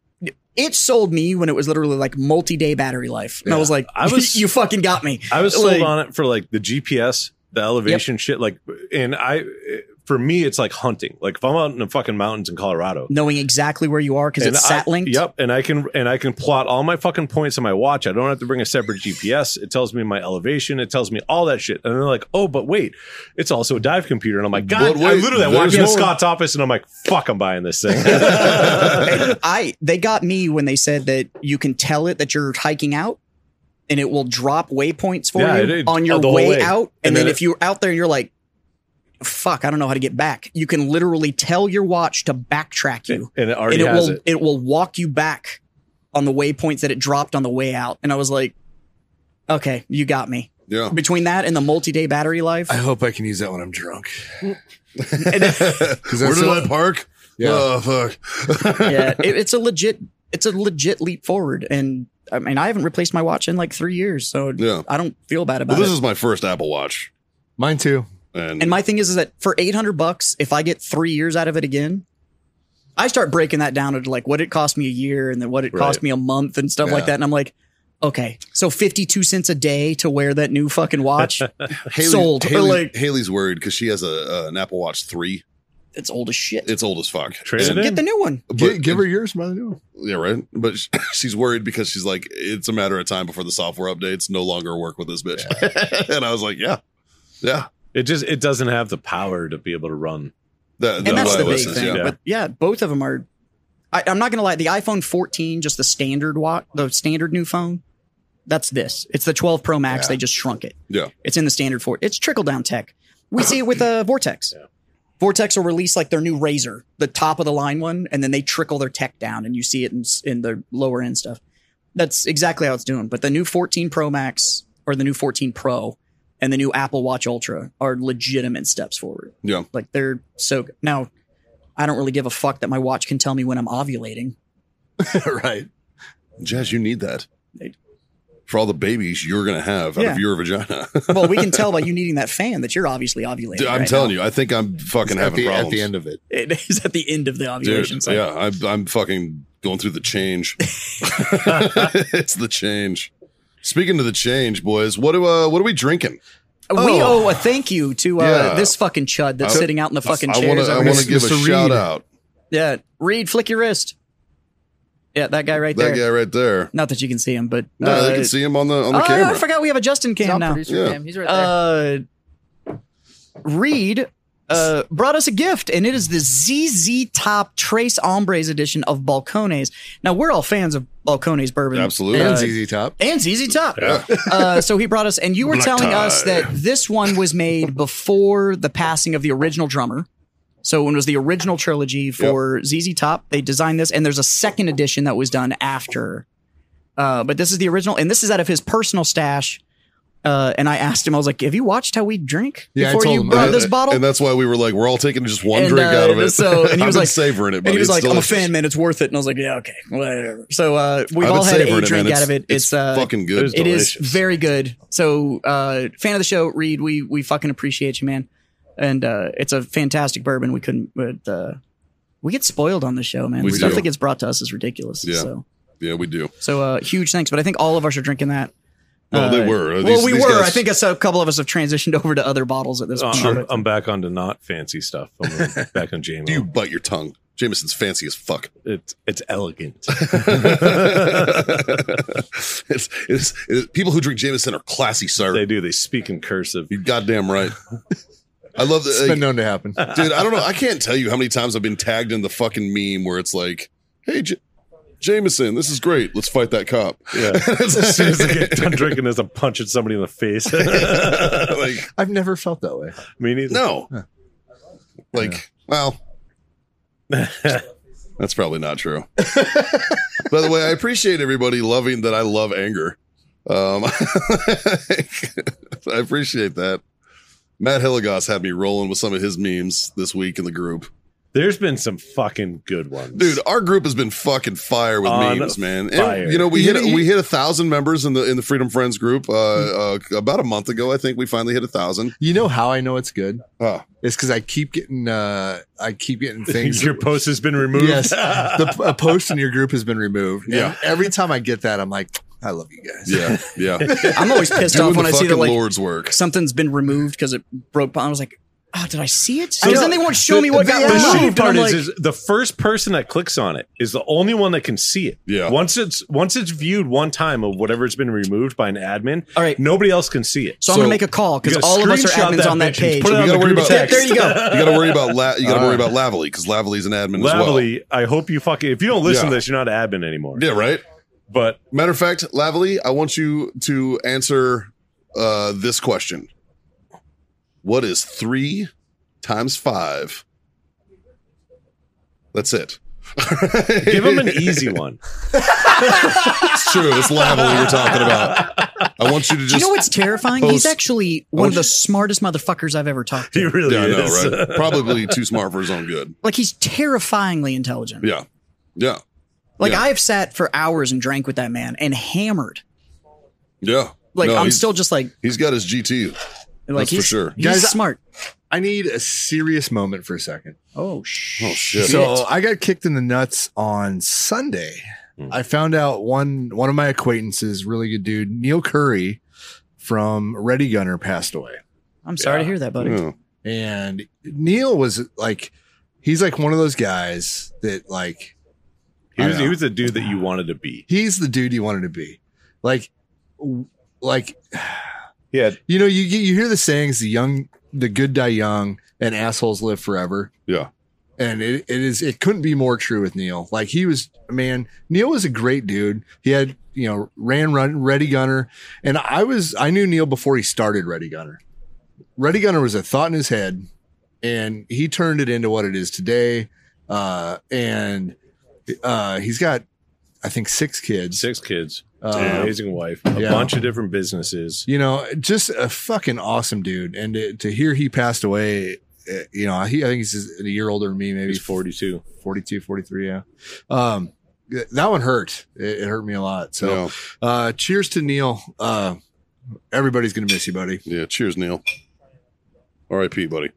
S5: It sold me when it was literally like multi-day battery life, and I was like,
S1: I was-
S5: you fucking got me."
S1: I was sold
S5: Like-
S1: on it for like the GPS, the elevation shit. Like, and I, for me, it's like hunting. Like if I'm out in the fucking mountains in Colorado,
S5: knowing exactly where you are because
S1: and
S5: it's
S1: I-
S5: sat linked.
S1: Yep, and I can and I can plot all my fucking points on my watch. I don't have to bring a separate GPS. It tells me my elevation. It tells me all that shit. And they're like, "Oh, but wait, it's also a dive computer." And I'm like, "God!"
S3: But
S1: I
S3: wait,
S1: literally I walked
S3: there's
S1: into
S3: more.
S1: Scott's office and I'm like, "Fuck, I'm buying this thing."
S5: And I they got me when they said that you can tell it that you're hiking out and it will drop waypoints for
S1: Yeah,
S5: you
S1: it- it-
S5: on your
S1: the whole
S5: way,
S1: way.
S5: out. And,
S1: And
S5: then,
S1: then
S5: if
S1: it-
S5: you're out there and you're like, fuck, I don't know how to get back. You can literally tell your watch to backtrack you.
S1: and it already
S5: and it
S1: has
S5: will
S1: it.
S5: will walk you back on the waypoints that it dropped on the way out. And I was like, okay, you got me.
S3: Yeah.
S5: Between that and the multi-day battery life,
S2: I hope I can use that when I'm drunk.
S3: Where did I park?
S2: Yeah.
S3: Oh fuck.
S5: yeah, it, it's a legit it's a legit leap forward. And I mean, I haven't replaced my watch in like three years, so
S3: Yeah.
S5: I don't feel bad about
S3: well, this
S5: it.
S3: is my first Apple Watch,
S2: Mine too.
S3: and,
S5: Uh, and my thing is, is that for eight hundred bucks, if I get three years out of it again, I start breaking that down into like what it cost me a year and then what it cost
S1: Right.
S5: me a month and stuff like
S3: Yeah.
S5: that. And I'm like, okay, so fifty two cents a day to wear that new fucking watch. sold, or
S3: Haley-
S5: like-
S3: Haley's worried because she has a, a an Apple Watch three.
S5: it's old as shit.
S3: It's old as fuck.
S1: Trade it
S3: And-
S1: in.
S5: get the new one.
S3: but-
S2: Gi- give her yours, by the way.
S3: Yeah, right. But sh- she's worried because she's like, it's a matter of time before the software updates no longer work with this bitch. and I was like, yeah, yeah.
S1: It just it doesn't have the power to be able to run.
S3: That,
S5: and that's the big
S3: iOS is,
S5: thing.
S1: yeah.
S5: But yeah, both of them are. I, I'm not gonna lie. The iPhone 14, just the standard watch, the standard new phone. That's this. It's the 12 Pro Max.
S3: Yeah.
S5: They just shrunk it.
S3: Yeah.
S5: It's in the standard for It's trickle down tech. We see it with uh, Vortex. Vortex will release like their new Razor, the top of the line one, and then they trickle their tech down, and you see it in s- in the lower end stuff. That's exactly how it's doing. But the new 14 Pro Max or the new 14 Pro and the new Apple Watch Ultra are legitimate steps forward.
S3: Yeah.
S5: Like they're so good. Now, I don't really give a fuck that my watch can tell me when I'm ovulating.
S2: right.
S3: Jazz, you need that
S5: They-
S3: for all the babies you're gonna have out
S5: Yeah.
S3: of your vagina.
S5: Well, we can tell by you needing that fan that you're obviously ovulating.
S3: Dude, I'm telling you, I think I'm fucking
S2: at,
S3: having
S2: the,
S3: problems
S2: at the end of it.
S5: It is at the end of the ovulation
S3: Dude,
S5: cycle.
S3: yeah, I'm, I'm fucking going through the change. it's the change. Speaking of the change, boys, what do uh, what are we drinking?
S5: Uh, We
S3: Oh.
S5: owe a thank you to uh,
S3: Yeah.
S5: this fucking chud that's
S3: I-
S5: sitting out in the fucking
S3: I want
S5: chairs.
S3: to I
S5: over
S3: want
S5: here.
S3: to give a
S2: Mr. Reed.
S3: shout out
S5: yeah, Reed, flick your wrist. Yeah, that guy right
S3: that guy
S5: there.
S3: right there.
S5: Not that you can see him, but
S3: No,
S5: uh,
S3: they can see him on the on the
S5: oh, I
S3: camera.
S5: forgot we have a Justin
S6: He's
S5: cam
S6: on
S5: now.
S6: producer
S3: Yeah.
S6: cam. He's right there.
S5: Uh, Reed uh, brought us a gift, and it is the ZZ Top Trace Ombres edition of Balcones. Now we're all fans of Balcones bourbon,
S3: Absolutely.
S2: and
S3: Uh,
S2: ZZ Top.
S5: and ZZ Top. Uh, so he brought us, and you were
S3: Black
S5: telling
S3: tie.
S5: us that this one was made before the passing of the original drummer. So when it was the original trilogy for ZZ Top, they designed this, and there's a second edition that was done after. Uh, but this is the original, and this is out of his personal stash. Uh, and I asked him, I was like, "Have you watched how we drink
S2: Yeah, I
S5: before
S2: told
S5: you
S2: him.
S5: brought
S2: And-
S5: this bottle?"
S3: and that's why we were like, we're all taking just one
S5: And,
S3: drink
S5: uh,
S3: out of it.
S5: so- and he
S3: I've
S5: was
S3: been
S5: like-
S3: savoring it, but
S5: and he was
S3: it's
S5: like,
S3: delicious.
S5: "I'm a fan, man. It's worth it." And I was like, "Yeah, okay, whatever." So uh, we've
S3: I've
S5: all
S3: been
S5: had a
S3: savoring
S5: drink
S3: man.
S5: out of it. It's, uh,
S3: fucking good.
S1: It's
S5: it is
S1: delicious.
S5: very good. So, uh, fan of the show, Reed, we we fucking appreciate you, man. And uh, it's a fantastic bourbon. We couldn't, but uh, we get spoiled on the show, man.
S3: We
S5: the stuff
S3: do.
S5: that gets brought to us is ridiculous.
S3: Yeah.
S5: So,
S3: yeah, we do.
S5: so uh, huge thanks. But I think all of us are drinking that.
S3: Well, they
S5: Uh,
S3: were. These-
S5: well, we
S3: these
S5: were.
S3: guys- Oh,
S5: I think it's a couple of us have transitioned over to other bottles at this
S1: Uh,
S5: point.
S1: I'm, I'm back onto not fancy stuff. I'm back on JMO.
S3: Do you bite your tongue? Jameson's fancy as fuck.
S1: it's it's elegant.
S3: it's, it's, it- people who drink Jameson are classy, sir.
S1: they do. They speak in cursive.
S3: You're goddamn right. I love
S2: It's been
S3: that.
S2: known to happen.
S3: like, dude, I don't know. I can't tell you how many times I've been tagged in the fucking meme where it's like, hey, J- Jameson, this is great. Let's fight that cop.
S1: Yeah. as soon as I get done drinking this, I'm punching somebody in the face.
S3: like,
S2: I've never felt that way.
S1: Me neither.
S3: no.
S2: Yeah.
S3: Like, well, that's probably not true. By the way, I appreciate everybody loving that I love anger. Um, I appreciate that. Matt Hilligoss had me rolling with some of his memes this week in the group.
S1: There's been some fucking good ones,
S3: Dude, our group has been fucking fire with
S1: On
S3: memes, man. And,
S1: fire.
S3: you know, we
S2: You-
S3: hit
S2: you-
S3: we hit a thousand members in the in the Freedom Friends group uh, uh, about a month ago. I think we finally hit a thousand.
S2: You know how I know it's good?
S3: Oh.
S2: It's because I keep getting uh I keep getting things.
S1: Your post has been removed.
S2: yes, the a post in your group has been removed. And
S3: Yeah.
S2: every time I get that, I'm like, I love you guys.
S3: Yeah, yeah.
S5: I'm always pissed
S3: Doing
S5: off
S3: the
S5: when I see
S3: fucking
S5: that like
S3: Lord's work.
S5: something's been removed because it broke. I was like, Oh, did I see it?
S1: So-
S5: Because then they won't show me what
S1: the,
S5: got
S1: the
S5: removed.
S1: shitty
S5: and I'm
S1: part is,
S5: like,
S1: is the first person that clicks on it is the only one that can see it.
S3: Yeah.
S1: Once it's once it's viewed one time of whatever's been removed by an admin,
S5: all right.
S1: nobody else can see it.
S5: So, I'm
S3: So-
S5: gonna make a call
S1: You
S5: because
S1: gotta
S5: all of us are
S1: screenshot
S5: admins on that
S1: bitch and
S5: page.
S1: Put it
S3: You
S1: on the
S3: gotta worry
S1: group
S3: about-
S1: text.
S5: There you go.
S3: You got to worry about La- you got to
S1: Ah.
S3: worry about Lavely because Lavely's an admin
S1: Lavely, I hope you fucking if you don't listen to
S3: Yeah.
S1: this, you're not an admin anymore.
S3: as well. Yeah, right.
S1: But
S3: Matter of fact, Lavely, I want you to answer uh, this question: What is three times five? That's it.
S1: give them an easy one.
S3: It's true. It's Lavely you're talking about. I want you to
S5: Do
S3: just.
S5: you know what's terrifying? He's
S3: post- Oh,
S5: actually one of
S3: want
S5: the
S3: you-
S5: smartest motherfuckers I've ever talked
S1: He
S5: to.
S1: really
S3: yeah, I know,
S1: is.
S3: right? Probably too smart for his own good.
S5: Like he's terrifyingly intelligent.
S3: Yeah, yeah,
S5: Like
S3: Yeah.
S5: I have sat for hours and drank with that man and hammered.
S3: yeah.
S5: Like
S3: No,
S5: I'm
S3: he's-
S5: still just like
S3: He's got his GT.
S5: like
S3: for
S5: he's
S3: sure.
S5: he's
S2: Guys, I-
S5: smart.
S2: I need a serious moment for a second.
S5: Oh shit.
S3: Oh shit!
S2: So I got kicked in the nuts on Sunday.
S3: Hmm.
S2: I found out one one of my acquaintances, really good dude, Neil Curry from Ready Gunner, passed away.
S5: I'm sorry to hear that, buddy.
S3: Yeah.
S2: And Neil was like, he's like one of those guys that like
S1: He
S2: I
S1: was
S2: know.
S1: he was the dude that you wanted to be.
S2: he's the dude you wanted to be. Like, w- like
S1: He had
S2: you know, you you hear the sayings, the young, the good die young, and assholes live forever.
S3: Yeah.
S2: and it, it is it couldn't be more true with Neil. Like he was man, Neil was a great dude. He had you know ran run Ready Gunner, and I was I knew Neil before he started Ready Gunner. Ready Gunner was a thought in his head, and he turned it into what it is today. Uh, and uh, he's got I think six kids.
S1: six kids, an
S2: Uh,
S1: amazing wife, a
S2: Yeah.
S1: bunch of different businesses.
S2: you know, just a fucking awesome dude. And to, to hear he passed away, uh, you know, he I think he's a year older than me, maybe
S1: He's 42.
S2: 42, 43. Yeah. Um, th- that one hurt. It, it hurt me a lot. So,
S3: yeah.
S2: uh, cheers to Neil. Uh, everybody's going to miss you, buddy.
S3: Yeah, cheers, Neil. R.I.P., buddy.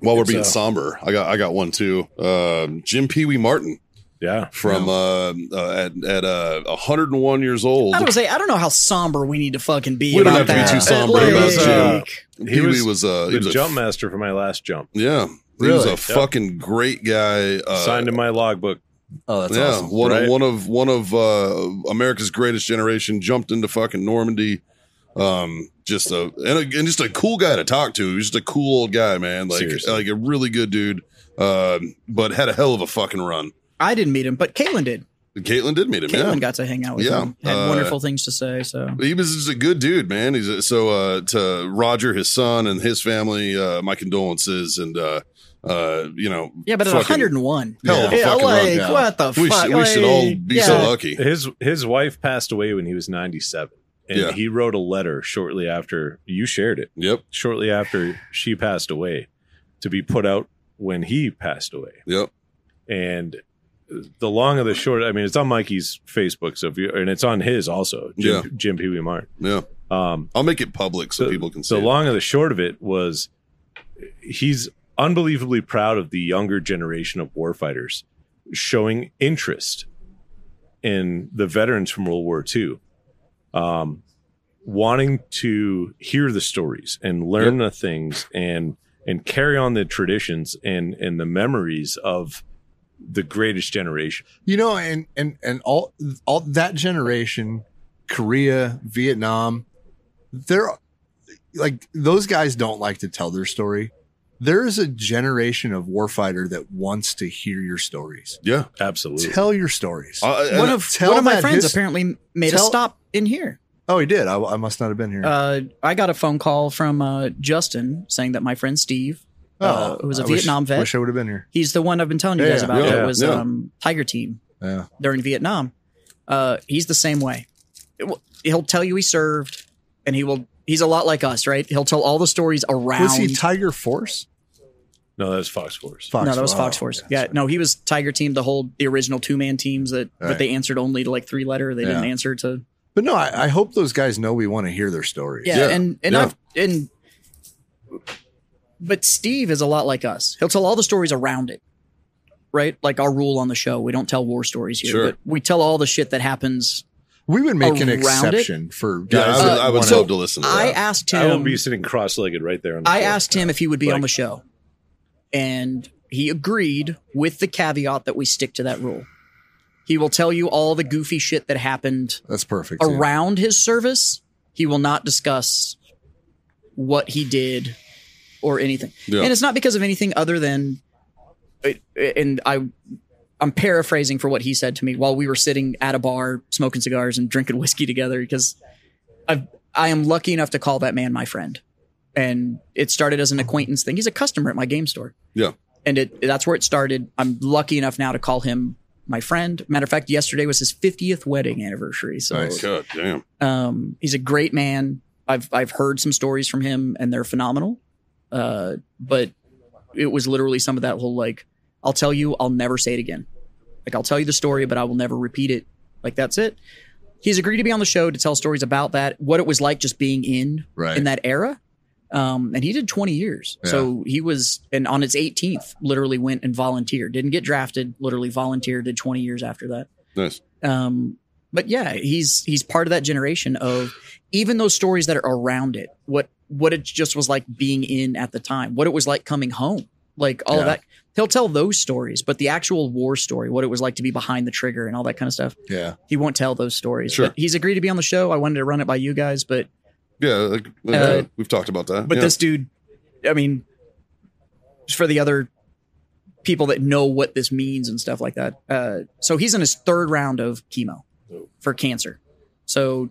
S3: While we're being
S1: So-
S3: somber, I got I got one too. Um, Jim Pee Wee Martin
S1: Yeah.
S3: from uh, uh, at at uh, 101 years old.
S5: I don't say I don't know how somber we need to fucking be
S3: We don't have
S5: about
S3: to be
S5: that.
S3: too somber
S5: Like,
S1: about Jim.
S3: Pee Wee was, uh, he
S1: the
S3: was a,
S1: jump master for my last jump.
S3: yeah, he was a
S2: Really?
S3: fucking great guy. Uh,
S1: Signed in my logbook.
S2: Oh, that's
S3: yeah,
S2: awesome.
S3: one
S1: Right.
S3: of one of one of uh, America's greatest generation jumped into fucking Normandy. Um, just a and, a and just a cool guy to talk to. He was just a cool old guy, man. Like
S1: Seriously.
S3: like a really good dude. Um, but had a hell of a fucking run.
S5: I didn't meet him, but Caitlin did.
S3: Caitlin did meet him.
S5: Caitlin
S3: yeah.
S5: got to hang out with
S3: Yeah.
S5: him. Had
S3: Uh,
S5: wonderful things to say. So
S3: he was just a good dude, man. He's a, so uh, to Roger, his son, and his family. Uh, my condolences, and uh, uh, you know,
S5: yeah, but at
S3: fucking
S5: 101,
S3: hell of a
S5: yeah,
S3: fucking run.
S5: like
S2: yeah.
S5: what the
S3: We
S5: fuck?
S3: should, we should all
S5: Like,
S3: be
S5: yeah.
S3: so lucky.
S1: His his wife passed away when he was 97. And
S3: Yeah.
S1: he wrote a letter shortly after you shared it,
S3: Yep,
S1: shortly after she passed away to be put out when he passed away.
S3: yep,
S1: and the long of the short i mean it's on mikey's facebook so if you and it's on his also jim,
S3: Yeah.
S1: jim pee wee martin
S3: yeah.
S1: um
S3: I'll make it public so
S1: the-
S3: people can see.
S1: the
S3: it.
S1: long of the short of it was he's unbelievably proud of the younger generation of warfighters showing interest in the veterans from World War II, um, wanting to hear the stories and learn the things and and carry on the traditions and and the memories of the greatest generation.
S2: you know, and, and, and all, all that generation, Korea, Vietnam, they're like, those guys don't like to tell their story. There is a generation of warfighter that wants to hear your stories.
S3: yeah.
S1: Absolutely.
S2: Tell your stories.
S3: Uh, and-
S5: One of
S2: Tell
S5: one of my
S2: that
S5: friends
S2: his-
S5: apparently made a
S2: tell-
S5: stop in here.
S2: Oh, he did. I, I must not have been here.
S5: Uh, I got a phone call from uh, Justin saying that my friend Steve, uh, who was a
S2: Oh, I wish-
S5: Vietnam vet,
S2: Wish I would have been here.
S5: he's the one I've been telling you
S2: Yeah,
S5: guys about.
S1: yeah,
S5: that was
S3: yeah.
S5: um, Tiger Team.
S2: Yeah.
S5: during Vietnam. Uh, he's the same way. It will- He'll tell you he served, and he will. He's a lot like us, right? He'll tell all the stories around.
S2: Was he Tiger Force?
S1: No, that's Fox Force.
S2: Fox
S5: no, that was
S2: oh,
S5: Fox Force.
S2: yeah,
S5: Yeah, no, he was Tiger Team, the whole the original two man teams that, but
S2: Right.
S5: they answered only to like three letter. They didn't
S2: Yeah.
S5: answer to
S2: But no, I, I hope those guys know we want to hear their stories.
S5: yeah,
S3: Yeah,
S5: and and
S3: yeah.
S5: I've and but Steve is a lot like us. He'll tell all the stories around it, right? Like our rule on the show, we don't tell war stories here,
S3: Sure.
S5: but we tell all the shit that happens
S2: We would make an
S5: Around it?
S2: exception for
S3: Yeah,
S2: guys.
S3: I would,
S2: that
S3: I would
S2: wanna-
S5: so-
S3: love to listen to that.
S5: I asked
S1: I will
S5: him.
S1: be sitting cross-legged right there. On the
S5: I
S1: floor.
S5: asked him if he would be on
S1: Like-
S5: the show, and he agreed with the caveat that we stick to that rule. He will tell you all the goofy shit that happened
S2: that's perfect. yeah.
S5: around his service. He will not discuss what he did or anything.
S3: Yeah.
S5: And it's not because of anything other than it, and I I'm paraphrasing for what he said to me while we were sitting at a bar smoking cigars and drinking whiskey together because I I am lucky enough to call that man my friend. And it started as an acquaintance thing. He's a customer at my game store.
S3: Yeah.
S5: And it that's where it started. I'm lucky enough now to call him my friend. Matter of fact, yesterday was his 50th wedding anniversary. So
S2: Nice.
S3: God damn.
S5: um, he's a great man. I've I've heard some stories from him, and they're phenomenal. Uh, but it was literally some of that whole like, I'll tell you, I'll never say it again. Like I'll tell you the story, but I will never repeat it. Like that's it. He's agreed to be on the show to tell stories about that, what it was like just being in
S2: Right.
S5: in that era. Um, and he did 20 years. So he was, and on his 18th, literally went and volunteered. Didn't get drafted, literally volunteered, did 20 years after that.
S3: Nice.
S5: Um, but yeah, he's he's part of that generation of even those stories that are around it. What what it just was like being in at the time. What it was like coming home. Like all
S2: Yeah.
S5: that. He'll tell those stories, but the actual war story, what it was like to be behind the trigger and all that kind of stuff.
S2: yeah.
S5: He won't tell those stories.
S3: Sure.
S5: But he's agreed to be on the show. I wanted to run it by you guys, but
S3: Yeah, like, uh,
S5: Uh,
S3: we've talked about that.
S5: but
S3: yeah.
S5: this dude, I mean, just for the other people that know what this means and stuff like that. Uh, so he's in his third round of chemo for cancer. So,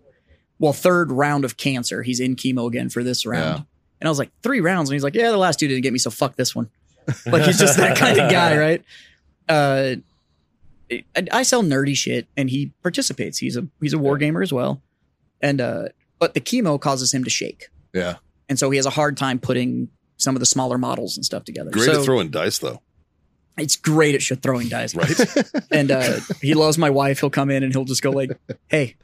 S5: well, third round of cancer. He's in chemo again for this round.
S2: Yeah.
S5: And I was like, three rounds. And he's like, yeah, the last two didn't get me. So fuck this one. like he's just that kind of guy, right? Uh, I, I sell nerdy shit and he participates. He's a, he's a war gamer as well. And, uh, but the chemo causes him to shake
S2: Yeah.
S5: and so he has a hard time putting some of the smaller models and stuff together.
S3: Great
S5: so
S3: at throwing dice, though.
S5: it's great at sh- throwing dice,
S3: Right?
S5: and uh, he loves my wife. He'll come in and he'll just go like, "Hey,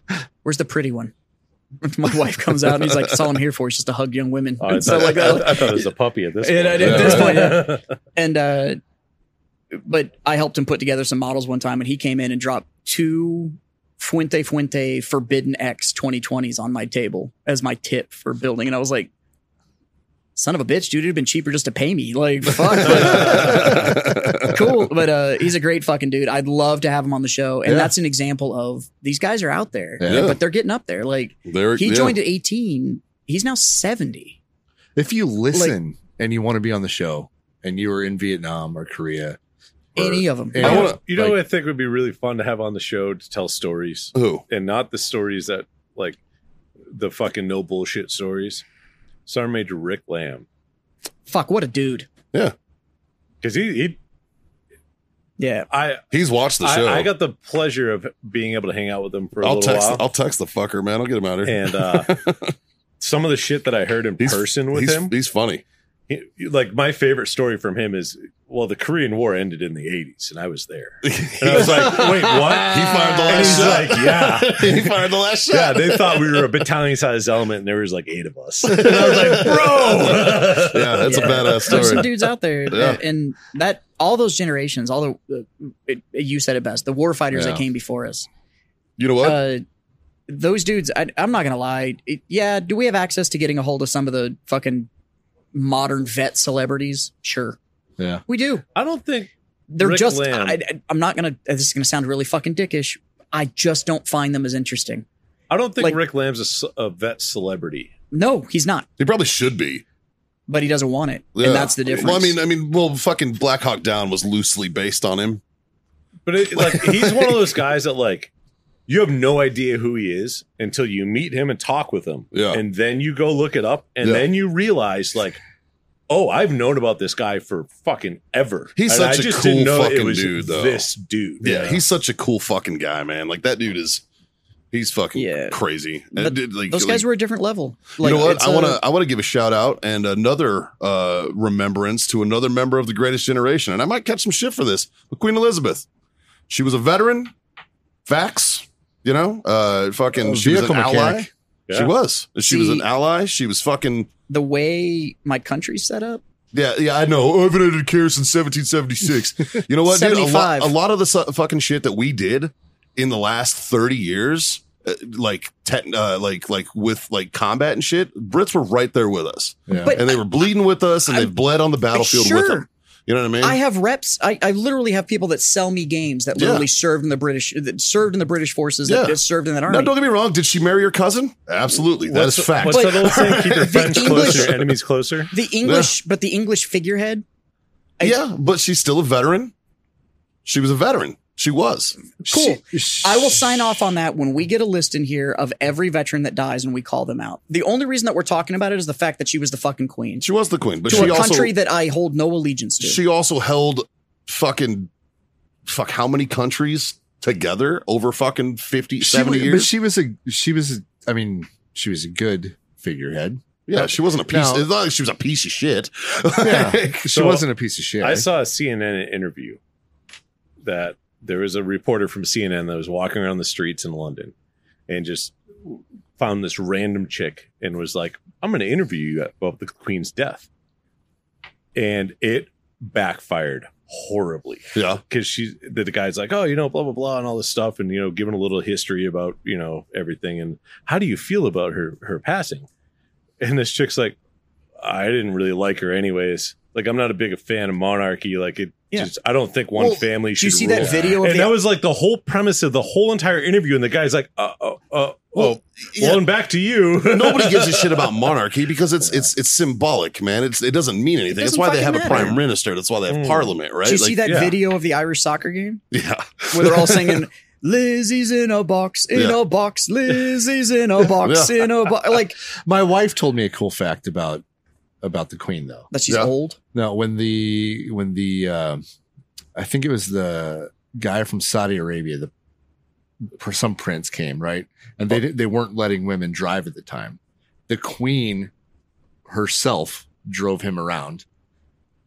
S5: where's the pretty one?" My wife comes out and he's like, "That's all I'm here for. It's just to hug young women
S1: Oh, I,
S5: and stuff
S1: thought,
S5: like uh, that."
S1: I, I thought it was a puppy at this
S5: And
S1: point.
S5: at
S3: this
S5: point, yeah. and uh but I helped him put together some models one time and he came in and dropped two Fuente Fuente Forbidden X 2020s on my table as my tip for building and I was like son of a bitch dude it'd have been cheaper just to pay me like fuck but- cool but uh he's a great fucking dude I'd love to have him on the show and
S2: Yeah.
S5: that's an example of these guys are out there
S2: Yeah.
S5: but they're getting up there like
S3: There,
S5: he
S3: yeah.
S5: joined at 18 he's now 70
S2: If you listen and you want to be on the show and you were in Vietnam or Korea, or-
S5: any of them
S2: Yeah.
S1: I
S2: Yeah.
S1: wanna- you know
S2: Like-
S1: what I think would be really fun to have on the show to tell stories
S3: Who?
S1: and not the stories that like the fucking no bullshit stories. Sergeant Major Rick Lamb
S5: fuck what a dude
S1: because he, he
S5: yeah
S1: I,
S3: He's watched the show.
S1: I I got the pleasure of being able to hang out with him for a
S3: will
S1: little
S3: text.
S1: while
S3: I'll text the fucker, man. I'll get him out of here.
S1: and uh, some of the shit that I heard in
S3: He's-
S1: person with
S3: he's,
S1: him
S3: he's funny.
S1: he, like my favorite story from him is well the Korean War ended in the 80s and I was there and I was like wait what
S3: He fired the
S1: and
S3: last
S1: he's
S3: shot.
S1: like yeah
S3: he fired the last
S1: Yeah,
S3: shot.
S1: they thought we were a battalion sized element and there was like eight of us. And I was like, bro.
S3: Yeah, that's
S5: Yeah.
S3: a badass
S5: There's some
S3: story.
S5: dudes out there,
S3: Yeah.
S5: and that all those generations, all the uh, it, you said it best, the war fighters
S2: Yeah.
S5: that came before us.
S3: You know what?
S5: Uh, those dudes, I, I'm not gonna lie. It- yeah, do we have access to getting a hold of some of the fucking modern vet celebrities? Sure,
S2: yeah.
S5: we do.
S1: I don't think
S5: They're
S1: Rick
S5: just.
S1: Lamb.
S5: I, I, I'm not gonna. This is gonna sound really fucking dickish. I just don't find them as interesting.
S1: I don't think
S5: Like-
S1: Rick Lamb's a ce- a, vet celebrity.
S5: No, he's not,
S3: he probably should be.
S5: but he doesn't want it,
S3: Yeah.
S5: and that's the difference.
S3: Well, I mean, I mean, well, fucking Black Hawk Down was loosely based on him.
S1: But it, like he's one of those guys that like you have no idea who he is until you meet him and talk with him.
S3: Yeah.
S1: And then you go look it up and
S3: Yeah.
S1: then you realize like Oh, I've known about this guy for fucking ever.
S3: He's
S1: And
S3: such a cool fucking dude, though.
S1: This dude,
S3: Yeah, he's such a cool fucking guy, man. Like that dude is, he's fucking
S5: Yeah.
S3: crazy.
S5: But
S3: And, dude, like,
S5: those
S3: like,
S5: guys were a different level.
S3: you know what?
S5: it's uh,
S3: I
S5: a-
S3: want to I want to give a shout out and another uh, remembrance to another member of the Greatest Generation, and I might catch some shit for this. But Queen Elizabeth, she was a veteran, vax, you know, uh, fucking
S2: A
S3: she was an
S2: Oh, vehicle
S3: ally.
S2: mechanic.
S1: Yeah.
S3: She was. She was an
S5: See-
S3: ally. She was fucking.
S5: the way my country's set up.
S3: Yeah, yeah, I know. I've been out of care since 1776. You know what, dude? A lot,
S5: 75.
S3: a lot of the su- fucking shit that we did in the last 30 years uh, like te- uh, like like with like combat and shit. Brits were right there with us,
S2: Yeah.
S5: But-
S3: and they were bleeding with us, and
S5: I-
S3: they bled on the battlefield with
S5: Sure.
S3: them. You know what I mean?
S5: I have reps. I, I literally have people that sell me games that
S3: Yeah.
S5: literally served in the British, that served in the British forces,
S3: Yeah.
S5: that, that served in that army.
S3: now, don't get me wrong. Did she marry your cousin? Absolutely, that is
S1: What's-
S3: fact.
S1: What's that old saying? Keep your
S5: The
S1: friends
S5: English-
S1: close, your enemies closer.
S5: the English, but the English figurehead. I-
S3: yeah, but she's still a veteran. She was a veteran. She was.
S5: Cool.
S2: She-
S5: I will sign off on that when we get a list in here of every veteran that dies and we call them out. The only reason that we're talking about it is the fact that she was the fucking queen
S3: She was the queen, but
S5: to
S3: she
S5: a
S3: also
S5: country that I hold no allegiance to.
S3: she also held fucking fuck how many countries together over fucking 50 70
S2: wa-
S3: years
S2: But she was a she was a, I mean she was a good figurehead.
S3: yeah she wasn't a piece
S2: Now-
S3: it's not like she was a piece of shit
S2: Yeah. she
S1: So,
S2: wasn't a piece of shit.
S1: I saw a CNN interview that there was a reporter from CNN that was walking around the streets in London and just found this random chick and was like, I'm going to interview you about the Queen's death. And it backfired horribly
S3: yeah
S1: because she the, the guy's like oh you know blah blah blah and all this stuff and you know giving a little history about you know everything and how do you feel about her her passing and this chick's like i didn't really like her anyways like i'm not a big fan of monarchy like it
S5: Yeah.
S1: just i don't think one
S5: Well,
S1: family
S5: Do
S1: should
S5: you see that
S1: rule."
S5: video of
S1: and
S5: the
S1: that was like the whole premise of the whole entire interview and the guy's like uh oh uh,
S3: Well,
S1: well,
S3: yeah.
S1: well and back to you
S3: nobody gives a shit about monarchy because it's it's it's symbolic man it's it doesn't mean anything that's
S5: doesn't
S3: why they have
S5: fucking
S3: a
S5: matter.
S3: prime minister that's why they have
S1: Mm.
S3: parliament right
S5: Do you see
S3: Like,
S5: that
S1: yeah.
S5: video of the Irish soccer game
S3: yeah
S5: where they're all singing "Lizzie's in a box, in
S3: Yeah.
S5: a box, Lizzie's in a box, in a box"? Like
S2: My wife told me a cool fact about about the queen though.
S5: that she's
S3: Yeah.
S5: old.
S2: No, when the when the uh, I think it was the guy from Saudi Arabia, the for some prince came right, and they didn't- they weren't letting women drive at the time. The queen herself drove him around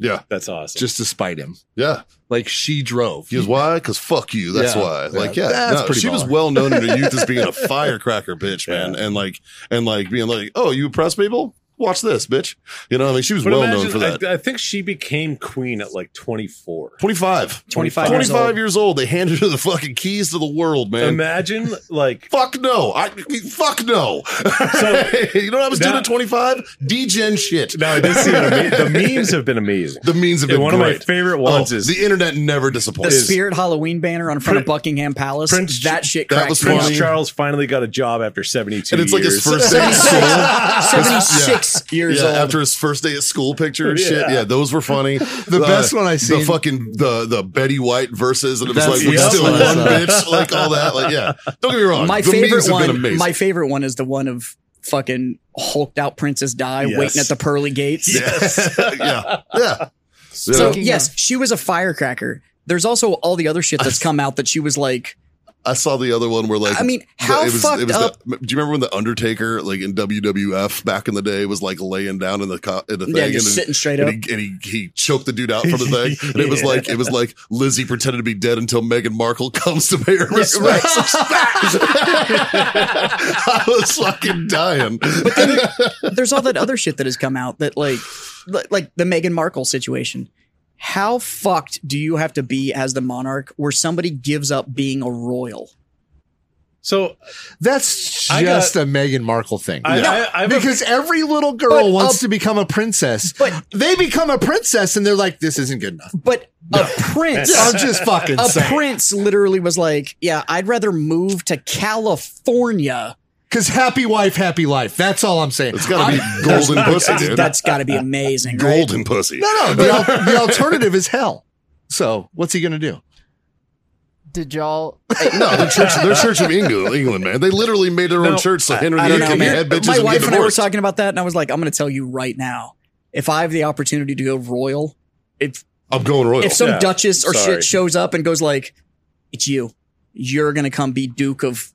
S3: yeah
S1: that's awesome
S2: just to spite him.
S3: yeah
S2: Like she drove.
S3: he goes why because fuck you that's
S2: Yeah.
S3: why like
S2: Yeah.
S3: yeah,
S2: That's
S3: no,
S2: pretty
S3: she was
S2: baller.
S3: well known in her youth as being a firecracker bitch man and like and like being like oh you oppress people watch this bitch you know what i mean she was
S1: But
S3: well known
S1: imagine-
S3: for that
S1: I, I think she became queen at like 24
S3: 25
S5: 25 years
S3: 25
S5: old.
S3: years old. They handed her the fucking keys to the world, man.
S1: imagine like
S3: Fuck no. I fuck no.
S1: So-
S3: you know what I was doing
S1: Now-
S3: at 25? Degen shit.
S1: No, I did see the, me- the memes have been amazing.
S3: The means have
S1: And
S3: been
S1: one of my
S3: great.
S1: favorite ones
S3: Oh,
S1: is
S3: the internet never
S5: The
S3: disappoints.
S5: Spirit Halloween banner on front of
S1: Prin-
S5: Buckingham Palace.
S1: Prince-
S5: that shit
S3: that
S5: cracked
S3: was
S5: me
S1: Prince
S5: up.
S3: funny.
S1: Charles finally got a job after 72
S3: and it's like his
S1: years.
S3: first day at school.
S5: 76 years
S3: Yeah,
S5: old.
S3: after his first day at school picture and shit.
S1: Yeah.
S3: Yeah, those were funny. Uh,
S2: The best one I
S3: The
S2: seen-
S3: fucking the the Betty White verses, and it was
S2: That's
S3: like we
S1: the
S3: still one
S1: best
S2: one I
S3: bitch, like all that. Like, yeah. Don't get me wrong.
S5: my
S3: the memes
S5: favorite
S3: have been
S5: one.
S3: amazing.
S5: My favorite one is the one of fucking hulked out Princess Di
S1: Yes.
S5: waiting at the pearly gates.
S3: yes. yeah. Yeah.
S5: So
S3: Yeah.
S5: yes, she was a firecracker. There's also all the other shit that's come out that she was like.
S3: I saw the other one where like
S5: I mean,
S3: the-
S5: how fucked up-
S3: The, do you remember when the Undertaker, like in WWF back in the day, was like laying down in the co- in the thing
S5: Yeah, just
S3: and,
S5: sitting straight up.
S3: and, he, and he he choked the dude out from the thing, and it was like it was like Lizzie pretended to be dead until Meghan Markle comes to pay her respects. I was fucking dying.
S5: There's all that other shit that has come out that like, li- like the Meghan Markle situation. How fucked do you have to be as the monarch where somebody gives up being a royal?
S1: so
S2: That's
S1: I got-
S2: just a Meghan Markle thing.
S1: I, I, I, have
S2: because every little girl
S5: But
S2: wants
S5: a-
S2: to become a princess.
S5: but-
S2: they become a princess and they're like, this isn't good enough.
S5: But a prince,
S2: I'm just fucking
S5: a
S2: saying.
S5: prince literally was like, yeah, I'd rather move to California.
S2: Because happy wife, happy life. That's all I'm saying.
S3: It's gotta be golden pussy, dude.
S5: That's got to be amazing. right?
S3: golden pussy.
S2: no, no. The, al- the alternative is hell. So what's he gonna do?
S6: Did y'all?
S3: No, the church, their Church of England, England, man. They literally made their own
S1: No,
S3: church so Henry
S5: I don't
S3: VIII
S5: know,
S3: can
S5: man.
S3: head bitches
S5: My
S3: and
S5: wife
S3: get
S5: and I were
S3: divorced.
S5: talking about that, and I was like, I'm going to tell you right now, if I have the opportunity to go royal, if
S3: I'm going royal.
S5: if some
S1: Yeah,
S5: duchess or
S1: sorry.
S5: shit shows up and goes like, "It's you, you're going to come be Duke of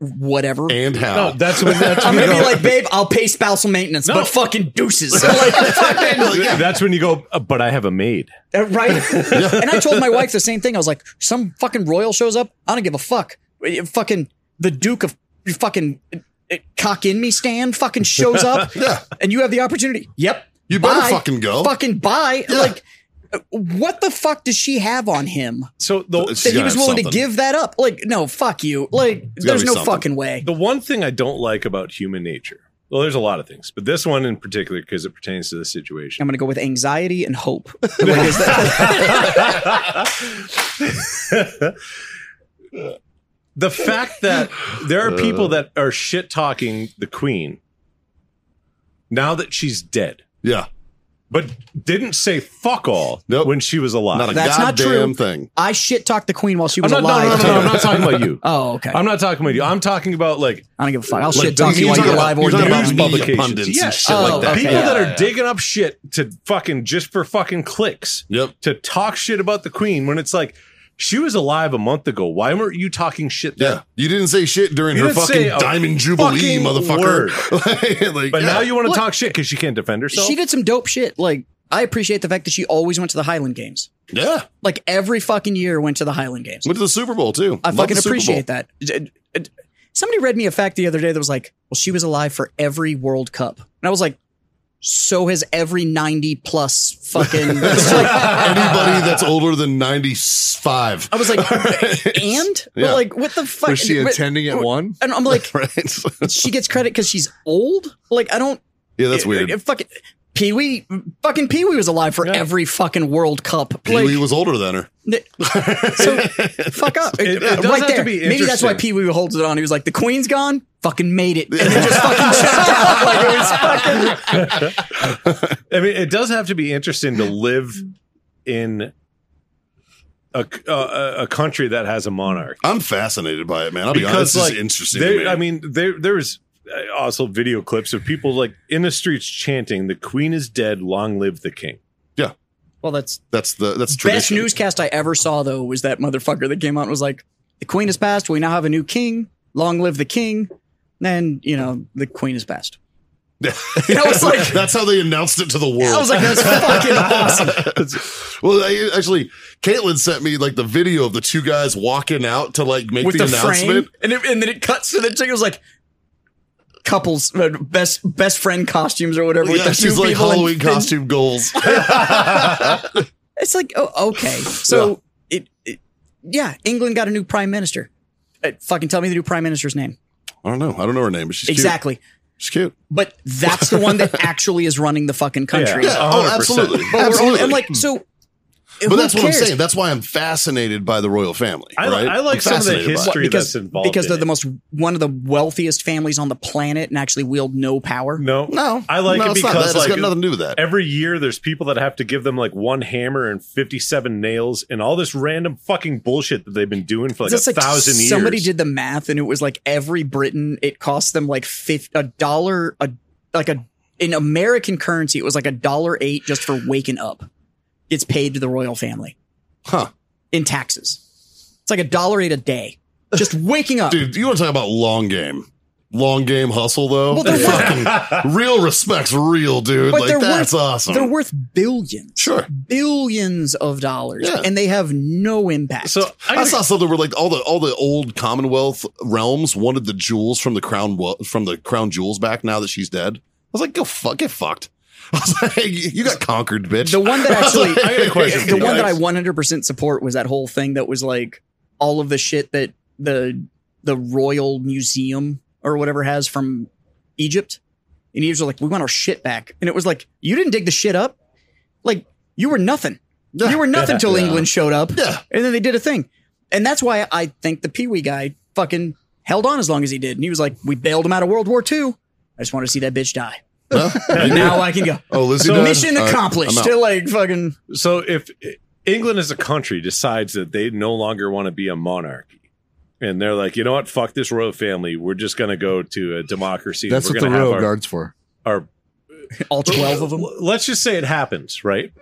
S5: whatever,"
S3: and how?
S1: no, that's when that's
S5: I'm
S1: when you
S5: going to
S1: go,
S5: be like, "Babe, I'll pay spousal maintenance,
S1: No.
S5: but fucking deuces." like, fucking,
S1: that's when you go. "Uh, But I have a maid.
S5: Uh, right? and I told my wife the same thing. I was like, some fucking royal shows up. I don't give a fuck. Uh, Fucking the Duke of fucking uh, uh, cock in me stand fucking shows up.
S3: Yeah.
S5: And you have the opportunity. Yep.
S3: You better
S5: Bye.
S3: fucking go.
S5: Fucking bye.
S3: Yeah.
S5: Like, What the fuck does she have on him
S1: So the
S3: She's
S5: that he
S3: gotta
S5: was
S3: have
S5: willing to
S3: something.
S5: give that up? Like, no, fuck you. Like,
S3: gotta
S5: there's
S3: be
S5: no
S3: something.
S5: fucking way.
S1: the one thing I don't like about human nature. Well, there's a lot of things, but this one in particular because it pertains to the situation.
S5: I'm gonna go with anxiety and hope. Like, is that-
S1: the fact that there are
S3: Uh.
S1: people that are shit talking the queen now that she's dead,
S3: Yeah.
S1: but didn't say fuck all
S3: Nope.
S1: when she was alive.
S3: Not a
S5: That's not
S3: goddamn
S5: true.
S3: thing.
S5: I shit talked the queen while she
S1: I'm
S5: was
S1: not, no,
S5: alive.
S1: no, no, no, I'm not talking about you.
S5: Oh, okay.
S1: I'm not talking about you. I'm talking about like
S5: I don't give a fuck. I'll
S1: Like,
S5: shit talk
S1: the-
S5: you while
S1: he's
S5: you're
S1: talking
S5: alive or
S1: about-
S3: You're
S5: dead.
S1: talking
S3: talking
S1: about
S3: about
S5: Like,
S1: media
S3: public pundits
S1: Yeah.
S3: and shit
S5: Oh,
S3: like that.
S5: okay.
S1: people
S5: Yeah,
S1: that are
S3: yeah.
S1: digging up shit to fucking just for fucking clicks
S3: Yep.
S1: to talk shit about the queen when it's like she was alive a month ago. Why weren't you talking shit then?
S3: Yeah. You didn't say shit during
S1: You
S3: her
S1: didn't
S3: fucking
S1: say a
S3: diamond jubilee,
S1: fucking
S3: motherfucker. like, like,
S1: But
S3: yeah.
S1: now you want to
S5: Look-
S1: talk shit because she can't defend herself.
S5: She did some dope shit. Like, I appreciate the fact that she always went to the Highland Games.
S3: Yeah.
S5: Like every fucking year, went to the Highland Games.
S3: Went to the Super Bowl too.
S5: I
S3: Love
S5: fucking
S3: the Super
S5: appreciate
S3: Bowl.
S5: that. D- d- Somebody read me a fact the other day that was like, well, she was alive for every World Cup. And I was like, so has every 90 plus fucking. It's like-
S3: Anybody that's older than 95.
S5: I was like, and? But,
S3: Yeah.
S5: Like, what the fuck?
S2: Was she
S5: But-
S2: attending at one?
S5: And I'm like,
S3: right?
S5: she gets credit because she's old? Like, I don't.
S3: yeah, that's weird.
S5: Uh, fucking Pee Wee, fucking Pee Wee was alive for every fucking World Cup.
S3: Pee Wee
S5: Like,
S3: was older than her.
S5: so fuck up.
S1: It- it does
S5: right
S1: have to
S5: there.
S1: be
S5: Maybe that's why
S1: interesting.
S5: Pee Wee holds it on. He was like, "The Queen's gone, fucking made it," and then just fucking checked out. Like it was fucking.
S1: I mean, it does have to be interesting to live in a c- a- a- a country that has a monarch.
S3: I'm fascinated by it, man. I'll be honest. This is interesting.
S1: there-
S3: to me.
S1: I mean, there there was uh, also video clips of people like in the streets chanting, "The Queen is dead, long live the King."
S5: Well, that's
S3: that's the that's
S5: best
S3: tradition.
S5: newscast I ever saw though was that motherfucker that came out and was like, "The Queen has passed. We now have a new king. Long live the king." And you know, the Queen has passed. I was like-
S3: that's how they announced it to the world.
S5: I was like, "That's fucking awesome."
S3: well, I, actually, Caitlin sent me like the video of the two guys walking out to like make
S5: With
S3: the,
S5: the,
S3: announcement.
S5: frame, and, it, and then it cuts to the chick. It was like. Couples, uh, best best friend costumes or whatever. with
S3: Yeah,
S5: the
S3: she's
S5: two
S3: like
S5: people in
S3: Halloween
S5: thin-
S3: costume goals.
S5: It's like, oh, okay. So It, it, yeah, England got a new prime minister. Uh, fucking tell me the new prime minister's name.
S3: I don't know. I don't know her name, but she's
S5: exactly.
S3: Cute. She's cute.
S5: But that's the one that actually is running the fucking country.
S1: Yeah.
S3: Oh,
S1: 100%.
S3: absolutely.
S5: But we're
S3: absolutely.
S5: only, I'm like, so.
S3: but
S5: who
S3: that's what I'm
S5: cares?
S3: saying. That's why I'm fascinated by the royal family.
S1: I,
S3: right?
S1: li- I like
S3: I'm
S1: some of the
S3: fascinated by it.
S1: history
S5: because
S1: that's involved
S5: because
S1: in
S5: they're
S1: it.
S5: the most one of the wealthiest families on the planet and actually wield no power.
S1: no,
S3: No,
S1: I like
S3: no,
S1: it
S3: it's not
S1: because
S3: that.
S1: like
S3: it's got nothing to do with that.
S1: every year there's people that have to give them like one hammer and 57 nails and all this random fucking bullshit that they've been doing for like
S5: It's
S1: a
S5: like
S1: thousand years.
S5: Somebody did the math, and it was like every Briton, it cost them like fif- a dollar a like a in American currency, it was like a dollar eight just for waking up. Gets paid to the royal family
S3: Huh.
S5: in taxes. It's like a dollar eight a day, just waking up.
S3: Dude, you want to talk about long game? Long game hustle though.
S5: Well, they're
S3: fucking real respects real, dude.
S5: But
S3: like
S5: they're
S3: that's
S5: worth-
S3: awesome.
S5: They're worth billions,
S3: sure.
S5: billions of dollars,
S3: Yeah.
S5: and they have no impact.
S1: So I,
S3: I
S1: gotta-
S3: saw something where like all the all the old Commonwealth realms wanted the jewels from the crown wo- from the crown jewels back now that she's dead. I was like, go fuck, get fucked. I was like, you got conquered, bitch.
S5: the one that actually,
S1: I got a question. for
S5: the
S1: you
S5: one that I
S1: guys.
S5: 100% support was that whole thing that was like all of the shit that the the Royal Museum or whatever has from Egypt. And Egypt was like, we want our shit back. And it was like, you didn't dig the shit up. Like, you were nothing. You were nothing till England showed up.
S3: Yeah.
S5: And then they did a thing. And that's why I think the Pee Wee guy fucking held on as long as he did. And he was like, we bailed him out of World War II. I just wanted to see that bitch die. And now I can go.
S3: oh, Lizzie,
S1: So-
S3: died?
S5: Mission
S3: All right,
S5: accomplished.
S3: I'm out.
S5: to like fucking
S1: so if England as a country decides that they no longer want to be a monarchy. And they're like, you know what? Fuck this royal family. We're just going to go to a democracy.
S2: That's
S1: We're
S2: what the
S1: gonna have
S2: royal
S1: our-
S2: guards for.
S1: our
S5: all 12 of them.
S1: L- Let's just say it happens, right?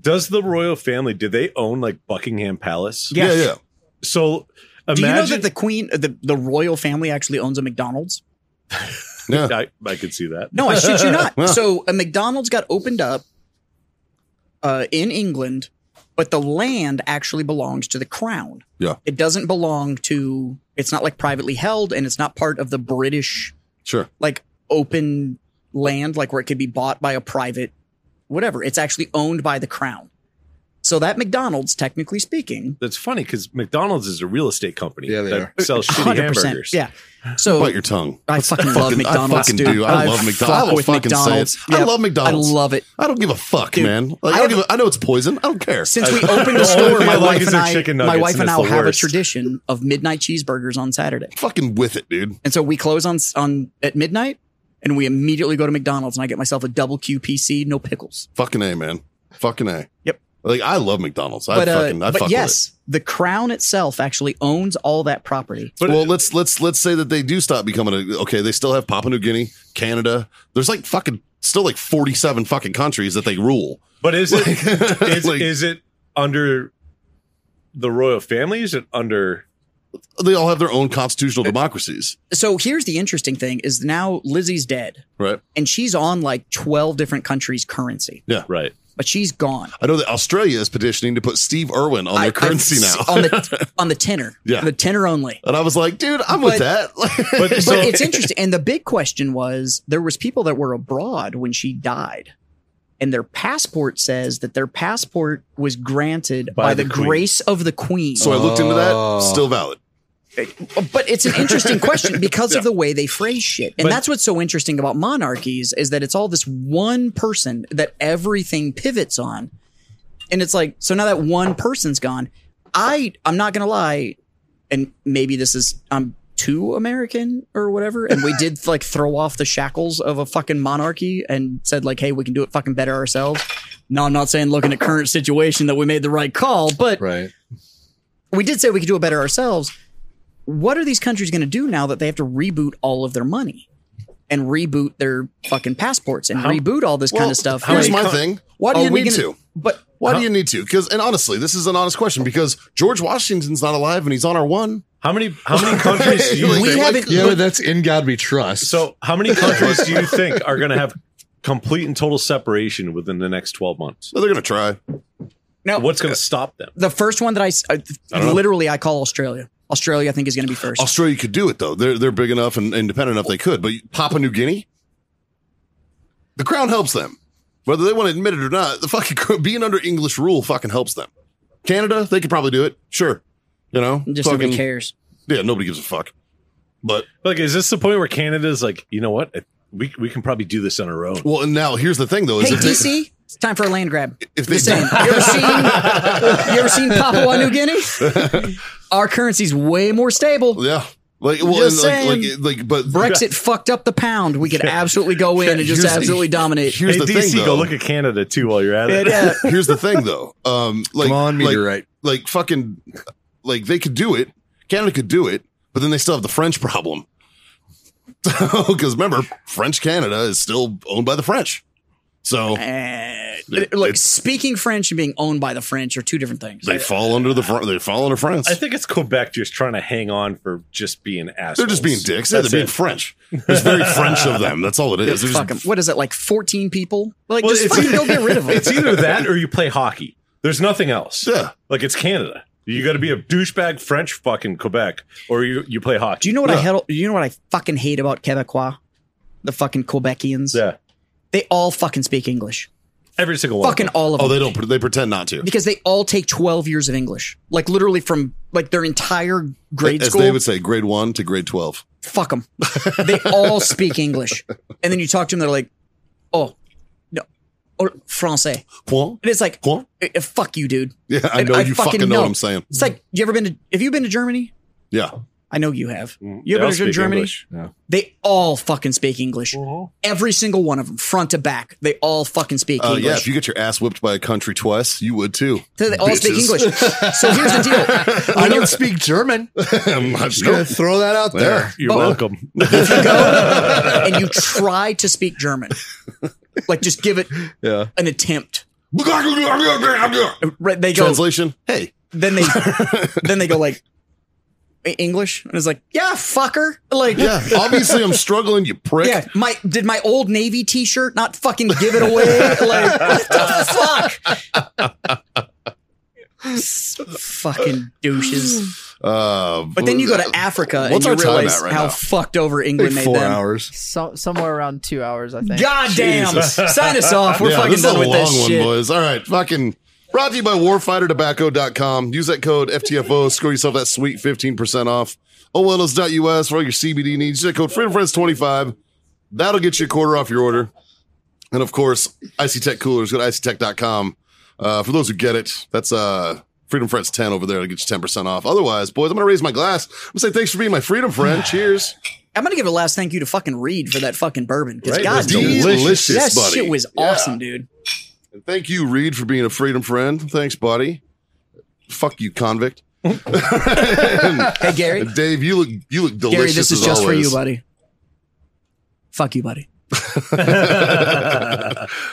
S1: Does the royal family do they own like Buckingham Palace?
S3: Yeah, yeah.
S1: So
S5: Do you
S1: imagine
S5: know that the queen, uh, the, the royal family actually owns a McDonald's?
S3: yeah.
S1: I, I could see that.
S5: No, I shit you not.
S3: Yeah.
S5: So a McDonald's got opened up uh, in England, but the land actually belongs to the crown.
S3: Yeah.
S5: It doesn't belong to, it's not like privately held and it's not part of the British
S3: Sure.
S5: like open land, like where it could be bought by a private whatever. It's actually owned by the crown. So that McDonald's, technically speaking,
S1: That's funny because McDonald's is a real estate company
S2: Yeah, they
S1: that
S2: are.
S1: sells shitty
S5: 100%.
S1: hamburgers.
S5: Yeah. So
S3: Bite your tongue.
S5: I fucking love
S3: Fucking-
S5: McDonald's,
S3: I fucking
S5: dude.
S3: do. I, love
S5: fuck
S3: McDonald's. I will
S5: with
S3: fucking say it. I
S5: Yep.
S3: love McDonald's.
S5: I love it.
S3: I don't give a fuck, man. Like, I,
S5: I
S3: don't
S5: have-
S3: give a, I know it's poison. I don't care.
S5: Since we
S1: I-
S5: opened
S1: the
S5: the store,
S1: only thing I
S5: my
S1: like
S5: wife
S1: is
S5: and
S1: their
S5: I,
S1: chicken
S5: my
S1: nuggets,
S5: wife
S1: and
S5: and I
S1: it's the
S5: have a
S1: worst.
S5: tradition of midnight cheeseburgers on Saturday,
S3: fucking with it, dude.
S5: and so we close on on at midnight, and we immediately go to McDonald's, and I get myself a double QPC, no pickles.
S3: Fucking a, man. Fucking a.
S5: Yep.
S3: Like I love McDonald's. I
S5: But uh,
S3: fucking. I
S5: but
S3: fuck with
S5: yes, the Crown itself actually owns all that property.
S3: it. well, let's let's let's say that they do stop becoming a. Okay, they still have Papua New Guinea, Canada. There's like fucking still like 47 fucking countries that they rule.
S1: But is it is
S3: Like-
S1: is it under the royal family? Is it under
S3: They all have their own constitutional democracies,
S5: So here's the interesting thing: is now Lizzie's dead,
S3: right?
S5: and she's on like 12 different countries' currency,
S1: right?
S5: but she's gone.
S3: I know that Australia is petitioning to put Steve Irwin on their
S5: I-
S3: currency
S5: I-
S3: now.
S5: on the on the tenor,
S3: Yeah.
S5: the tenor only.
S3: and I was like, dude, I'm with that.
S1: But so
S5: But it's interesting. And the big question was there was people that were abroad when she died. And their passport says that their passport was granted by,
S1: By
S5: the,
S1: the queen.
S5: grace of the queen.
S3: so I looked into that.
S2: Oh.
S3: Still valid.
S5: but it's an interesting question because of the way they phrase shit. And
S1: But-
S5: that's what's so interesting about monarchies is that it's all this one person that everything pivots on. And it's like, so now that one person's gone, I I'm not gonna lie, and maybe this is I'm too American or whatever. And we did like throw off the shackles of a fucking monarchy and said, like, hey, we can do it fucking better ourselves. No, I'm not saying looking at current situation that we made the right call, but
S2: Right.
S5: we did say we could do it better ourselves. What are these countries going to do now that they have to reboot all of their money and reboot their fucking passports and reboot all this kind
S3: Well,
S5: of stuff?
S3: Here's
S5: Like,
S3: my thing.
S5: why do
S3: Are
S5: you
S3: Oh, we
S5: need
S3: to?
S5: to? But
S3: Why do Uh-huh. you need to? Because, and honestly, this is an honest question because George Washington's not alive and he's on our one.
S1: how many how many countries do you
S3: Like,
S1: think-
S3: like,
S5: haven't-
S2: Yeah, but that's in God we trust.
S1: So, how many countries do you think are going to have complete and total separation within the next 12 months?
S3: well, they're going to try.
S5: no,
S1: What's going to stop them?
S5: the first one that I, s- I-
S3: don't know.
S5: literally I call Australia. Australia, I think, is going to be first.
S3: Australia could do it, though. They're, they're big enough and independent enough they could. But Papua New Guinea, the crown helps them. Whether they want to admit it or not, the fucking cr- being under English rule fucking helps them. Canada, they could probably do it. Sure. You know,
S5: Just
S3: fucking-
S5: nobody cares.
S3: Yeah, nobody gives a fuck. But
S1: Like, is this the point where Canada's like, you know what? We, we can probably do this on our own.
S3: well, and now here's the thing though: is
S5: Hey,
S3: if they-
S5: DC, it's time for a land grab.
S3: If they-
S5: Just saying. You ever seen? you ever seen Papua New Guinea? Our currency's way more stable.
S3: yeah, like, well,
S5: Just
S3: and like,
S5: saying.
S3: like, like, but
S5: Brexit fucked up the pound. We could absolutely go in and
S3: Here's
S5: just
S3: the-
S5: absolutely dominate.
S3: here's
S1: hey,
S3: the
S1: DC,
S3: thing, though.
S1: go look at Canada too while you're at it.
S5: And, uh,
S3: here's the thing though. Um, like,
S2: Come on,
S3: like,
S2: meteorite.
S3: like fucking, like they could do it. Canada could do it, but then they still have the French problem. Because remember, French Canada is still owned by the French. So
S5: eh,
S3: It-
S5: look,
S3: it's-
S5: speaking French and being owned by the French are two different things.
S3: they fall under the Fr- they fall under France.
S1: I think it's Quebec just trying to hang on for just being assholes.
S3: they're just being dicks. Yeah, they're
S1: That's
S3: being
S1: it.
S3: French. It's very French of them. That's all it is. They're just
S5: Fuck 'em. What is it like? Fourteen people? Like
S1: Well,
S5: just
S1: it's-
S5: fucking go get rid of them.
S1: It's either that or you play hockey. There's nothing else.
S3: Yeah.
S1: Like, it's Canada. You got to be a douchebag French fucking Quebec, or you, you play hockey.
S5: Do you know what I hate? Do you know what I fucking hate about Quebecois? The fucking Quebecians.
S1: yeah.
S5: They all fucking speak English.
S1: Every single one.
S5: Fucking all of
S3: Oh,
S5: them.
S3: they don't. They pretend not to.
S5: because they all take 12 years of English. Like literally from like their entire grade
S3: As
S5: school.
S3: they would say, grade one to grade twelve.
S5: fuck them. They all speak English. And then you talk to them, they're like, oh, no, or Francais.
S3: Point.
S5: And it's like,
S3: Point.
S5: eh, eh, fuck you, dude.
S3: Yeah, I
S5: And
S3: know you fucking know what I'm saying.
S5: It's like, you ever been to, have you been to Germany?
S3: Yeah.
S5: I know you have.
S3: Mm-hmm.
S1: They
S5: You ever
S1: all
S5: been to
S1: speak
S5: Germany?
S1: English.
S5: They all fucking speak English. Every single one of them, front to back. They all fucking speak
S3: Uh, yeah,
S5: English.
S3: if you get your ass whipped by a country twice, you would too.
S5: So they all speak
S3: Bitches.
S5: English. So here's the deal.
S2: I don't speak German.
S3: I'm not
S2: Just gonna
S3: sure.
S2: throw that out there.
S1: You're
S5: But-
S1: welcome.
S5: and you try to speak German. Like just give it
S2: Yeah.
S5: an attempt. Right, they go.
S3: Translation: Hey,
S5: Then they, then they go like "E- English, and it's like, yeah, fucker. Like, yeah.
S3: yeah, obviously I'm struggling, you prick.
S5: my did my old Navy T-shirt not fucking give it away? like, what the fuck? S- fucking douches.
S3: Uh,
S5: But then you go to Africa
S3: What's
S5: and
S3: our
S5: you
S3: time at
S5: realize
S3: right
S5: how
S3: now?
S5: fucked over
S2: Like
S5: England made
S2: four
S5: them.
S2: hours.
S6: So, somewhere around two hours, I think.
S5: God damn!
S1: Jesus.
S5: Sign us off. We're
S3: Yeah,
S5: fucking
S3: this is
S5: done
S3: a
S5: with
S3: long
S5: this
S3: one,
S5: shit.
S3: boys. All right, fucking brought to you by warfightertobacco.com. Use that code FTFO, score yourself that sweet 15% off. OLS.us for all your CBD needs. Use that code Freedom Friends 25. That'll get you a quarter off your order. And of course, Icy Tech Coolers. Go to icytech.com. Uh, for those who get it, that's uh, Freedom Friends 10 over there to get you 10% off. Otherwise, boys, I'm going to raise my glass. I'm going to say thanks for being my freedom friend. Cheers.
S5: I'm gonna give a last thank you to fucking Reed for that fucking bourbon. Because
S1: Right,
S5: God,
S1: that's
S5: dude,
S1: delicious.
S5: that
S3: buddy.
S5: shit was
S3: Yeah.
S5: awesome, dude.
S3: And thank you, Reed, for being a freedom friend. Thanks, buddy. Fuck you, convict.
S5: Hey, Gary.
S3: And Dave, you look you look delicious.
S5: Gary, this is
S3: as
S5: just for you,
S3: always.
S5: buddy. Fuck you, buddy.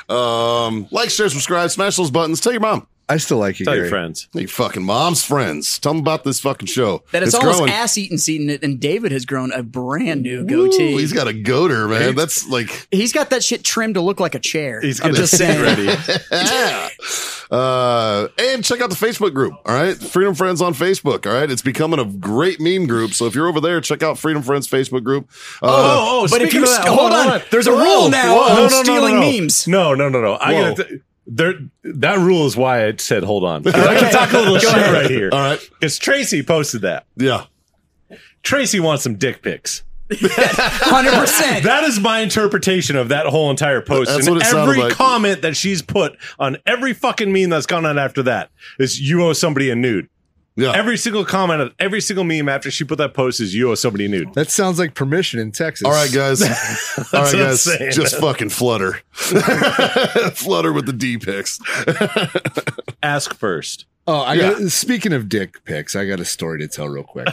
S3: Um, like, share, subscribe, smash those buttons. Tell your mom,
S2: I still like you,
S1: Tell your
S2: Gary.
S1: friends.
S3: tell your fucking mom's friends. Tell them about this fucking show.
S5: That it's, almost
S3: growing.
S5: ass eating season, and David has grown a brand new
S3: Ooh,
S5: goatee.
S3: he's got a goater, man. That's like,
S5: He's got that shit trimmed to look like a chair.
S1: He's
S5: I'm
S1: gonna
S5: just saying.
S1: ready.
S3: yeah. ah. Uh, and check out the Facebook group. All right, Freedom Friends on Facebook. All right, it's becoming a great meme group. So if you're over there, check out Freedom Friends Facebook group. Uh,
S1: oh,
S5: But if
S1: speaking
S5: you
S1: of
S5: st- hold, on, there's a rule now
S1: Whoa.
S5: of
S1: No, no, no, no,
S5: stealing
S1: no.
S5: memes.
S1: No, no, no, no. I
S3: Whoa.
S1: gotta th- there. That rule is why I said hold on. I can talk a little shit right here
S3: All right,
S1: because Tracy posted that.
S3: yeah.
S1: Tracy wants some dick pics.
S5: Hundred percent.
S1: That is my interpretation of that whole entire post.
S3: That's
S1: and
S3: what it sounded
S1: every
S3: like.
S1: comment that she's put on every fucking meme that's gone on after that is you owe somebody a nude.
S3: Yeah.
S1: Every single comment of every single meme after she put that post is you owe somebody a nude.
S2: That sounds like permission in Texas.
S3: All right, guys. All right,
S1: what I'm
S3: guys.
S1: saying.
S3: Just fucking flutter. flutter with the D pics.
S1: Ask first.
S2: Oh, I got speaking of dick pics, I got a story to tell real quick.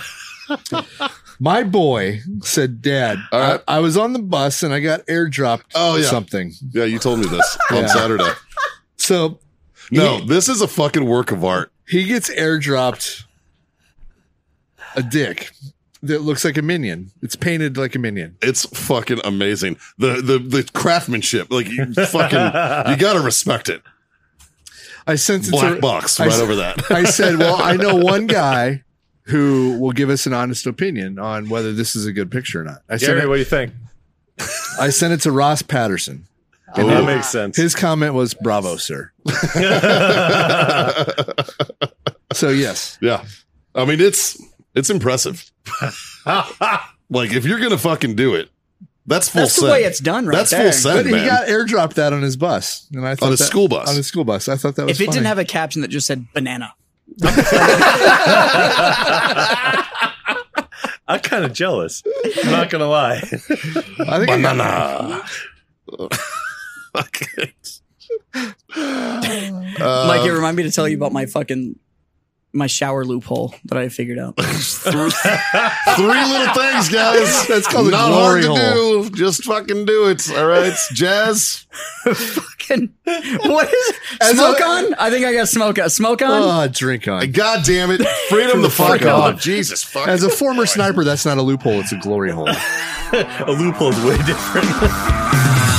S2: My boy said, Dad,
S3: right.
S2: I, I was on the bus and I got airdropped
S3: Oh, yeah.
S2: something.
S3: Yeah, you told me this on
S2: Yeah.
S3: Saturday.
S2: So
S3: No, this is a fucking work of art.
S2: he gets airdropped a dick that looks like a minion. It's painted like a minion.
S3: It's fucking amazing. The the the craftsmanship, like you fucking, you gotta respect it.
S2: I sent it
S3: Black
S2: to
S3: box
S2: I
S3: right
S2: s-
S3: over that.
S2: I said, Well, I know one guy who will give us an honest opinion on whether this is a good picture or not. I sent
S1: Gary,
S2: it,
S1: what do you think?
S2: I sent it to Ross Patterson.
S1: Oh, that makes sense.
S2: His comment was, Bravo, sir. So yes.
S3: Yeah, I mean it's it's impressive. like if you're gonna fucking do it, that's full.
S5: That's the
S3: send.
S5: way it's done right
S3: That's
S5: there.
S3: full
S2: But
S3: send,
S2: he
S3: man.
S2: got airdropped that on his bus, and I thought
S3: his
S2: that-
S3: school bus.
S2: on his school bus. I thought that was
S5: If it
S2: funny.
S5: didn't have a caption that just said banana,
S1: I'm kind of jealous. I'm not gonna lie.
S2: I think I got-
S3: Banana. Okay. Uh,
S5: Mike, it reminded me to tell you about my fucking my shower loophole that I figured out.
S3: Three little things, guys.
S2: That's called a
S3: Not
S2: glory
S3: hard to
S2: hole.
S3: do. Just fucking do it. All right, Jazz.
S5: fucking what is
S2: As
S5: smoke
S2: a-
S5: on? I think I got smoke on. Smoke on.
S2: Oh, drink on.
S3: God damn it! Freedom the fuck
S2: Freedom.
S3: off. Jesus fuck.
S2: As a former sniper, that's not a loophole; it's a glory hole.
S1: A loophole's way different.